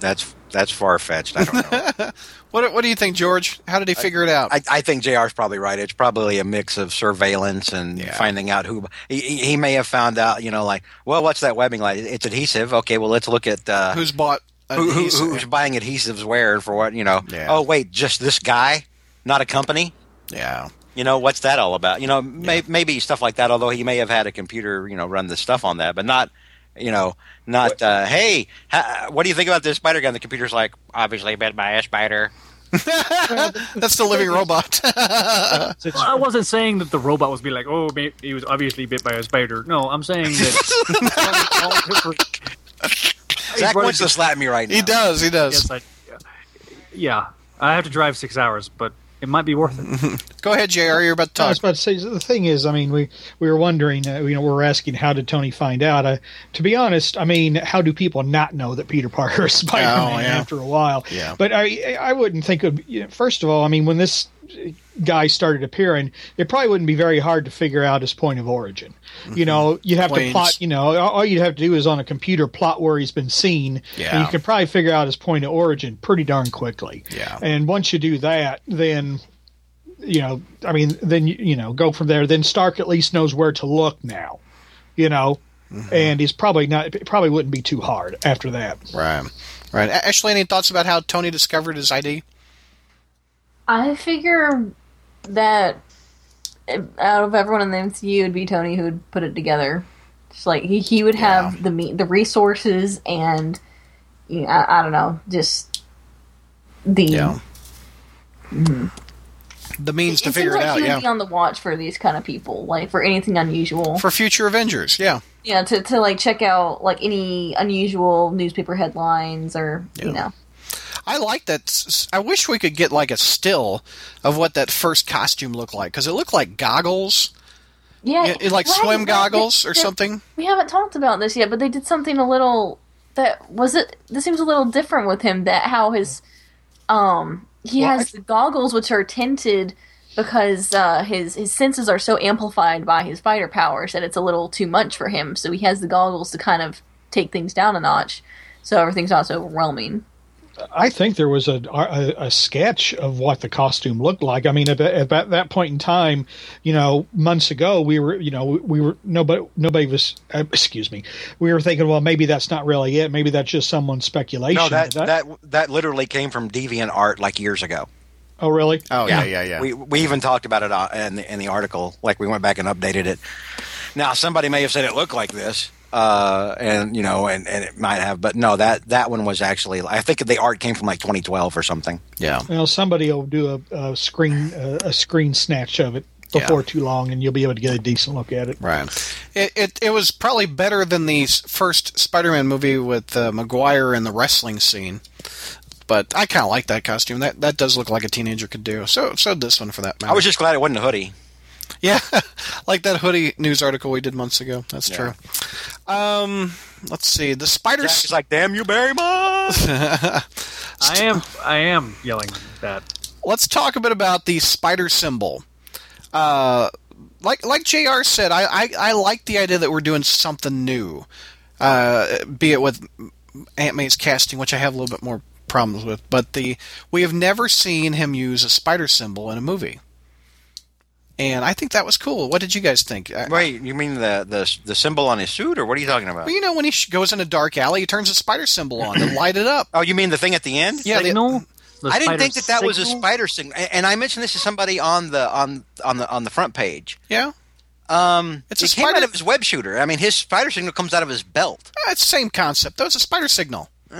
S6: That's that's far fetched. I don't know.
S7: What What do you think, George? How did he figure it out?
S6: I, I think JR's probably right. It's probably a mix of surveillance and finding out who he, he he may have found out. You know, like, well, what's that webbing like? It's adhesive. Okay, well, let's look at uh,
S7: Who's bought?
S6: who, who,
S7: adhesive?
S6: who's buying adhesives where and for what. You know.
S7: Yeah.
S6: Oh wait, just this guy, not a company.
S7: yeah.
S6: You know, what's that all about? You know, may, maybe stuff like that. Although he may have had a computer, you know, run the stuff on that, but not. You know, not uh, hey, ha, what do you think about this spider gun? The computer's like, obviously bit by a spider.
S7: That's the living robot. *laughs*
S4: Well, I wasn't saying that the robot was be like, oh, ma- he was obviously bit by a spider. No, I'm saying
S7: *laughs*
S4: that. all- all different-
S6: Zach
S4: running
S6: wants to
S4: the-
S6: slap me right now.
S7: he does. He
S4: Yes,
S7: does.
S4: I, yeah, I have to drive six hours, but it might be worth it.
S7: *laughs* Go ahead, Jr. You're about to
S9: I
S7: talk.
S9: was about to say the thing is, I mean, we we were wondering, uh, you know, we were asking how did Tony find out? Uh, to be honest, I mean, how do people not know that Peter Parker is Spider-Man
S7: Oh, yeah.
S9: after a while?
S7: Yeah.
S9: But I I wouldn't think of you know, first of all, I mean, when this guy started appearing, it probably wouldn't be very hard to figure out his point of origin.
S7: Mm-hmm.
S9: You know, you'd have
S7: Wayne's.
S9: to plot. You know, all all you'd have to do is on a computer plot where he's been seen.
S7: Yeah.
S9: And you could probably figure out his point of origin pretty darn quickly.
S7: Yeah.
S9: And once you do that, then you know, I mean, then you, you know, go from there. Then Stark at least knows where to look now. You know.
S7: Mm-hmm.
S9: And he's probably not. It probably wouldn't be too hard after that.
S7: Right. Right. A- Ashley, any thoughts about how Tony discovered his ID?
S13: I figure that uh, out of everyone in the MCU, it'd be Tony who'd put it together. Just like he, he would have the me the resources and you know, I, I don't know, just the
S7: Yeah. The means to
S13: seems
S7: figure it
S13: like
S7: out,
S13: he would
S7: yeah.
S13: be on the watch for these kind of people, like for anything unusual.
S7: For future Avengers, yeah.
S13: yeah, to, to like check out like any unusual newspaper headlines or
S7: Yeah.
S13: you know.
S7: I like that. s- s- I wish we could get like a still of what that first costume looked like because it looked like goggles,
S13: Yeah,
S7: it, it like
S13: right,
S7: swim
S13: right,
S7: goggles
S13: they-
S7: or
S13: they-
S7: something.
S13: We haven't talked about this yet, but they did something a little that was it. This seems a little different with him. That how his um he has the goggles which are tinted because uh, his his senses are so amplified by his fighter powers that it's a little too much for him. So he has the goggles to kind of take things down a notch, so everything's not so overwhelming.
S4: I think there was a, a a sketch of what the costume looked like. I mean, at, at that- that point in time, you know, months ago, we were, you know, we were nobody nobody was. Uh, excuse me, we were thinking, well, maybe that's not really it. Maybe that's just someone's speculation.
S6: No, that,
S4: But
S6: that that literally came from Deviant Art like years ago.
S4: oh, really?
S7: Oh yeah, yeah, yeah.
S6: We we even talked about it uh, in the, in the article. Like we went back and updated it. Now somebody may have said it looked like this, uh, and you know, and, and it might have, but no that that one was actually. I think the art came from like 2012 or something.
S7: yeah.
S4: Well, somebody will do a, a screen uh, a screen snatch of it before too long, and you'll be able to get a decent look at it.
S7: Right. It, it it was probably better than the s- first Spider-Man movie with uh, Maguire in the wrestling scene. But I kind of like that costume. That that does look like a teenager could do. So so this one for that matter.
S6: I was just glad it wasn't a hoodie.
S7: yeah, *laughs* like that hoodie news article we did months ago. That's true. Um, let's see. The spider.
S6: Jack's like, "Damn you, Barrymore!"
S12: I am I am yelling that.
S7: let's talk a bit about the spider symbol. Uh, like like Jr. said, I, I I like the idea that we're doing something new, uh, be it with Aunt May's casting, which I have a little bit more problems with, but the we have never seen him use a spider symbol in a movie, and I think that was cool. What did you guys think? Uh, I-
S6: Wait, you mean the the the symbol on his suit, or what are you talking about?
S7: well, you know when he sh- goes in a dark alley, he turns a spider symbol on to light it up.
S6: Oh, you mean the thing at the end?
S7: Yeah, the-
S12: Signal? The
S6: I didn't
S12: spider
S6: think that that was a
S12: signal?
S6: spider signal. A- And I mentioned this to somebody on the on on the on the front page.
S7: yeah,
S6: Um,
S7: It's
S6: it
S7: a
S6: came
S7: spider-
S6: out of his web shooter. I mean, his spider signal comes out of his belt.
S7: Ah, it's the same concept. That was a spider signal.
S6: Uh,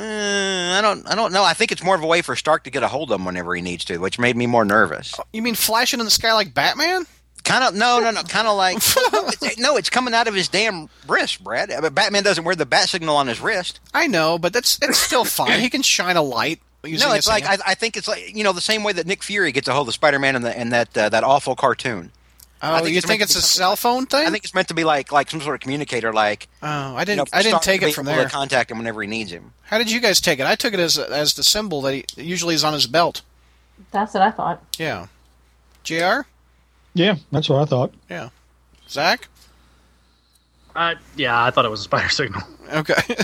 S6: I don't I don't know. I think it's more of a way for Stark to get a hold of him whenever he needs to, which made me more nervous.
S7: Oh, You mean flashing in the sky like Batman?
S6: Kind of no no no. Kind
S7: *laughs*
S6: of like no, it's, no, it's coming out of his damn wrist, Brad. But Batman doesn't wear the bat signal on his wrist.
S7: I know, but that's it's still fine. He can shine a light. Using
S6: No, it's
S7: his
S6: like I,
S7: hand.
S6: I think it's like you know the same way that Nick Fury gets a hold of Spider Man in, the, in that uh, that awful cartoon.
S7: oh,
S6: I think
S7: you
S6: it's
S7: think
S6: meant
S7: it's
S6: to
S7: a
S6: be
S7: cell phone thing?
S6: I think it's meant to be like like some sort of communicator, like
S7: Oh, I
S6: you
S7: didn't.
S6: know,
S7: I didn't
S6: Stark
S7: take
S6: being
S7: it from
S6: able
S7: there.
S6: To contact him whenever he needs him.
S7: How did you guys take it? I took it as as the symbol that he usually is on his belt.
S13: That's what I thought.
S7: Yeah. Jr.
S4: Yeah, that's what I thought.
S7: Yeah. Zach.
S12: Uh, yeah, I thought it was a spider *laughs* signal.
S7: Okay.
S6: *laughs*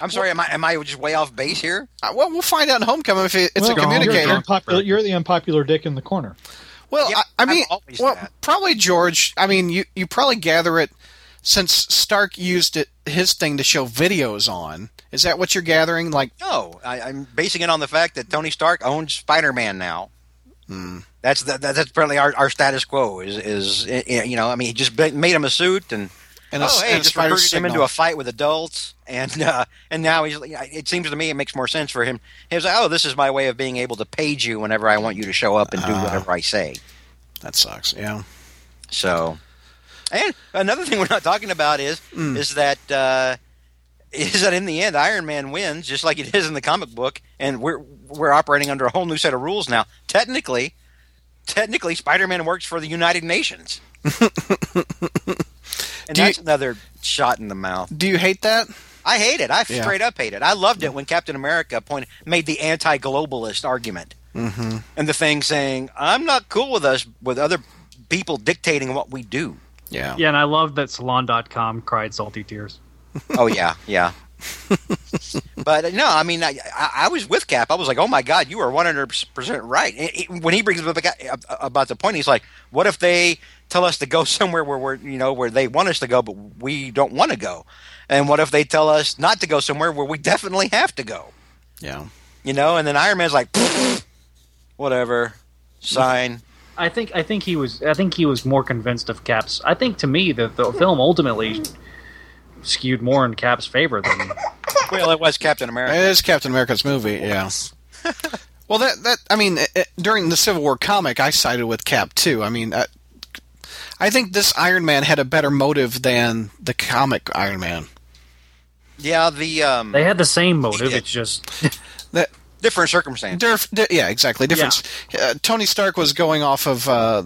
S6: I'm sorry, am I am I just way off base here?
S7: Uh, well, we'll find out in Homecoming if it, it's
S4: Well, you're
S7: a
S4: the
S7: communicator.
S4: unpopular- you're the unpopular dick in the corner.
S7: Well,
S6: Yeah,
S7: I, I
S6: I'm
S7: mean,
S6: always
S7: well,
S6: that.
S7: probably George. I mean, you you probably gather it since Stark used it his thing to show videos on. Is that what you're gathering? Like,
S6: No, I, I'm basing it on the fact that Tony Stark owns Spider Man now.
S7: Hmm.
S6: That's the, that, that's apparently our, our status quo is is eh, eh, you know I mean he just ba- made him a suit and
S7: and a,
S6: oh hey
S7: and a
S6: just
S7: spider
S6: recruited him
S7: signal.
S6: into a fight with adults and uh, and now he's it seems to me it makes more sense for him he was like oh this is my way of being able to page you whenever I want you to show up and
S7: Ah.
S6: do whatever I say
S7: that sucks. Yeah.
S6: So, and another thing *laughs* we're not talking about is
S7: Mm.
S6: is that uh, is that in the end Iron Man wins, just like it is in the comic book, and we're we're operating under a whole new set of rules now. Technically, technically, Spider Man works for the United Nations, and
S7: Do you-
S6: that's another shot in the mouth.
S7: Do you hate that?
S6: I hate it. I
S7: Yeah.
S6: straight up hate it. I loved it when Captain America pointed, made the anti-globalist argument, mm-hmm. and the thing saying, "I'm not cool with us with other people dictating what we do."
S7: Yeah.
S12: Yeah, and I love that Salon.com cried salty tears.
S6: Oh yeah, yeah. but uh, no, I mean, I, I, I was with Cap. I was like, oh my god, you are one hundred percent right. It- it- when he brings up the guy- ab- about the point, he's like, what if they tell us to go somewhere where we're you know where they want us to go, but we don't want to go, and what if they tell us not to go somewhere where we definitely have to go,
S7: Yeah.
S6: you know? And then Iron Man's like, *laughs* whatever, sign.
S12: I think I think he was I think he was more convinced of Cap's. I think to me the the film ultimately skewed more in Cap's favor
S6: *laughs*
S12: than
S6: Well, it was Captain America.
S7: It is Captain America's movie, yeah. *laughs* well, that that I mean, it, it- during the Civil War comic, I sided with Cap too. I mean, I, I think this Iron Man had a better motive than the comic Iron Man.
S6: Yeah, the um,
S12: they had the same motive. It's
S7: *laughs*
S12: just
S7: That
S6: different circumstance.
S7: Dif- di- yeah, exactly. Difference. Uh, Tony Stark was going off of uh,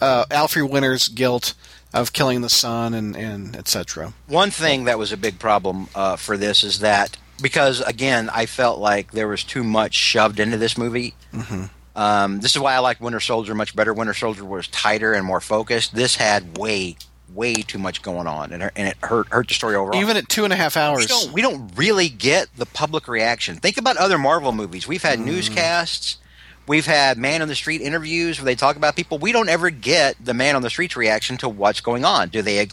S7: uh, Alfred Winter's guilt of killing the son and and etc.
S6: One thing that was a big problem uh, for this is that because again, I felt like there was too much shoved into this movie. Um, this is why I like Winter Soldier much better. Winter Soldier was tighter and more focused. This had way, way too much going on, and, it- and it hurt hurt the story overall.
S7: Even at two and a half
S6: we
S7: hours.
S6: don't, we don't really get the public reaction. Think about other Marvel movies. We've had newscasts, we've had man on the street interviews where they talk about people. We don't ever get the man on the street's reaction to what's going on. Do they?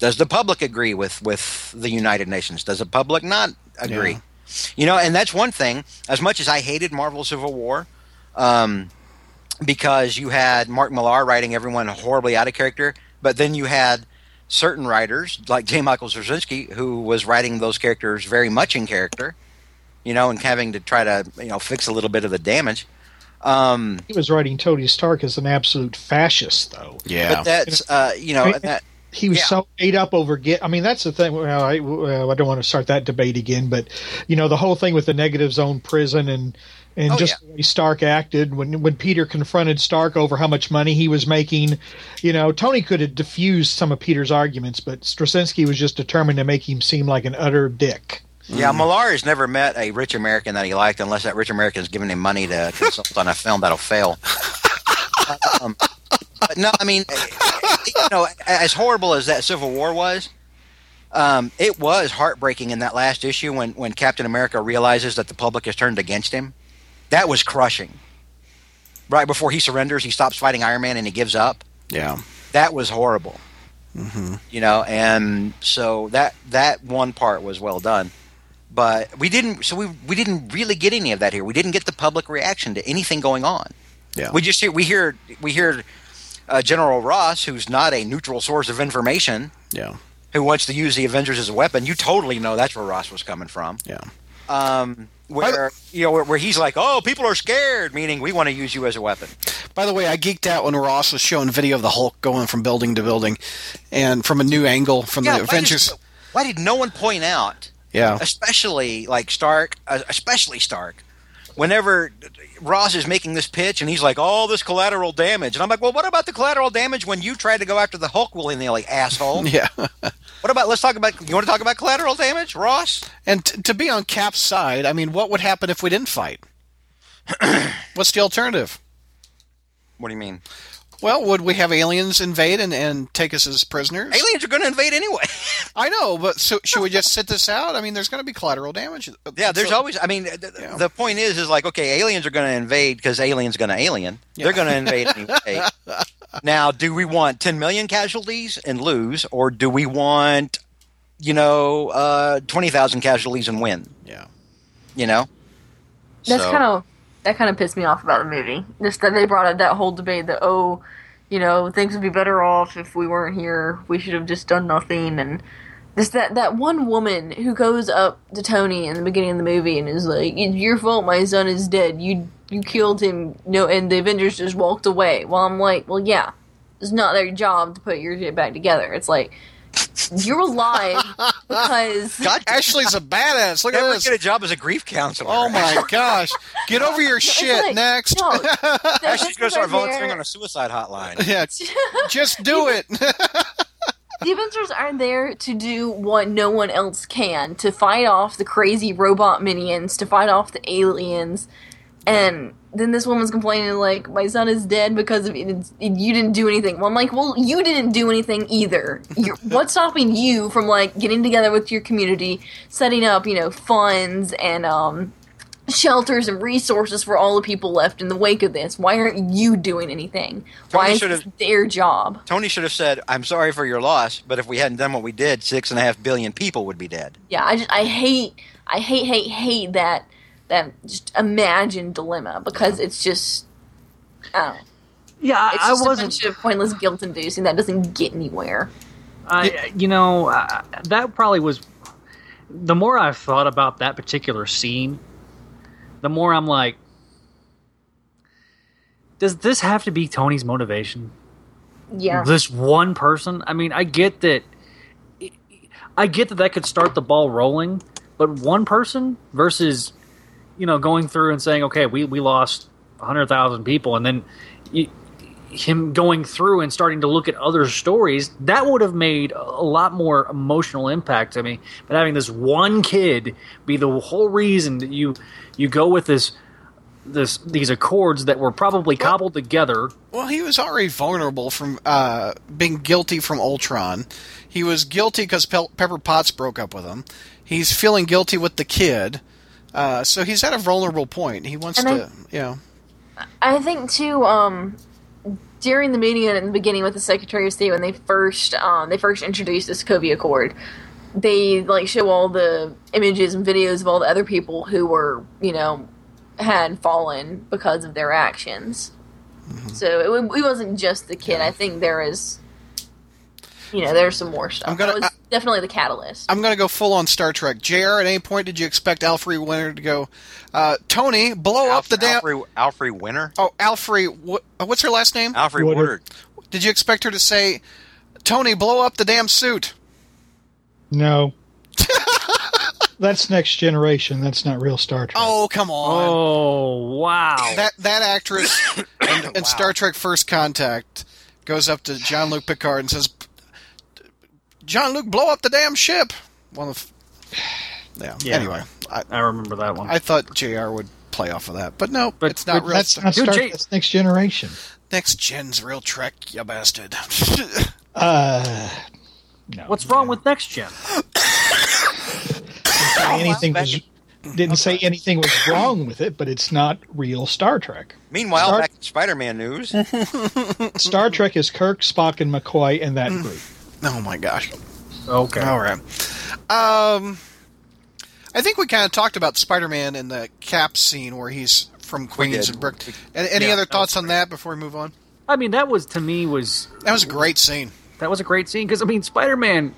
S6: Does the public agree with with the United Nations? Does the public not agree? You know, and that's one thing. As much as I hated Marvel Civil War, um, because you had Mark Millar writing everyone horribly out of character, but then you had certain writers like J. Michael Straczynski who was writing those characters very much in character, you know, and having to try to you know fix a little bit of the damage. Um,
S4: He was writing Tony Stark as an absolute fascist, though.
S7: yeah.
S6: But that's uh, you know and that
S4: he was
S6: Yeah.
S4: so ate up over get. I mean, that's the thing. Well, I, well, I don't want to start that debate again, but you know, the whole thing with the negative zone prison and and
S6: Oh,
S4: just the way Stark acted when when Peter confronted Stark over how much money he was making. You know, Tony could have diffused some of Peter's arguments, but Straczynski was just determined to make him seem like an utter dick.
S6: yeah Millar has never met a rich American that he liked unless that rich American is giving him
S7: *laughs*
S6: money to consult on a film that'll fail. um, but no, I mean, you *laughs* know, as horrible as that Civil War was, um, it was heartbreaking in that last issue when, when Captain America realizes that the public has turned against him. That was crushing. Right before he surrenders, he stops fighting Iron Man and he gives up.
S7: yeah.
S6: That was horrible. You know, and so that that one part was well done, but we didn't. So we we didn't really get any of that here. We didn't get the public reaction to anything going on.
S7: Yeah.
S6: We just hear we hear we hear uh, General Ross, who's not a neutral source of information,
S7: yeah.
S6: who wants to use the Avengers as a weapon. You totally know that's where Ross was coming from.
S7: Yeah.
S6: Um, where you know where, where he's like, "Oh, people are scared," meaning we want to use you as a weapon.
S7: By the way, I geeked out when Ross was showing video of the Hulk going from building to building, and from a new angle from
S6: Yeah,
S7: the
S6: why did-
S7: Avengers.
S6: Why did no one point out?
S7: yeah.
S6: especially like Stark, uh, especially Stark. Whenever Ross is making this pitch and he's like, "All this collateral damage," and I'm like, "Well, what about the collateral damage when you tried to go after the Hulk willy-nilly,
S7: *laughs*
S6: asshole?
S7: Yeah.
S6: What about? Let's talk about. You want to talk about collateral damage, Ross?
S7: And t- to be on Cap's side, I mean, what would happen if we didn't
S6: *clears throat*
S7: fight? What's the alternative?
S6: What do you mean?
S7: Well, would we have aliens invade and, and take us as prisoners?
S6: Aliens are going to invade anyway.
S7: I know, but so should we just sit this out? I mean, there's going to be collateral damage.
S6: yeah, there's
S7: So-
S6: always. I mean, th- th- the point is, is like, okay, aliens are going to invade because aliens going to alien. They're going to invade anyway. now, do we want 10 million casualties and lose, or do we want, you know, uh, 20,000 casualties and win?
S7: Yeah.
S6: You know,
S13: That's
S6: So-
S13: kind of that kind of pissed me off about the movie. Just that they brought up that whole debate that oh, you know, things would be better off if we weren't here. We should have just done nothing. And this that that one woman who goes up to Tony in the beginning of the movie and is like, "It's your fault. My son is dead. You you killed him." No, and the Avengers just walked away. Well, I'm like, well, yeah, it's not their job to put your shit back together. It's like. You're
S6: *laughs*
S13: alive because
S6: God,
S7: Ashley's a badass. Look at
S6: never
S7: this.
S6: get a job as a grief counselor.
S7: *laughs* Oh
S6: *laughs*
S7: my gosh! Get over your
S13: It's
S7: shit.
S13: like,
S7: Next.
S13: no, the
S6: Ashley's going
S13: Avengers
S6: to start
S13: are
S6: volunteering
S13: there-
S6: on a suicide hotline.
S7: *laughs* Yeah.
S13: *laughs*
S7: Just do it.
S13: The Avengers are there to do what no one else can to fight off the crazy robot minions, to fight off the aliens. And then this woman's complaining, like, my son is dead because of it. It's, it- you didn't do anything. Well, I'm like, well, you didn't do anything either. You're, what's stopping you from, like, getting together with your community, setting up, you know, funds and, um, shelters and resources for all the people left in the wake of this why aren't you doing anything why
S6: Tony
S13: is
S6: should've-
S13: this their job
S6: Tony should have said, I'm sorry for your loss, but if we hadn't done what we did, six and a half billion people would be dead.
S13: yeah i just i hate i hate hate hate that that just imagined dilemma because it's just I don't know.
S12: yeah. I,
S13: It's
S12: I
S13: just a
S12: wasn't.
S13: bunch of pointless guilt inducing that doesn't get anywhere.
S12: I, you know, uh, that probably was. The more I've thought about that particular scene, the more I'm like, does this have to be Tony's motivation?
S13: Yeah.
S12: This one person. I mean, I get that. I get that that could start the ball rolling, but one person versus, you know, going through and saying, okay, we we lost hundred thousand people, and then. You, him going through and starting to look at other stories, that would have made a lot more emotional impact to me. But having this one kid be the whole reason that you you go with this this these accords that were
S7: *laughs*
S12: probably cobbled together.
S7: Well, he was already vulnerable from uh, being guilty from Ultron. He was guilty because Pe- Pepper Potts broke up with him. He's feeling guilty with the kid. Uh, so he's at a vulnerable point. He wants
S13: And I-
S7: to, you know.
S13: I think too, um, during the meeting and in the beginning with the Secretary of State when they first um, they first introduced this Covey Accord, they like show all the images and videos of all the other people who were you know had fallen because of their actions.
S7: Mm-hmm.
S13: So it, wa- it wasn't just the kid. I think there is, you know, there's some more stuff.
S7: I'm gonna-
S13: that was definitely the catalyst.
S7: I'm going to go full on Star Trek. JR, at any point did you expect Alfrey Winter to go, uh, Tony, blow up the damn.
S6: Alfrey, Alfrey Winner?
S7: Oh, Alfrey, wh- uh, what's her last name?
S6: Alfrey
S4: Woodard.
S6: Woodard.
S7: Did you expect her to say, Tony, blow up the damn suit?
S4: No. *laughs* That's next generation. That's not real Star Trek.
S7: Oh, come on.
S12: Oh wow!
S7: that that
S12: *coughs*
S7: actress and, and Star Trek First Contact goes up to John Luke Picard and says, "John Luke, blow up the damn ship." One of yeah.
S12: Yeah.
S7: Anyway, I,
S12: I remember that one.
S7: I thought Jr. would play off of that, but no,
S12: But-
S7: it's not
S12: but
S7: real.
S4: that's
S7: Star-
S4: not
S12: Dude,
S4: Star
S12: Jay-
S4: Trek. That's next generation.
S7: Next gen's real Trek, you bastard. *laughs*
S4: Uh,
S12: What's wrong with next gen?
S6: Oh,
S4: say anything
S6: back
S4: was, didn't say anything was wrong with it, but it's not real Star Trek.
S6: Meanwhile,
S4: Star-
S6: back in Spider
S7: *laughs*
S6: Man news,
S4: Star Trek is Kirk, Spock, and McCoy, and
S6: Mm-hmm.
S4: that group.
S7: oh my gosh.
S12: Okay.
S7: All right. Um, I think we kind of talked about Spider-Man and the Cap scene where he's from Queens
S6: did.
S7: and Brook. And, any
S12: Yeah,
S7: other
S12: that was
S7: thoughts on that before we move on?
S12: I mean, that was to me was
S7: That was a great scene.
S12: that was a great scene because I mean, Spider Man,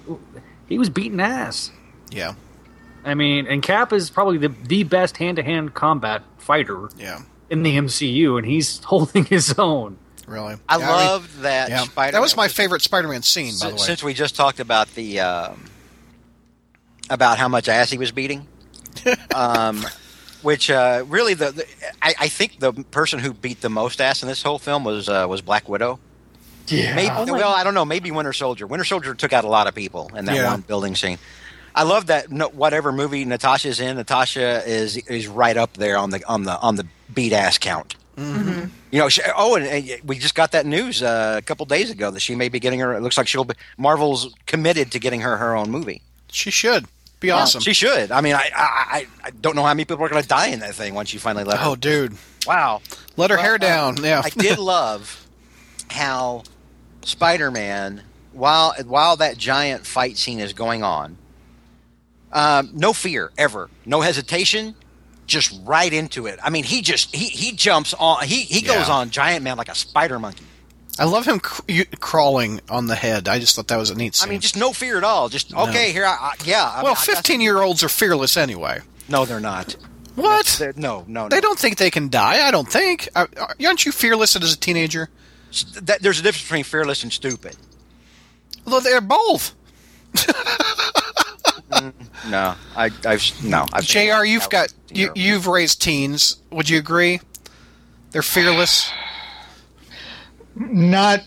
S12: he was beating ass.
S7: Yeah.
S12: I mean, and Cap is probably the the best hand to hand combat fighter
S7: Yeah,
S12: in the MCU, and he's *laughs* holding his own.
S7: really.
S6: I
S7: Yeah, mean-
S6: loved that
S7: yeah.
S6: Spider.
S7: That was my favorite Spider-Man scene, by the way.
S6: Since we just talked about the um, about how much ass he
S7: *laughs*
S6: was beating, um, which uh, really the, the I, I think the person who beat the most ass in this whole film was uh, was Black Widow.
S4: Yeah.
S6: Maybe, well, I don't know. Maybe Winter Soldier. Winter Soldier took out a lot of people in that
S7: Yeah.
S6: one building scene. I love that. No, whatever movie Natasha's in, Natasha is is right up there on the on the on the beat ass count. You know. She, oh, and, and we just got that news uh, a couple days ago that she may be getting her. It looks like she'll. Be, Marvel's committed to getting her her own movie.
S7: she should be awesome.
S6: She should. I mean, I I, I- I don't know how many people are going to die in that thing once you finally let
S7: oh,
S6: her.
S7: dude,
S6: Wow.
S7: let her hair
S6: But, uh,
S7: down. Yeah,
S6: I
S4: *laughs*
S6: did love how Spider-Man, while while that giant fight scene is going on, um, no fear ever, no hesitation, just right into it. I mean, he just he he jumps on he he goes
S7: Yeah.
S6: on Giant Man like a spider monkey.
S7: *laughs* I love him cr- you, crawling on the head. I just thought that was a neat
S6: I
S7: scene.
S6: mean, just no fear at all. Just okay, here, I, I, yeah. I-
S7: well,
S6: I- I-
S7: fifteen-year-olds are fearless anyway.
S6: no, they're not.
S7: What?
S6: They're- no, no, no.
S7: They don't think they can die. I don't think. Uh, aren't you fearless as a teenager?
S6: That, there's a difference between fearless and stupid.
S7: Well, they're both.
S6: Mm, No, I, I've no. I've
S7: Jr., you've got you, you've raised teens. Would you agree? They're fearless.
S4: Not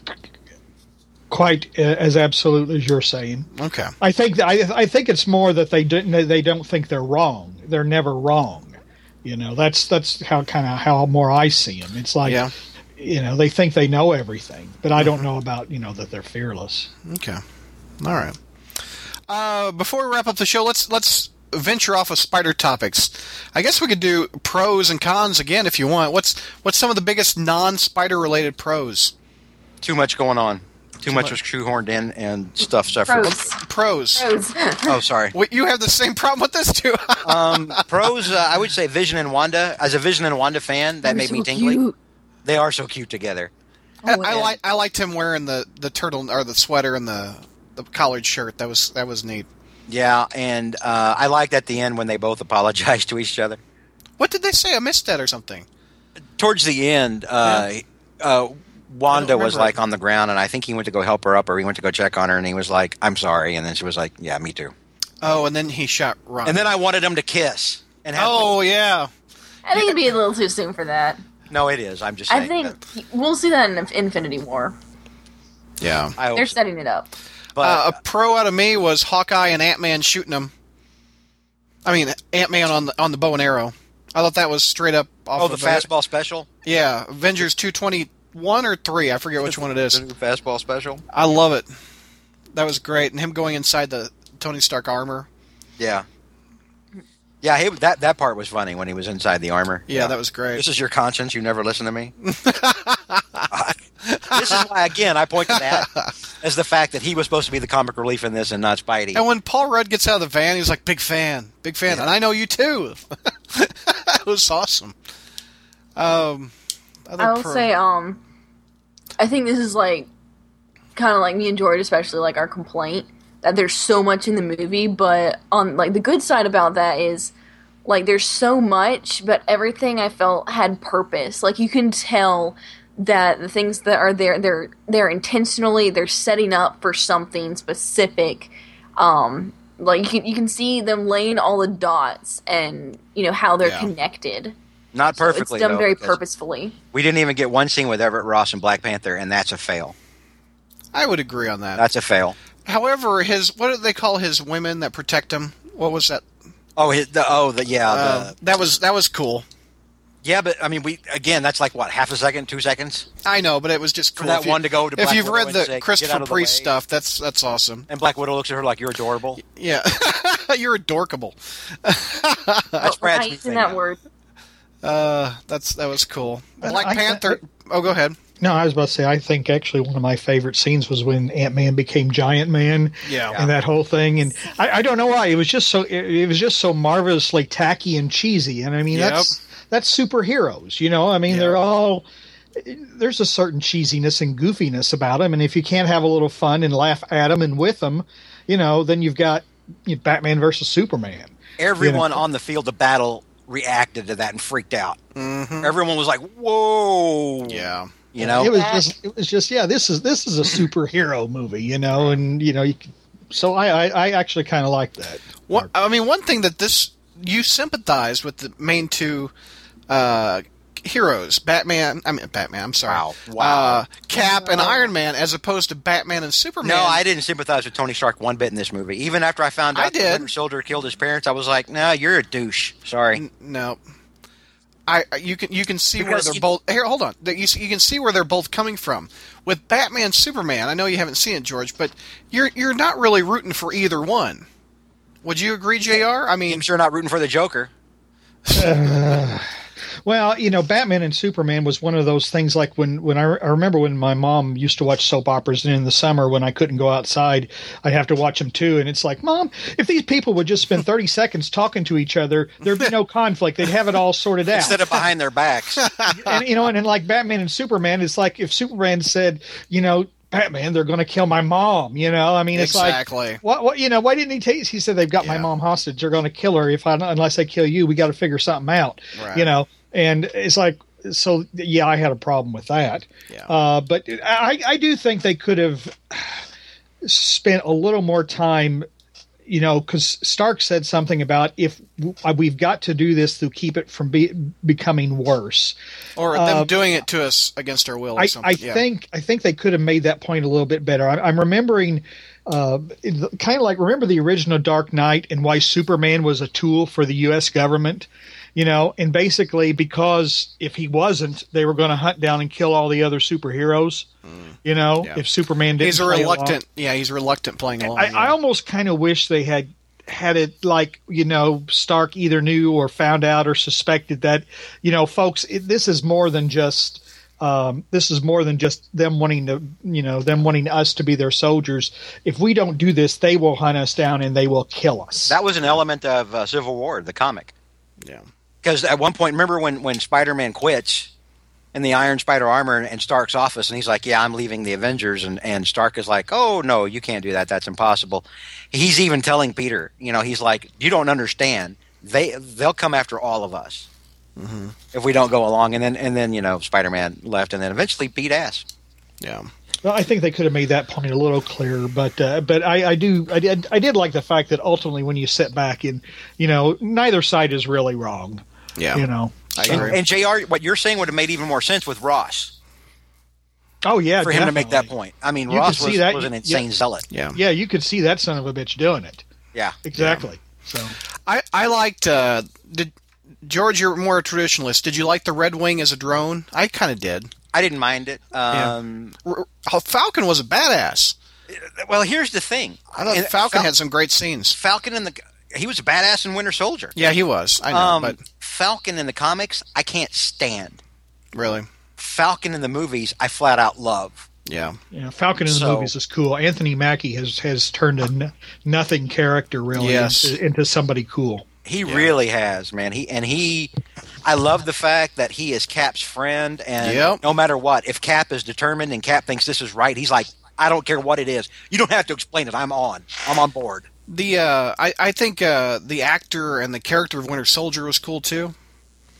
S4: quite uh, as absolute as you're saying.
S7: Okay.
S4: I think I, I think it's more that they didn't they don't think they're wrong. They're never wrong. You know, that's that's how kind of how more I see them. It's like
S7: Yeah.
S4: you know, they think they know everything, but I don't know about, you know, that they're fearless.
S7: Okay. All right. Uh, before we wrap up the show, let's let's venture off of spider topics. I guess we could do pros and cons again if you want. What's what's some of the biggest non-spider related pros?
S6: too much going on. Too, much, was shoehorned in and stuff suffered.
S13: Rose.
S7: Pros. *laughs*
S13: Rose.
S6: Oh, sorry.
S7: Wait, you have the same problem with this
S6: *laughs*
S7: too.
S6: Um, pros, uh, I would say Vision and Wanda. As a Vision and Wanda fan, that made me tingly. They are so cute together.
S7: I, I like I liked him wearing the the turtle or the sweater and the
S6: the collared shirt. That was that was neat.
S9: Yeah, and uh, I liked at the end when they
S6: *laughs*
S9: both apologized to each other.
S6: What did they say? I missed that or something.
S9: Towards the end, uh, uh, Wanda was
S6: remember.
S9: like on the ground, and I think he went to go help her up, or he went to go check on her, and he was like, "I'm sorry," and then she was like, "Yeah, me too."
S6: Oh, and then he shot Ron.
S9: And then I wanted him to kiss. And have
S6: oh yeah,
S13: I think it'd be a little too soon for that.
S9: no, it is. I'm just. Saying
S13: I think we'll see that in Infinity War.
S6: yeah.
S9: that. I hope
S13: They're
S9: so.
S13: setting it up.
S9: But
S6: Uh, a pro out of me was Hawkeye and Ant Man shooting him. I mean, Ant Man on the on the bow and arrow. I thought that was straight up off
S9: oh,
S6: of
S9: the
S6: a-
S9: fastball special.
S6: Yeah, Avengers two twenty one or three. I forget which one it
S9: *laughs*
S6: is.
S9: The fastball special.
S6: I love it. That was great, and him going inside the Tony Stark armor.
S9: Yeah. Yeah, he, that that part was funny when he was inside the armor.
S6: Yeah, that was great.
S9: This is your conscience. You never listen
S6: *laughs*
S9: to me. this is why, again, I point to that as the fact that he was supposed to be the comic relief in this and not Spidey.
S6: And when Paul Rudd gets out of the van, he's like, "Big fan, big fan," and I know you too. *laughs* that was awesome. Um, other
S13: I will
S6: pro-
S13: say, um, I think this is like kind of like me and George, especially like our complaint that there's so much in the movie, but on like the good side about that is like there's so much, but everything I felt had purpose. Like you can tell that the things that are there, they're they're intentionally they're setting up for something specific. Um, like you can, you can see them laying all the dots and you know how they're
S6: Yeah.
S13: connected.
S9: not
S13: So
S9: perfectly.
S13: it's done
S9: though,
S13: very
S9: because
S13: purposefully.
S9: We didn't even get one scene with Everett Ross and Black Panther, and that's a fail.
S6: I would agree on that.
S9: That's a fail.
S6: However, his what do they call his women that protect him? What was that?
S9: Oh, his, the, oh, the, yeah,
S6: Uh,
S9: the,
S6: that was that was cool.
S9: yeah, but I mean, we again, that's like what half a second, two seconds,
S6: I know, but it was just cool.
S9: that
S6: If you-
S9: one to go to
S6: If
S9: Black
S6: you've
S9: Widow
S6: read
S9: and say,
S6: the
S9: "Get out
S6: Christopher
S9: of the
S6: Priest
S9: way."
S6: stuff, that's that's awesome.
S9: and Black Widow looks at her like you're adorable.
S6: Yeah,
S7: *laughs*
S6: you're adorkable.
S9: That's
S13: Right,
S9: Brad's new
S13: using
S9: thing
S13: that
S9: now.
S13: word.
S6: Uh, that's that was cool. Black
S4: I-
S6: Panther. oh, go ahead.
S4: No, I was about to say, I think actually one of my favorite scenes was when Ant Man became Giant Man.
S6: Yeah.
S4: And that whole thing. And I, I don't know why. It was just so it, it was just so marvelously tacky and cheesy. And I mean
S6: Yep.
S4: that's that's superheroes, you know? I mean they're all there's a certain cheesiness and goofiness about them, and if you can't have a little fun and laugh at them and with them, you know, then you've got you know, Batman versus Superman.
S9: Everyone on the field of battle reacted to that and freaked out. Everyone was like, "Whoa!"
S6: Mm-hmm. Yeah.
S9: you know.
S4: It was just it was just yeah, this is this is a superhero movie, you know, and you know you. c- So I, I, I actually kind of like that.
S6: One, I mean, one thing that this you sympathized with the main two uh, heroes, Batman. I mean, Batman. I'm sorry.
S9: Wow. Wow.
S6: Uh, Cap and Iron Man, as opposed to Batman and Superman.
S9: no, I didn't sympathize with Tony Stark one bit in this movie. Even after I found
S6: I
S9: out
S6: did.
S9: that Winter Soldier killed his parents, I was like, "No, you're a douche." Sorry.
S6: No. I I- you can you can see where
S9: Because
S6: they're
S9: you-
S6: both here. Hold on, That you see- you can see where they're both coming from with Batman, Superman. I know you haven't seen it, George, but you're you're not really rooting for either one. Would you agree, Jr.? I mean,
S9: I'm sure not rooting for the Joker.
S4: Well, you know, Batman and Superman was one of those things. Like when when I, I remember when my mom used to watch soap operas, and in the summer when I couldn't go outside, I'd have to watch them too. And it's like, mom, if these people would just spend thirty seconds talking to each other, there'd be no conflict. They'd have it all sorted out.
S9: Instead of behind their backs,
S4: and you know, and, and like Batman and Superman, it's like if Superman said, you know, Batman, they're going to kill my mom. You know, I mean, *laughs* it's
S6: Exactly.
S4: like what, what, you know, why didn't he take? He said they've got my
S6: Yeah.
S4: mom hostage. They're going to kill her if I unless I kill you. We got to figure something out.
S6: Right.
S4: You know, and it's like so. Yeah, I had a problem with that.
S6: Yeah.
S4: Uh, but I, I do think they could have spent a little more time you know, because Stark said something about if w- we've got to do this to keep it from be- becoming worse.
S6: or them doing it to us against our will or
S4: Uh, I, I
S6: something. yeah.
S4: think I think they could have made that point a little bit better. I, I'm remembering, uh, kind of like remember the original Dark Knight and why Superman was a tool for the U.S. government, you know, and basically because if he wasn't, they were going to hunt down and kill all the other superheroes, you know,
S6: Yeah.
S4: if Superman didn't.
S6: he's a
S4: play along.
S6: reluctant. Yeah, he's reluctant playing along.
S4: I,
S6: yeah.
S4: I almost kind of wish they had had it like you know Stark either knew or found out or suspected that you know folks it, this is more than just um, this is more than just them wanting to you know them wanting us to be their soldiers. If we don't do this, they will hunt us down and they will kill us.
S9: that was an element of uh, Civil War, the comic.
S6: yeah.
S9: Because at one point, remember when when Spider Man quits
S6: in the Iron Spider armor in, in Stark's office, and he's like, "Yeah, I'm leaving the Avengers," and and Stark is like, "Oh no, you can't do that. That's impossible." He's even telling Peter, you know, he's like, "You don't understand. They they'll come after all of us
S4: Mm-hmm.
S6: if we don't go along." And then and then you know, Spider Man left, and then eventually beat ass.
S7: Yeah.
S4: Well, I think they could have made that point a little clearer, but uh, but I, I do I did I did like the fact that ultimately when you sit back and you know neither side is really wrong.
S7: Yeah.
S4: You know.
S7: I
S6: And,
S7: agree.
S6: and Jr., what you're saying would have made even more sense with Ross
S4: Oh yeah,
S6: for him to make that
S4: definitely.
S6: point. I mean,
S4: You
S6: Ross
S4: could see
S6: was,
S4: that.
S6: was an
S4: Yeah.
S6: insane zealot.
S7: yeah.
S4: Yeah, you could see that son of a bitch doing it.
S6: Yeah.
S4: Exactly. So
S7: I, I liked uh did George, you're more a traditionalist. Did you like the Red Wing as a drone? I kind of did.
S6: I didn't mind it. Um,
S7: R- R- Falcon was a badass.
S6: Well, here's the thing.
S7: I thought
S6: And
S7: Falcon
S6: Fal-
S7: had some great scenes.
S6: Falcon in the he was a badass in Winter Soldier.
S7: Yeah, he was. I know,
S6: um,
S7: but
S6: Falcon in the comics, I can't stand.
S7: really,
S6: Falcon in the movies, I flat out love.
S7: yeah,
S4: yeah, Falcon in the
S6: So-
S4: movies is cool. Anthony Mackie has has turned a n- nothing character really
S7: Yes.
S4: into, into somebody cool.
S6: He really has, man. He and he, I love the fact that he is Cap's friend, and
S7: Yep.
S6: no matter what, if Cap is determined and Cap thinks this is right, he's like, I don't care what it is. You don't have to explain it. I'm on. I'm on board.
S7: the uh, I I think uh, the actor and the character of Winter Soldier was cool too.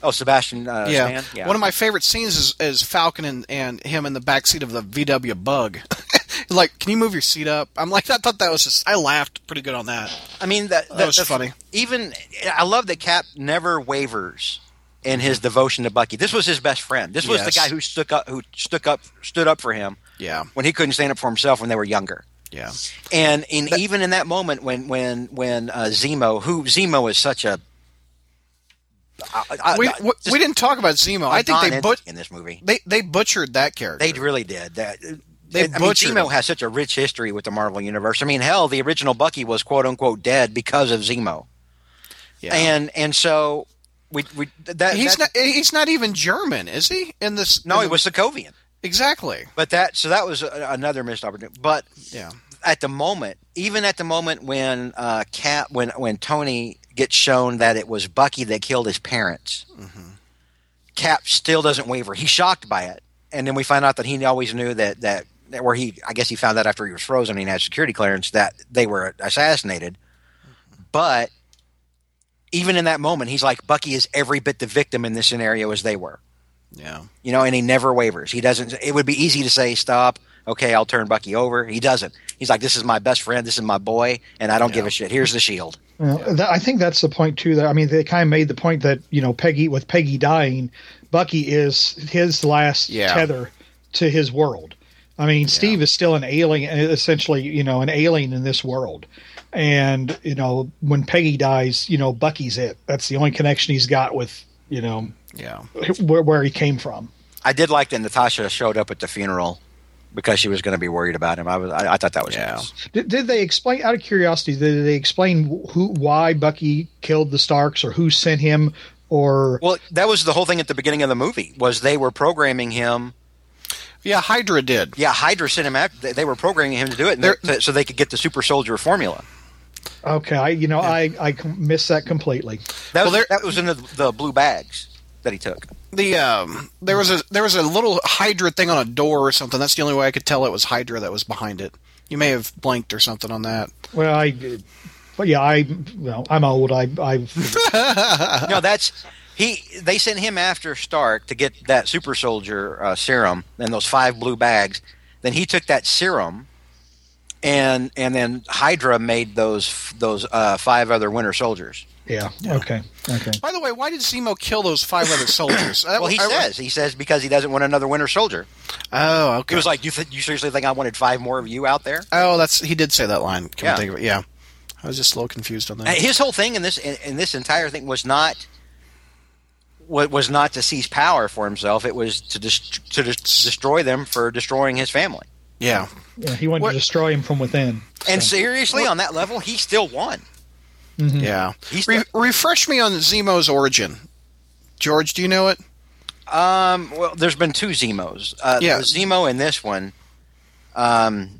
S6: Oh, Sebastian, uh,
S7: yeah.
S6: Stan? yeah.
S7: one of my favorite scenes is, is Falcon and, and him in the backseat of the VW Bug. *laughs* like, can you move your seat up? I'm like, I thought that was just. I laughed pretty good on that.
S6: I mean, that, that,
S7: was
S6: that's-
S7: funny.
S6: Even I love that Cap never wavers in his devotion to Bucky. This was his best friend. This was
S7: Yes.
S6: the guy who stuck up, who stuck up, stood up for him
S7: Yeah,
S6: when he couldn't stand up for himself when they were younger.
S7: yeah,
S6: And and even in that moment when when when uh, Zemo, who Zemo is such a I- I-
S7: we,
S6: I-
S7: we,
S6: Uh, just
S7: we didn't talk about Zemo. I think they
S6: non-entity
S7: but
S6: in this movie.
S7: they they butchered that character.
S6: They really did. That,
S7: They
S6: I mean,
S7: butchered
S6: Zemo
S7: it.
S6: has such a rich history with the Marvel universe. I mean, hell, the original Bucky was quote unquote dead because of Zemo.
S7: yeah.
S6: and and so we we that
S7: he's
S6: that-
S7: not he's not even German, is he? In this,
S6: no
S7: in
S6: he
S7: the-
S6: was Sokovian,
S7: exactly.
S6: but that so that was a, another missed opportunity. But
S7: Yeah,
S6: at the moment, even at the moment when uh, Cap when when Tony gets shown that it was Bucky that killed his parents, Cap still doesn't waver. He's shocked by it, and then we find out that he always knew that that. that- Where he, I guess he found out after he was frozen and he had security clearance that they were assassinated. But even in that moment, he's like, Bucky is every bit the victim in this scenario as they were
S7: yeah,
S6: you know, and he never wavers. He doesn't. It would be easy to say, "Stop, okay, I'll turn Bucky over." He doesn't. He's like, "This is my best friend. This is my boy, and I don't give a shit." Here's the shield.
S4: Well, that, I think that's the point too. That I mean, they kind of made the point that you know Peggy with Peggy dying, Bucky is his last
S7: Yeah.
S4: tether to his world. I mean, Steve is still an alien, essentially, you know, an alien in this world. And you know, when Peggy dies, you know, Bucky's it. That's the only connection he's got with you know
S7: yeah.
S4: where, where he came from.
S6: I did like that Natasha showed up at the funeral because she was going to be worried about him. I was. I, I thought that was.
S7: Yeah.
S6: nice.
S4: Did, did they explain out of curiosity? Did they explain who, why Bucky killed the Starks, or who sent him, or
S6: Well, that was the whole thing at the beginning of the movie was they were programming him.
S7: Yeah, Hydra did.
S6: Yeah, Hydra sent him after. They were programming him to do it and
S7: There-
S6: they- so they could get the super soldier formula.
S4: Okay, I, you know, I I com- missed that completely.
S6: That
S7: Well,
S6: was,
S7: there-
S6: that was in the, the blue bags that he took.
S7: The um, there was a there was a little Hydra thing on a door or something. That's the only way I could tell it was Hydra that was behind it. You may have blinked or something on that.
S4: Well, I, but yeah, I, well, I'm old. I, I,
S6: no, that's he. They sent him after Stark to get that super soldier uh, serum and those five blue bags. Then he took that serum, and and then Hydra made those those uh, five other Winter Soldiers.
S4: yeah, okay, okay.
S7: By the way, why did Zemo kill those five
S6: *coughs*
S7: other soldiers?
S6: Well, he says he says because he doesn't want another Winter Soldier.
S7: Oh,
S6: He
S7: okay.
S6: was like, "You th- you seriously think I wanted five more of you out there?"
S7: oh, that's he did say that line. Can
S6: Yeah.
S7: we think of it? Yeah. I was just a little confused on that.
S6: And His whole thing in this in, in this entire thing was not wa- was not to seize power for himself. It was to dest- to des- destroy them for destroying his family.
S7: yeah.
S4: Yeah, he wanted
S7: What-
S4: to destroy him from within.
S6: And seriously, on that level, he still won. Hmm.
S7: Yeah.
S6: He's
S7: Re- refresh me on Zemo's origin. George, do you know it?
S6: Um, well, there's been two Zemos. Uh,
S7: Yeah.
S6: the Zemo in this one, um,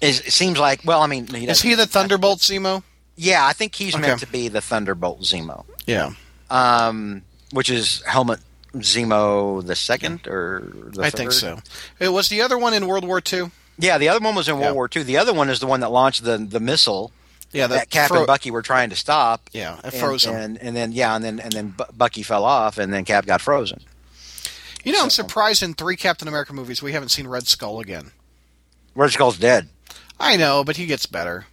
S6: is it seems like well, I mean, he
S7: Is
S6: doesn't-
S7: he the Thunderbolt Zemo?
S6: Yeah, I think he's
S7: Okay.
S6: meant to be the Thunderbolt Zemo,
S7: Yeah.
S6: um, which is Helmet
S9: Zemo the second or the
S7: I think
S9: third?
S7: so. It was the other one in World War II.
S9: Yeah, the other one was in World
S7: Yeah.
S9: War II. The other one is the one that launched the the missile
S7: Yeah,
S9: that Cap
S7: fro-
S9: and Bucky were trying to stop.
S7: Yeah, it
S9: and,
S7: froze 'em.
S9: And, and then yeah, and then and then Bu- Bucky fell off, and then Cap got frozen.
S7: You know, I'm surprised in three Captain America movies we haven't seen Red Skull again.
S9: Red Skull's dead.
S7: I know, but he gets better.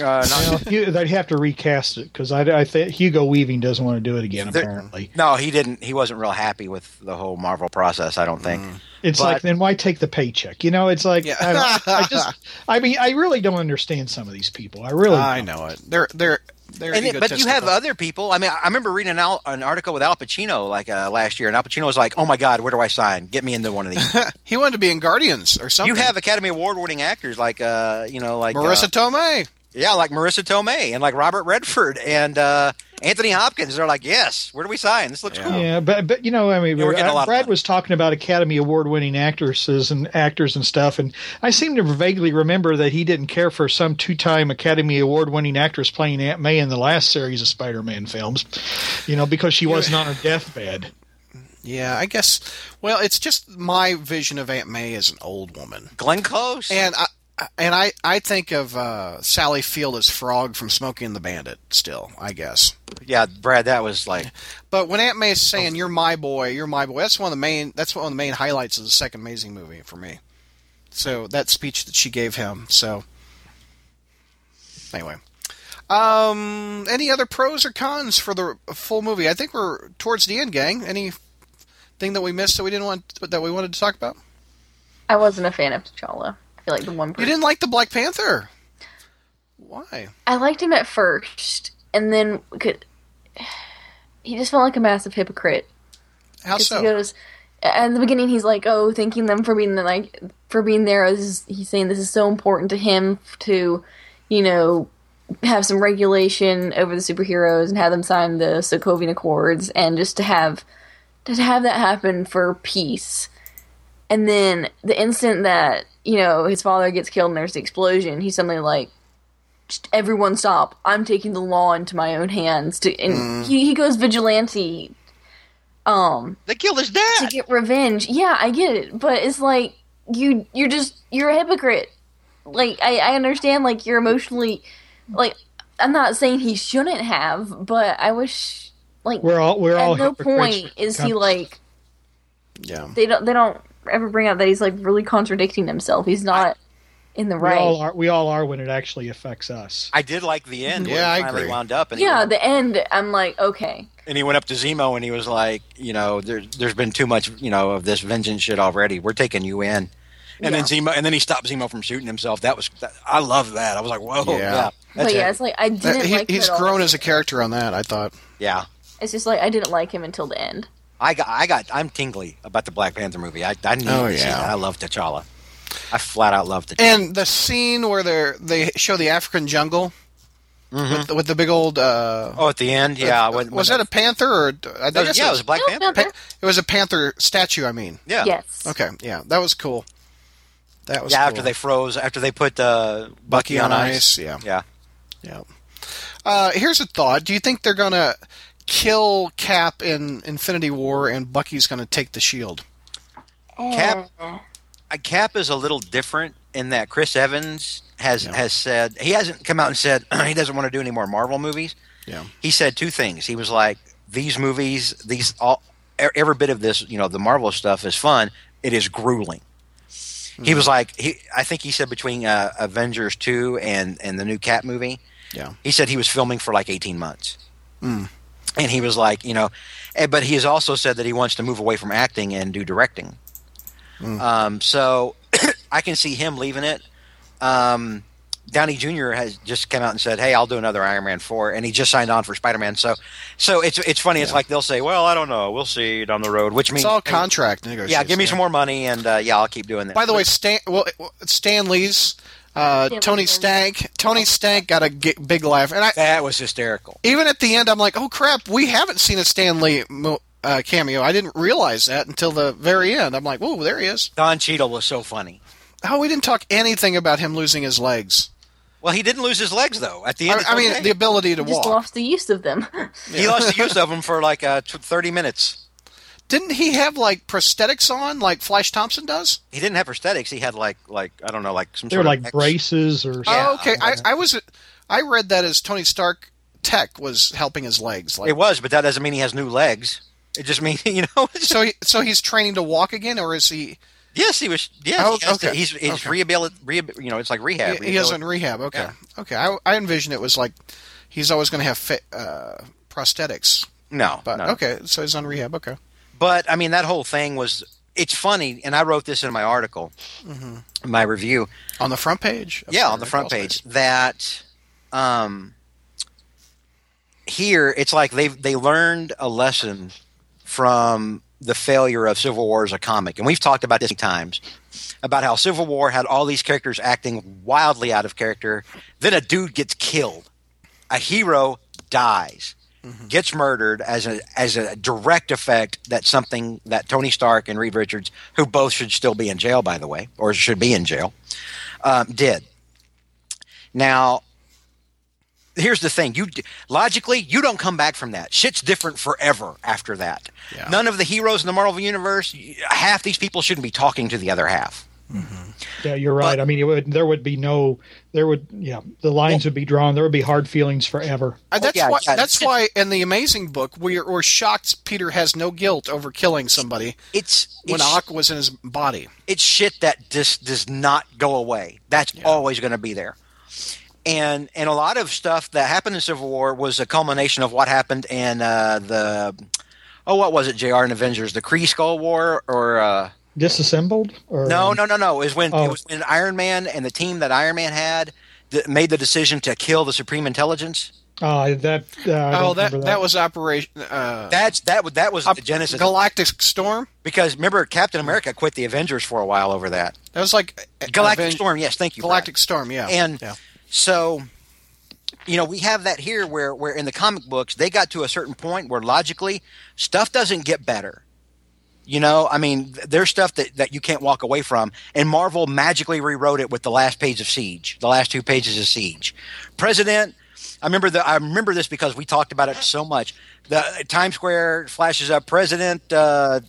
S9: Uh,
S4: Well,
S9: not,
S4: Hugh- they'd have to recast it because I, I think Hugo Weaving doesn't want to do it again.
S9: There-
S4: Apparently,
S9: no, he didn't. He wasn't real happy with the whole Marvel process. I don't think.
S4: it's
S9: but-
S4: like then why take the paycheck? You know, it's like
S7: Yeah.
S4: I, don't-
S7: *laughs*
S4: I just, I mean, I really don't understand some of these people. I really,
S7: I
S4: don't.
S7: know it. They're they're they're.
S9: And it- but you have
S7: egotistical.
S9: other people. I mean, I I remember reading an, Al, an article with Al Pacino like uh, last year, and Al Pacino was like, "Oh my God, where do I sign? Get me into one of these."
S7: *laughs* He wanted to be in Guardians or something.
S9: you have Academy Award winning actors like uh, you know, like
S7: Marissa
S9: uh,
S7: Tomei.
S9: yeah, like Marissa Tomei and like Robert Redford and uh, Anthony Hopkins. They're like, "Yes, where do we sign? This looks cool."
S4: Yeah, but but you know, I mean,
S9: Yeah, we're getting a lot of
S4: Brad
S9: money.
S4: was talking about Academy Award winning actresses and actors and stuff, and I seem to vaguely remember that he didn't care for some two time Academy Award winning actress playing Aunt May in the last series of Spider Man films, you know, because she wasn't on her deathbed.
S7: Yeah, I guess. Well, it's just my vision of Aunt May as an old woman,
S9: Glenn Close.
S7: and I. And I, I think of uh, Sally Field as Frog from Smokey and the Bandit. Still, I guess.
S9: yeah, Brad, that was like
S7: But when Aunt May is saying "You're my boy, you're my boy," that's one of the main. That's one of the main highlights of the second Amazing movie for me. So that speech that she gave him. So anyway, um, any other pros or cons for the full movie? I think we're towards the end, gang. Any thing that we missed that we didn't want that we wanted to talk about?
S13: I wasn't a fan of T'Challa. I feel like the one
S7: You
S13: person
S7: didn't like the Black Panther. Why?
S13: I liked him at first, and then could *sighs* he just felt like a massive hypocrite.
S7: How
S13: 'Cause
S7: so?
S13: He goes at the beginning, he's like, "Oh, thanking them for being the, like for being there." This is, he's saying this is so important to him to, you know, have some regulation over the superheroes and have them sign the Sokovian Accords, and just to have to have that happen for peace. And then the instant that you know his father gets killed and there's the explosion, he's suddenly like, "Just "Everyone stop! I'm taking the law into my own hands." To and
S7: Mm.
S13: he, he goes vigilante
S9: they killed his
S13: to
S9: dad.
S13: get revenge. Yeah, I get it, but it's like you you're just you're a hypocrite. Like I, I understand like you're emotionally like I'm not saying he shouldn't have, but I wish like
S4: We're all we're all
S13: at no
S4: hypocrites
S13: point
S4: for
S13: is
S4: com-
S13: he like
S7: yeah.
S13: they don't they don't ever bring out that he's like really contradicting himself. He's not in the
S4: we all
S13: right.
S4: are we all are when it actually affects us.
S9: I did like the end.
S7: Yeah,
S9: when
S7: I
S9: he finally
S7: agree.
S9: wound up. And he
S13: Yeah,
S9: went-
S13: the end I'm like, okay.
S9: and he went up to Zemo and he was like, you know, there's there's been too much, you know, of this vengeance shit already. We're taking you in. And then Zemo, and then he stopped Zemo from shooting himself. That was, that, I love that. I was like, whoa,
S7: Yeah.
S9: yeah,
S13: But
S9: that's
S13: yeah,
S9: it.
S13: it's like I didn't
S7: That- he-
S13: like him
S7: he's
S13: at all.
S7: grown as a character on that. I thought.
S9: yeah.
S13: It's just like I didn't like him until the end.
S9: I got, I got, I'm tingly about the Black Panther movie. I, I need
S7: Oh,
S9: to see
S7: yeah.
S9: that. I love T'Challa. I flat out love T'Challa.
S7: And the scene where they they show the African jungle with, the, with the big old uh,
S9: oh, at the end, yeah. when-
S7: was
S9: when
S7: that a panther or I
S9: that was-
S7: guess
S9: yeah, it was a Black
S13: No,
S9: Panther.
S13: Panther.
S7: it was a panther statue. I mean,
S9: Yeah,
S13: Yes.
S7: okay, yeah, that was cool. That was
S9: yeah.
S7: cool.
S9: After they froze, after they put uh, Bucky on ice.
S7: yeah,
S9: Yeah.
S7: yeah. Uh, here's a thought: Do you think they're gonna kill Cap in Infinity War and Bucky's gonna take the shield?
S9: Cap, uh, Cap is a little different in that Chris Evans has has said he hasn't come out and said *clears throat* he doesn't want to do any more Marvel movies.
S7: Yeah,
S9: He said two things. He was like, "These movies, these all e- every bit of this, you know, the Marvel stuff is fun. It is grueling." He was like, he I think he said between uh, Avengers two and and the new Cap movie,
S7: yeah,
S9: he said he was filming for like 18 months.
S7: Hmm.
S9: And he was like, you know, eh, but he has also said that he wants to move away from acting and do directing.
S7: Hmm.
S9: Um, so *clears throat* I can see him leaving it. Um, Downey Jr. has just come out and said, "Hey, I'll do another Iron Man 4," and he just signed on for Spider Man. So, so it's it's funny. It's like they'll say, "Well, I don't know. We'll see down the road," which means
S7: it's all
S9: hey,
S7: contract
S9: Yeah,
S7: negotiations.
S9: give me some more money, and uh, yeah, I'll keep doing that.
S7: By the way, Stan, well, Stan Lee's, uh,
S13: Stan
S7: Tony
S13: Lee's- Oh.
S7: Stank, Tony Stank got a gi- big laugh, and I
S9: that was hysterical.
S7: even at the end, I'm like, oh crap, we haven't seen a Stan Lee mo- uh, cameo. I didn't realize that until the very end. I'm like, whoa, there he is.
S9: Don Cheadle was so funny.
S7: Oh, we didn't talk anything about him losing his legs.
S9: Well, he didn't lose his legs though. At the end,
S7: I,
S9: it's
S7: I mean,
S9: okay.
S7: the ability to
S13: Just
S7: walk.
S13: lost the use of them. *laughs*
S9: He lost the use of them for like uh, tw 30 minutes.
S7: Didn't he have like prosthetics on, like Flash Thompson does?
S6: He didn't have prosthetics. He had like like I don't know like some
S4: They're
S6: sort
S4: like
S6: of ex-
S4: braces or
S6: Yeah.
S7: oh, okay. I, I was, I read that as Tony Stark tech was helping his legs. Like,
S6: It was, but that doesn't mean he has new legs. It just
S9: *laughs*
S6: means you know. it's-
S7: so, he, so he's training to walk again, or is he?
S6: yes, he was. Yes,
S7: Oh,
S6: he has to-
S7: okay.
S6: he's he's
S7: Okay.
S6: rehabilit. Rehab, you know, it's like rehab.
S7: he, he is in rehab. Okay, okay. I, I envision it was like he's always going to have fa- uh, prosthetics,
S6: no,
S7: but
S6: no.
S7: okay. So he's on rehab. Okay.
S6: But I mean, that whole thing was. It's funny, and I wrote this in my article, my review.
S7: On the front page. of
S6: Mm-hmm. yeah, on the
S7: Saturday
S6: front
S7: Girls'
S6: page that um here it's like they've they learned a lesson from the failure of Civil War as a comic. And we've talked about this times about how Civil War had all these characters acting wildly out of character. Then a dude gets killed. A hero dies.
S7: Mm-hmm.
S6: Gets murdered as a as a direct effect that something that Tony Stark and Reed Richards, who both should still be in jail, by the way, or should be in jail, um, did. Now, here's the thing: you logically you don't come back from that. Shit's different forever after that.
S7: Yeah.
S6: None of the heroes in the Marvel universe, half these people shouldn't be talking to the other half.
S4: Yeah, you're right. I mean, it would, there would be no, there would, yeah, the lines would be drawn. There would be hard feelings forever.
S7: Uh, that's
S6: yeah,
S7: why.
S6: yeah.
S7: That's why in the Amazing book, we're, we're shocked Peter has no guilt over killing somebody
S6: It's
S7: when
S6: it's,
S7: Ock was in his body.
S6: it's shit that just does not go away. That's always going to be there. And and a lot of stuff that happened in Civil War was a culmination of what happened in uh, the oh what was it Jr. and Avengers the Kree Skull War or. Uh,
S4: Disassembled? Or,
S6: No,
S9: Um,
S6: no, no, no. It was when
S4: Oh.
S6: it was when Iron Man and the team that Iron Man had that made the decision to kill the Supreme Intelligence.
S4: Uh, that, uh, I don't
S7: Oh, that,
S4: remember
S7: that
S4: that
S7: was Operation uh,
S6: That's that. was That was the genesis.
S7: Galactic Storm.
S6: because remember, Captain America quit the Avengers for a while over that
S7: That was like uh,
S6: Galactic
S7: Aven-
S6: Storm. Yes, thank you. Brad.
S7: Galactic Storm. Yeah.
S6: And
S7: yeah.
S6: so, you know, we have that here where, where in the comic books, they got to a certain point where logically stuff doesn't get better. You know, I mean, th- there's stuff that, that you can't walk away from. And Marvel magically rewrote it with the last page of Siege, the last two pages of Siege. President, I remember the, I remember this because we talked about it so much. The Times Square flashes up. President uh,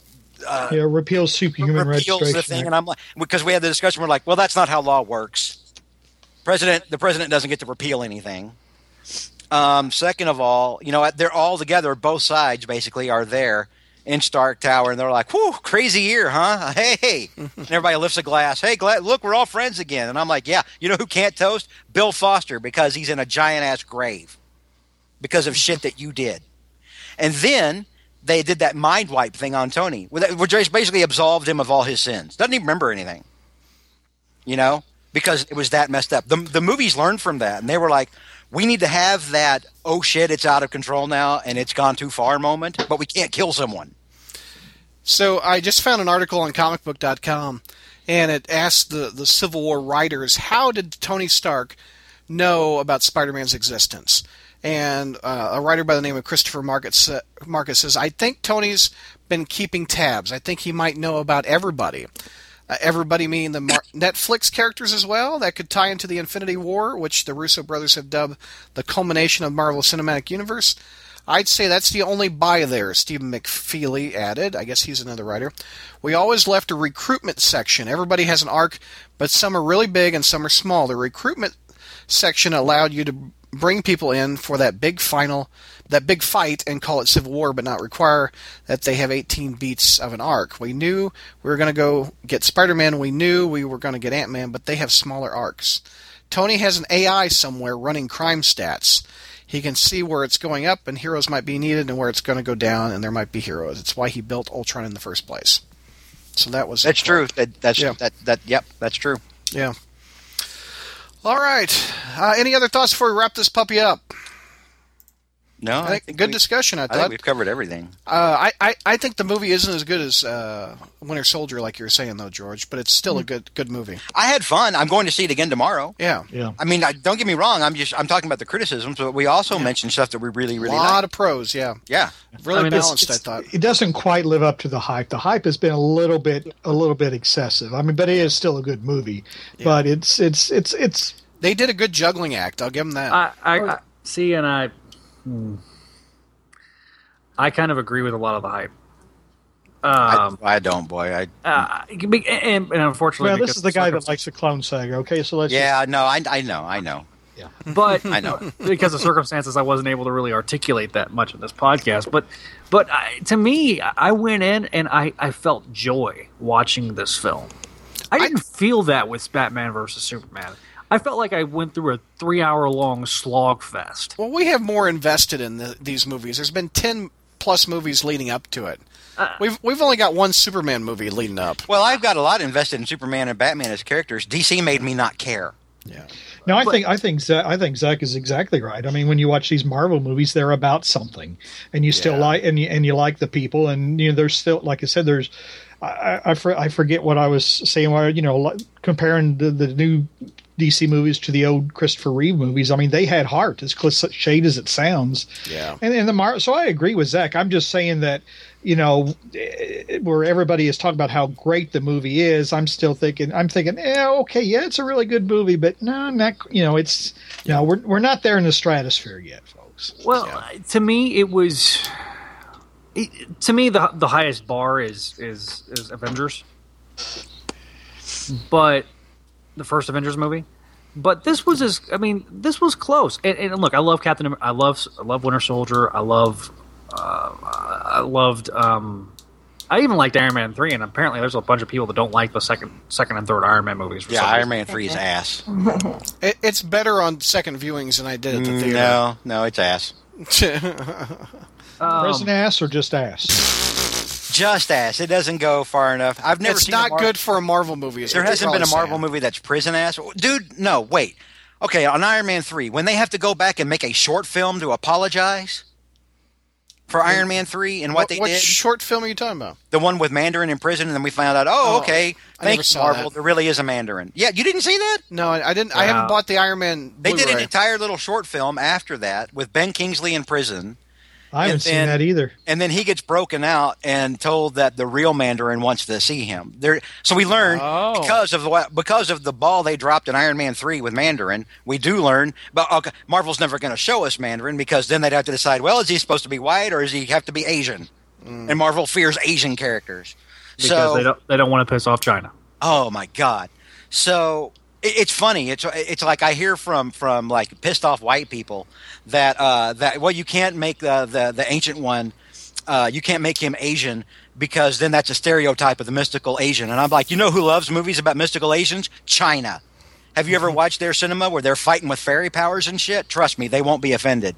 S4: yeah, repeals superhuman
S6: repeals the
S4: registration.
S6: thing,
S4: Act.
S6: and I'm like, because we had the discussion, we're like, well, that's not how law works. President, the president doesn't get to repeal anything. Um, second of all, you know, they're all together. Both sides basically are there in Stark Tower, and they're like, "Whew, crazy year, huh? *laughs* Hey, hey!" and everybody lifts a glass. Hey, glad, look, we're all friends again. And I'm like, "Yeah, you know who can't toast? Bill Foster because he's in a giant ass grave because of shit that you did." And then they did that mind wipe thing on Tony, which basically absolved him of all his sins. Doesn't even remember anything, you know, because it was that messed up. The, the movies learned from that, and they were like, we need to have that, oh shit, it's out of control now and it's gone too far moment, but we can't kill someone.
S7: So I just found an article on comicbook.com and it asked the, the Civil War writers how did Tony Stark know about Spider Man's existence? And uh, a writer by the name of Christopher Marcus, uh, Marcus says, I think Tony's been keeping tabs. I think he might know about everybody. Uh, everybody meaning the
S6: *coughs*
S7: Mar- Netflix characters as well. That could tie into the Infinity War, which the Russo brothers have dubbed the culmination of Marvel Cinematic Universe. I'd say that's the only buy there, Stephen McFeely added. I guess he's another writer. We always left a recruitment section. Everybody has an arc, but some are really big and some are small. The recruitment section allowed you to bring people in for that big final, that big fight, and call it Civil War, but not require that they have 18 beats of an arc. We knew we were going to go get Spider Man, we knew we were going to get Ant Man, but they have smaller arcs. Tony has an AI somewhere running crime stats. He can see where it's going up and heroes might be needed and where it's going to go down and there might be heroes. It's why he built Ultron in the first place. So that was
S6: That's true. That, that's
S7: Yeah.
S6: that, that, yep, that's true.
S7: Yeah. All right. Uh, any other thoughts before we wrap this puppy up?
S6: No,
S7: I think, good
S6: we-
S7: discussion, I
S6: I think
S7: thought.
S6: we've covered everything.
S7: Uh, I, I, I think the movie isn't as good as uh, Winter Soldier, like you were saying, though, George, but it's still
S12: Mm.
S7: a good good movie.
S6: I had fun. I'm going to see it again tomorrow.
S7: Yeah.
S4: Yeah.
S6: I mean, I, don't get me wrong. I'm just I'm talking about the criticisms, but we also mentioned stuff that we really,
S7: A
S6: really
S7: lot
S6: liked.
S7: of pros, yeah.
S6: yeah.
S7: Really
S12: I mean, it's-
S7: balanced,
S4: it's-
S7: I thought.
S4: It doesn't quite live up to the hype. The hype has been a little bit a little bit excessive. I mean, but it is still a good movie. But it's it's it's it's
S7: They did a good juggling act. I'll give them that.
S12: I, I, I see, and I, hmm. I kind of agree with a lot of the hype.
S4: Um,
S6: I, I don't, boy. I
S4: uh, it can be- and, and unfortunately,
S9: Well, this
S4: because
S9: is the guy that
S4: circum-
S9: likes the clown saga. Okay, so let's
S6: yeah, no, I, I know, I know,
S4: But
S6: I know.
S4: because of circumstances, I wasn't able to really articulate that much in this podcast. But, but I, to me, I went in and I, I felt joy watching this film. I didn't feel that with Batman versus Superman. I felt like I went through a three-hour-long slog fest.
S7: Well, we have more invested in the, these movies. There's been ten plus movies leading up to it.
S12: Uh,
S7: we've we've only got one Superman movie leading up.
S6: Well, I've got a lot invested in Superman and Batman as characters. DC made me not care.
S7: Yeah.
S9: just. No, I think I think Zach, I think Zach is exactly right. I mean, when you watch these Marvel movies, they're about something, and you still like and you, and you like the people, and you know, there's still like I said, there's. I, I, I for, I forget what I was saying. Where you know, like, comparing the, the new DC movies to the old Christopher Reeve movies. I mean, they had heart, as cliched as it sounds.
S7: Yeah.
S9: And, and the Mar- so I agree with Zach. I'm just saying that you know eh, where everybody is talking about how great the movie is. I'm still thinking. I'm thinking. Yeah, okay, yeah, it's a really good movie, but no, not you know, it's no, we're we're not there in the stratosphere yet, folks.
S4: Well, uh, to me, it was. It, to me, the the highest bar is is is Avengers, but the first Avengers movie. But this was as I mean, this was close. And, and look, I love Captain. Amer- I love I love Winter Soldier. I love. Uh, I loved. Um, I even liked Iron Man three, and apparently there's a bunch of people that don't like the second second and third Iron Man movies. For
S6: Yeah,
S4: some
S6: Iron
S4: reason.
S6: Man three is ass.
S7: *laughs* It, it's better on second viewings than I did at the theater.
S6: Mm, No, no,
S7: *laughs*
S6: it's ass.
S9: Present ass or just ass?
S6: Just ass. It doesn't go far enough. I've never.
S7: it's
S6: seen a
S7: not
S6: Marvel-
S7: good for a Marvel movie. is
S6: There
S7: what
S6: hasn't
S7: they're
S6: been a
S7: probably
S6: Marvel
S7: saying.
S6: movie that's prison ass. Dude, no, wait. Okay, on Iron Man 3, when they have to go back and make a short film to apologize for Iron Man 3 and what, they
S7: what
S6: did,
S7: short film are you talking about?
S6: the one with Mandarin in prison, and then we found out, oh,
S7: Oh,
S6: okay,
S7: I never
S6: thanks,
S7: saw
S6: Marvel,
S7: that.
S6: there really is a Mandarin. Yeah, you didn't see that?
S7: No, I I didn't. I haven't
S4: Wow.
S7: bought the Iron Man.
S6: They did an
S7: Blu-ray.
S6: entire little short film after that with Ben Kingsley in prison,
S9: I haven't
S6: And
S9: seen
S6: then-
S9: that either.
S6: and then he gets broken out and told that the real Mandarin wants to see him. There, so we learn
S4: Oh.
S6: because of the because of the ball they dropped in Iron Man three with Mandarin. We do learn, but okay, Marvel's never going to show us Mandarin because then they'd have to decide: well, is he supposed to be white or does he have to be Asian? And Marvel fears Asian characters.
S4: because
S6: so
S4: they don't they don't want to piss off China.
S6: Oh my god! So it, it's funny. It's it's like I hear from from like pissed off white people that uh, that well you can't make the the, the ancient one. Uh, you can't make him Asian because then that's a stereotype of the mystical Asian. And I'm like, you know who loves movies about mystical Asians? China. Have
S4: *laughs*
S6: you ever watched their cinema where they're fighting with fairy powers and shit? Trust me, they won't be offended.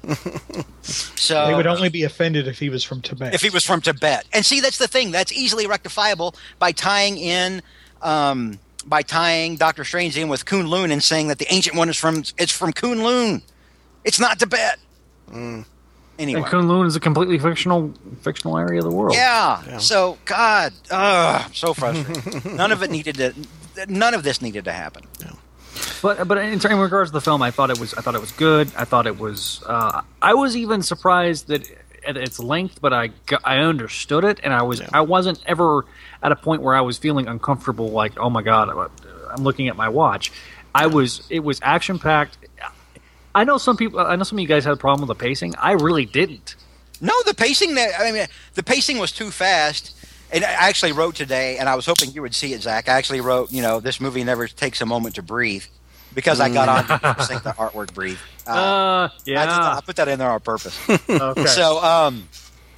S6: So
S9: They would only be offended if he was from Tibet.
S6: if he was from Tibet. And see, that's the thing. That's easily rectifiable by tying in, um, by tying Doctor Strange in with Kunlun and saying that the Ancient One is from it's from Kunlun. It's not Tibet.
S7: Hmm.
S6: Anyway,
S4: And Kunlun is a completely fictional fictional area of the world.
S6: yeah. So God, ugh, I'm
S7: *laughs*
S6: so frustrated. none of it needed to. None of this needed to happen.
S4: But but in, in regards to the film, I thought it was I thought it was good. I thought it was uh, I was even surprised that at its length, but I got- I understood it, and I was I wasn't ever at a point where I was feeling uncomfortable. Like oh my god, I'm, I'm looking at my watch. I was it was action packed. I know some people. I know some of you guys had a problem with the pacing. I really didn't.
S6: No, the pacing that I mean, the pacing was too fast. And I actually wrote today, and I was hoping you would see it, Zach. I actually wrote, you know, this movie never takes a moment to breathe because I got on
S4: Mm.
S6: to sync the artwork
S4: *laughs*
S6: breathe. Uh,
S4: Uh,
S6: I, did that- I
S4: yeah.
S6: put that in there on purpose.
S4: *laughs*
S6: *laughs*
S4: Okay.
S6: So, um,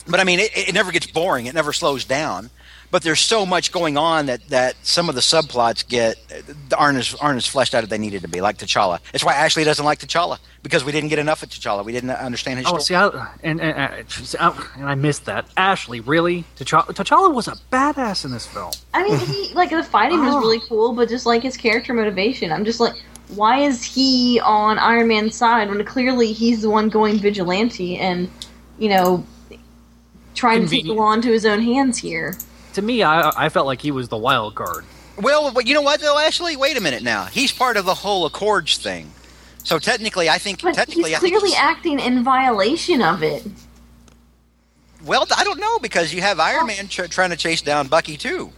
S6: but I mean, it, it never gets boring. It never slows down. But there's so much going on that, that some of the subplots get uh, aren't as aren't as fleshed out as they needed to be, like T'Challa. That's why Ashley doesn't like T'Challa because we didn't get enough of T'Challa. We didn't understand his
S4: Oh,
S6: story.
S4: see, I, and, and, and, see, I, and I missed that. Ashley, really? T'Challa, T'Challa was a badass in this film.
S13: I mean, he like the fighting was really cool, but just like his character motivation, I'm just like, why is he on Iron Man's side when clearly he's the one going vigilante and, you know, trying to take
S4: Convenient.
S13: the law into his own hands here?
S4: To me, I, I felt like he was the wild card.
S6: Well, but you know what though, Ashley? Wait a minute now. He's part of the whole Accords thing. So technically, I think
S13: But
S6: technically,
S13: he's
S6: I think
S13: clearly acting in violation of it.
S6: well, I don't know because you have Iron Man tr- trying to chase down Bucky too.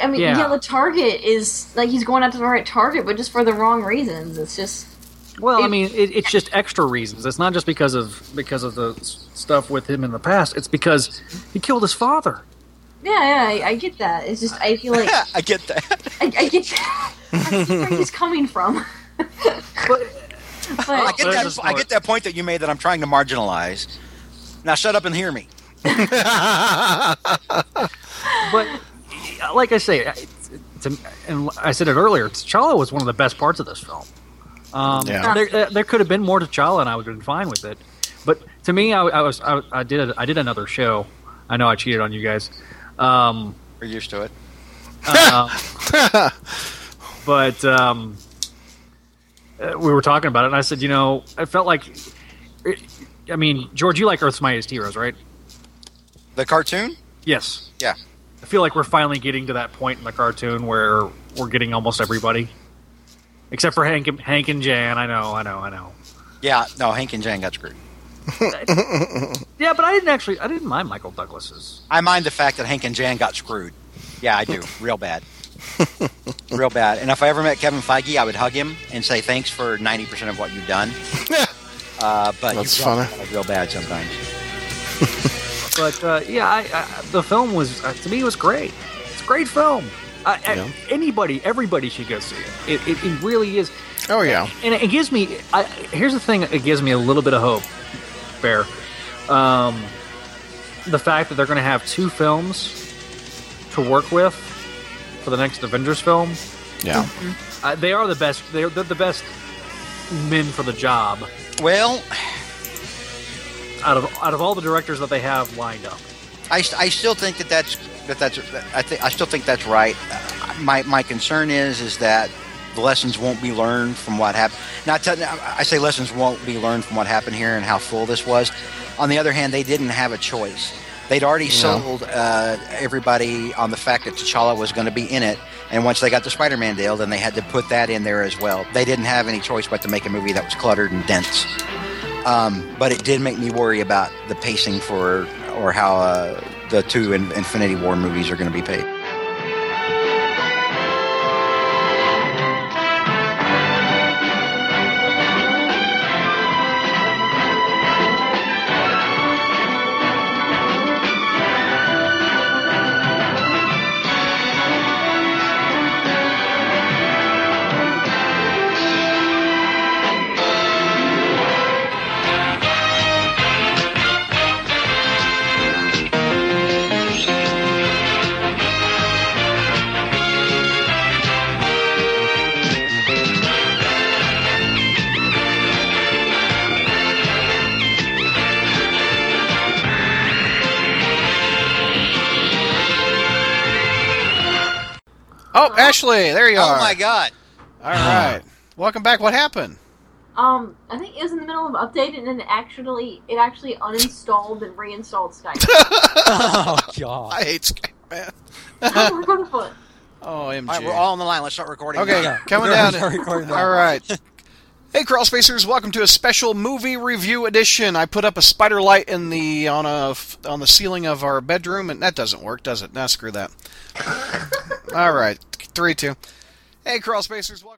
S13: I mean,
S4: Yeah.
S13: yeah. the target is like he's going after the right target, but just for the wrong reasons. It's just
S4: Well, I
S13: It-
S4: mean, it, it's just extra reasons. It's not just because of because of the s- stuff with him in the past. It's because he killed his father.
S13: yeah, yeah, I, I get that. It's just I feel like
S7: I get
S6: *laughs*
S7: that.
S13: I, I get that. *laughs* I see where he's coming from. but,
S7: I
S13: but
S7: get
S9: There's
S7: that.
S9: his
S7: I get
S9: part.
S7: that point that you made that I'm trying to marginalize. Now shut up and hear
S9: *laughs*
S7: me.
S9: but like I say, it's, it's, and I said it earlier, T'Challa was one of the best parts of this film. Um,
S6: Yeah.
S9: there, there could have been more T'Challa, and I would have been fine with it. But to me, I, I was I, I did I did another show. I know I cheated on you guys, um,
S7: We're used to it.
S9: but um, uh, we were talking about it, and I said, you know, I felt like, I mean, George, you like Earth's Mightiest Heroes, right?
S7: The cartoon?
S9: Yes.
S7: Yeah.
S9: I feel like we're finally getting to that point in the cartoon where we're getting almost everybody, except for Hank, and- Hank and Jan. I know, I know, I know.
S7: Yeah. No, Hank and Jan got screwed.
S9: *laughs* Yeah, but I didn't actually. I didn't mind Michael Douglas's.
S7: I mind the fact that Hank and Jan got screwed. Yeah, I do. Real bad. Real bad. And if I ever met Kevin Feige, I would hug him and say thanks for 90% of what you've done. uh, but
S20: That's
S7: you've got
S20: funny.
S7: it real bad sometimes.
S9: But uh, yeah, I, I, the film was uh, to me it was great. It's a great film. I, I-
S20: Yeah.
S9: anybody, everybody should go see it. It, it, it really is.
S20: Oh yeah.
S9: and it gives me I, here's the thing it gives me a little bit of hope bear um, the fact that they're going to have two films to work with for the next avengers film
S20: Yeah.
S9: uh, they are the best they're, they're the best men for the job
S7: Well,
S9: out of out of all the directors that they have lined up
S7: I, st- I still think that that's that that's I think I still think that's right. Uh, My my concern is is that the lessons won't be learned from what happened. Not to, I say lessons won't be learned from what happened here and how full this was. On the other hand, they didn't have a choice. They'd already sold uh, everybody on the fact that T'Challa was going to be in it, and once they got the Spider-Man deal, then they had to put that in there as well. They didn't have any choice but to make a movie that was cluttered and dense. Um, but it did make me worry about the pacing for or how uh, the two in- Infinity War movies are going to be paid.
S6: Oh, Ah. Ashley, there you are.
S7: Oh my God!
S6: All right. Welcome back. What happened?
S13: um, I think it was in the middle of update, and then it actually it actually uninstalled and reinstalled Skype. *laughs*
S21: Oh
S9: 啊
S21: god.
S6: I hate Skype, man.
S13: I don't know what-
S6: Oh, MG.
S7: All right, we're all on the line. Let's start recording.
S6: okay,
S7: now.
S6: *laughs* coming
S21: We're
S6: down.
S21: already recording now.
S6: all right. Hey, Crawl Spacers, welcome to a special movie review edition. I put up a spider light in the on a f- on the ceiling of our bedroom, and that doesn't work, does it? Now screw that. all right, three, two. Hey, Crawl Spacers, welcome.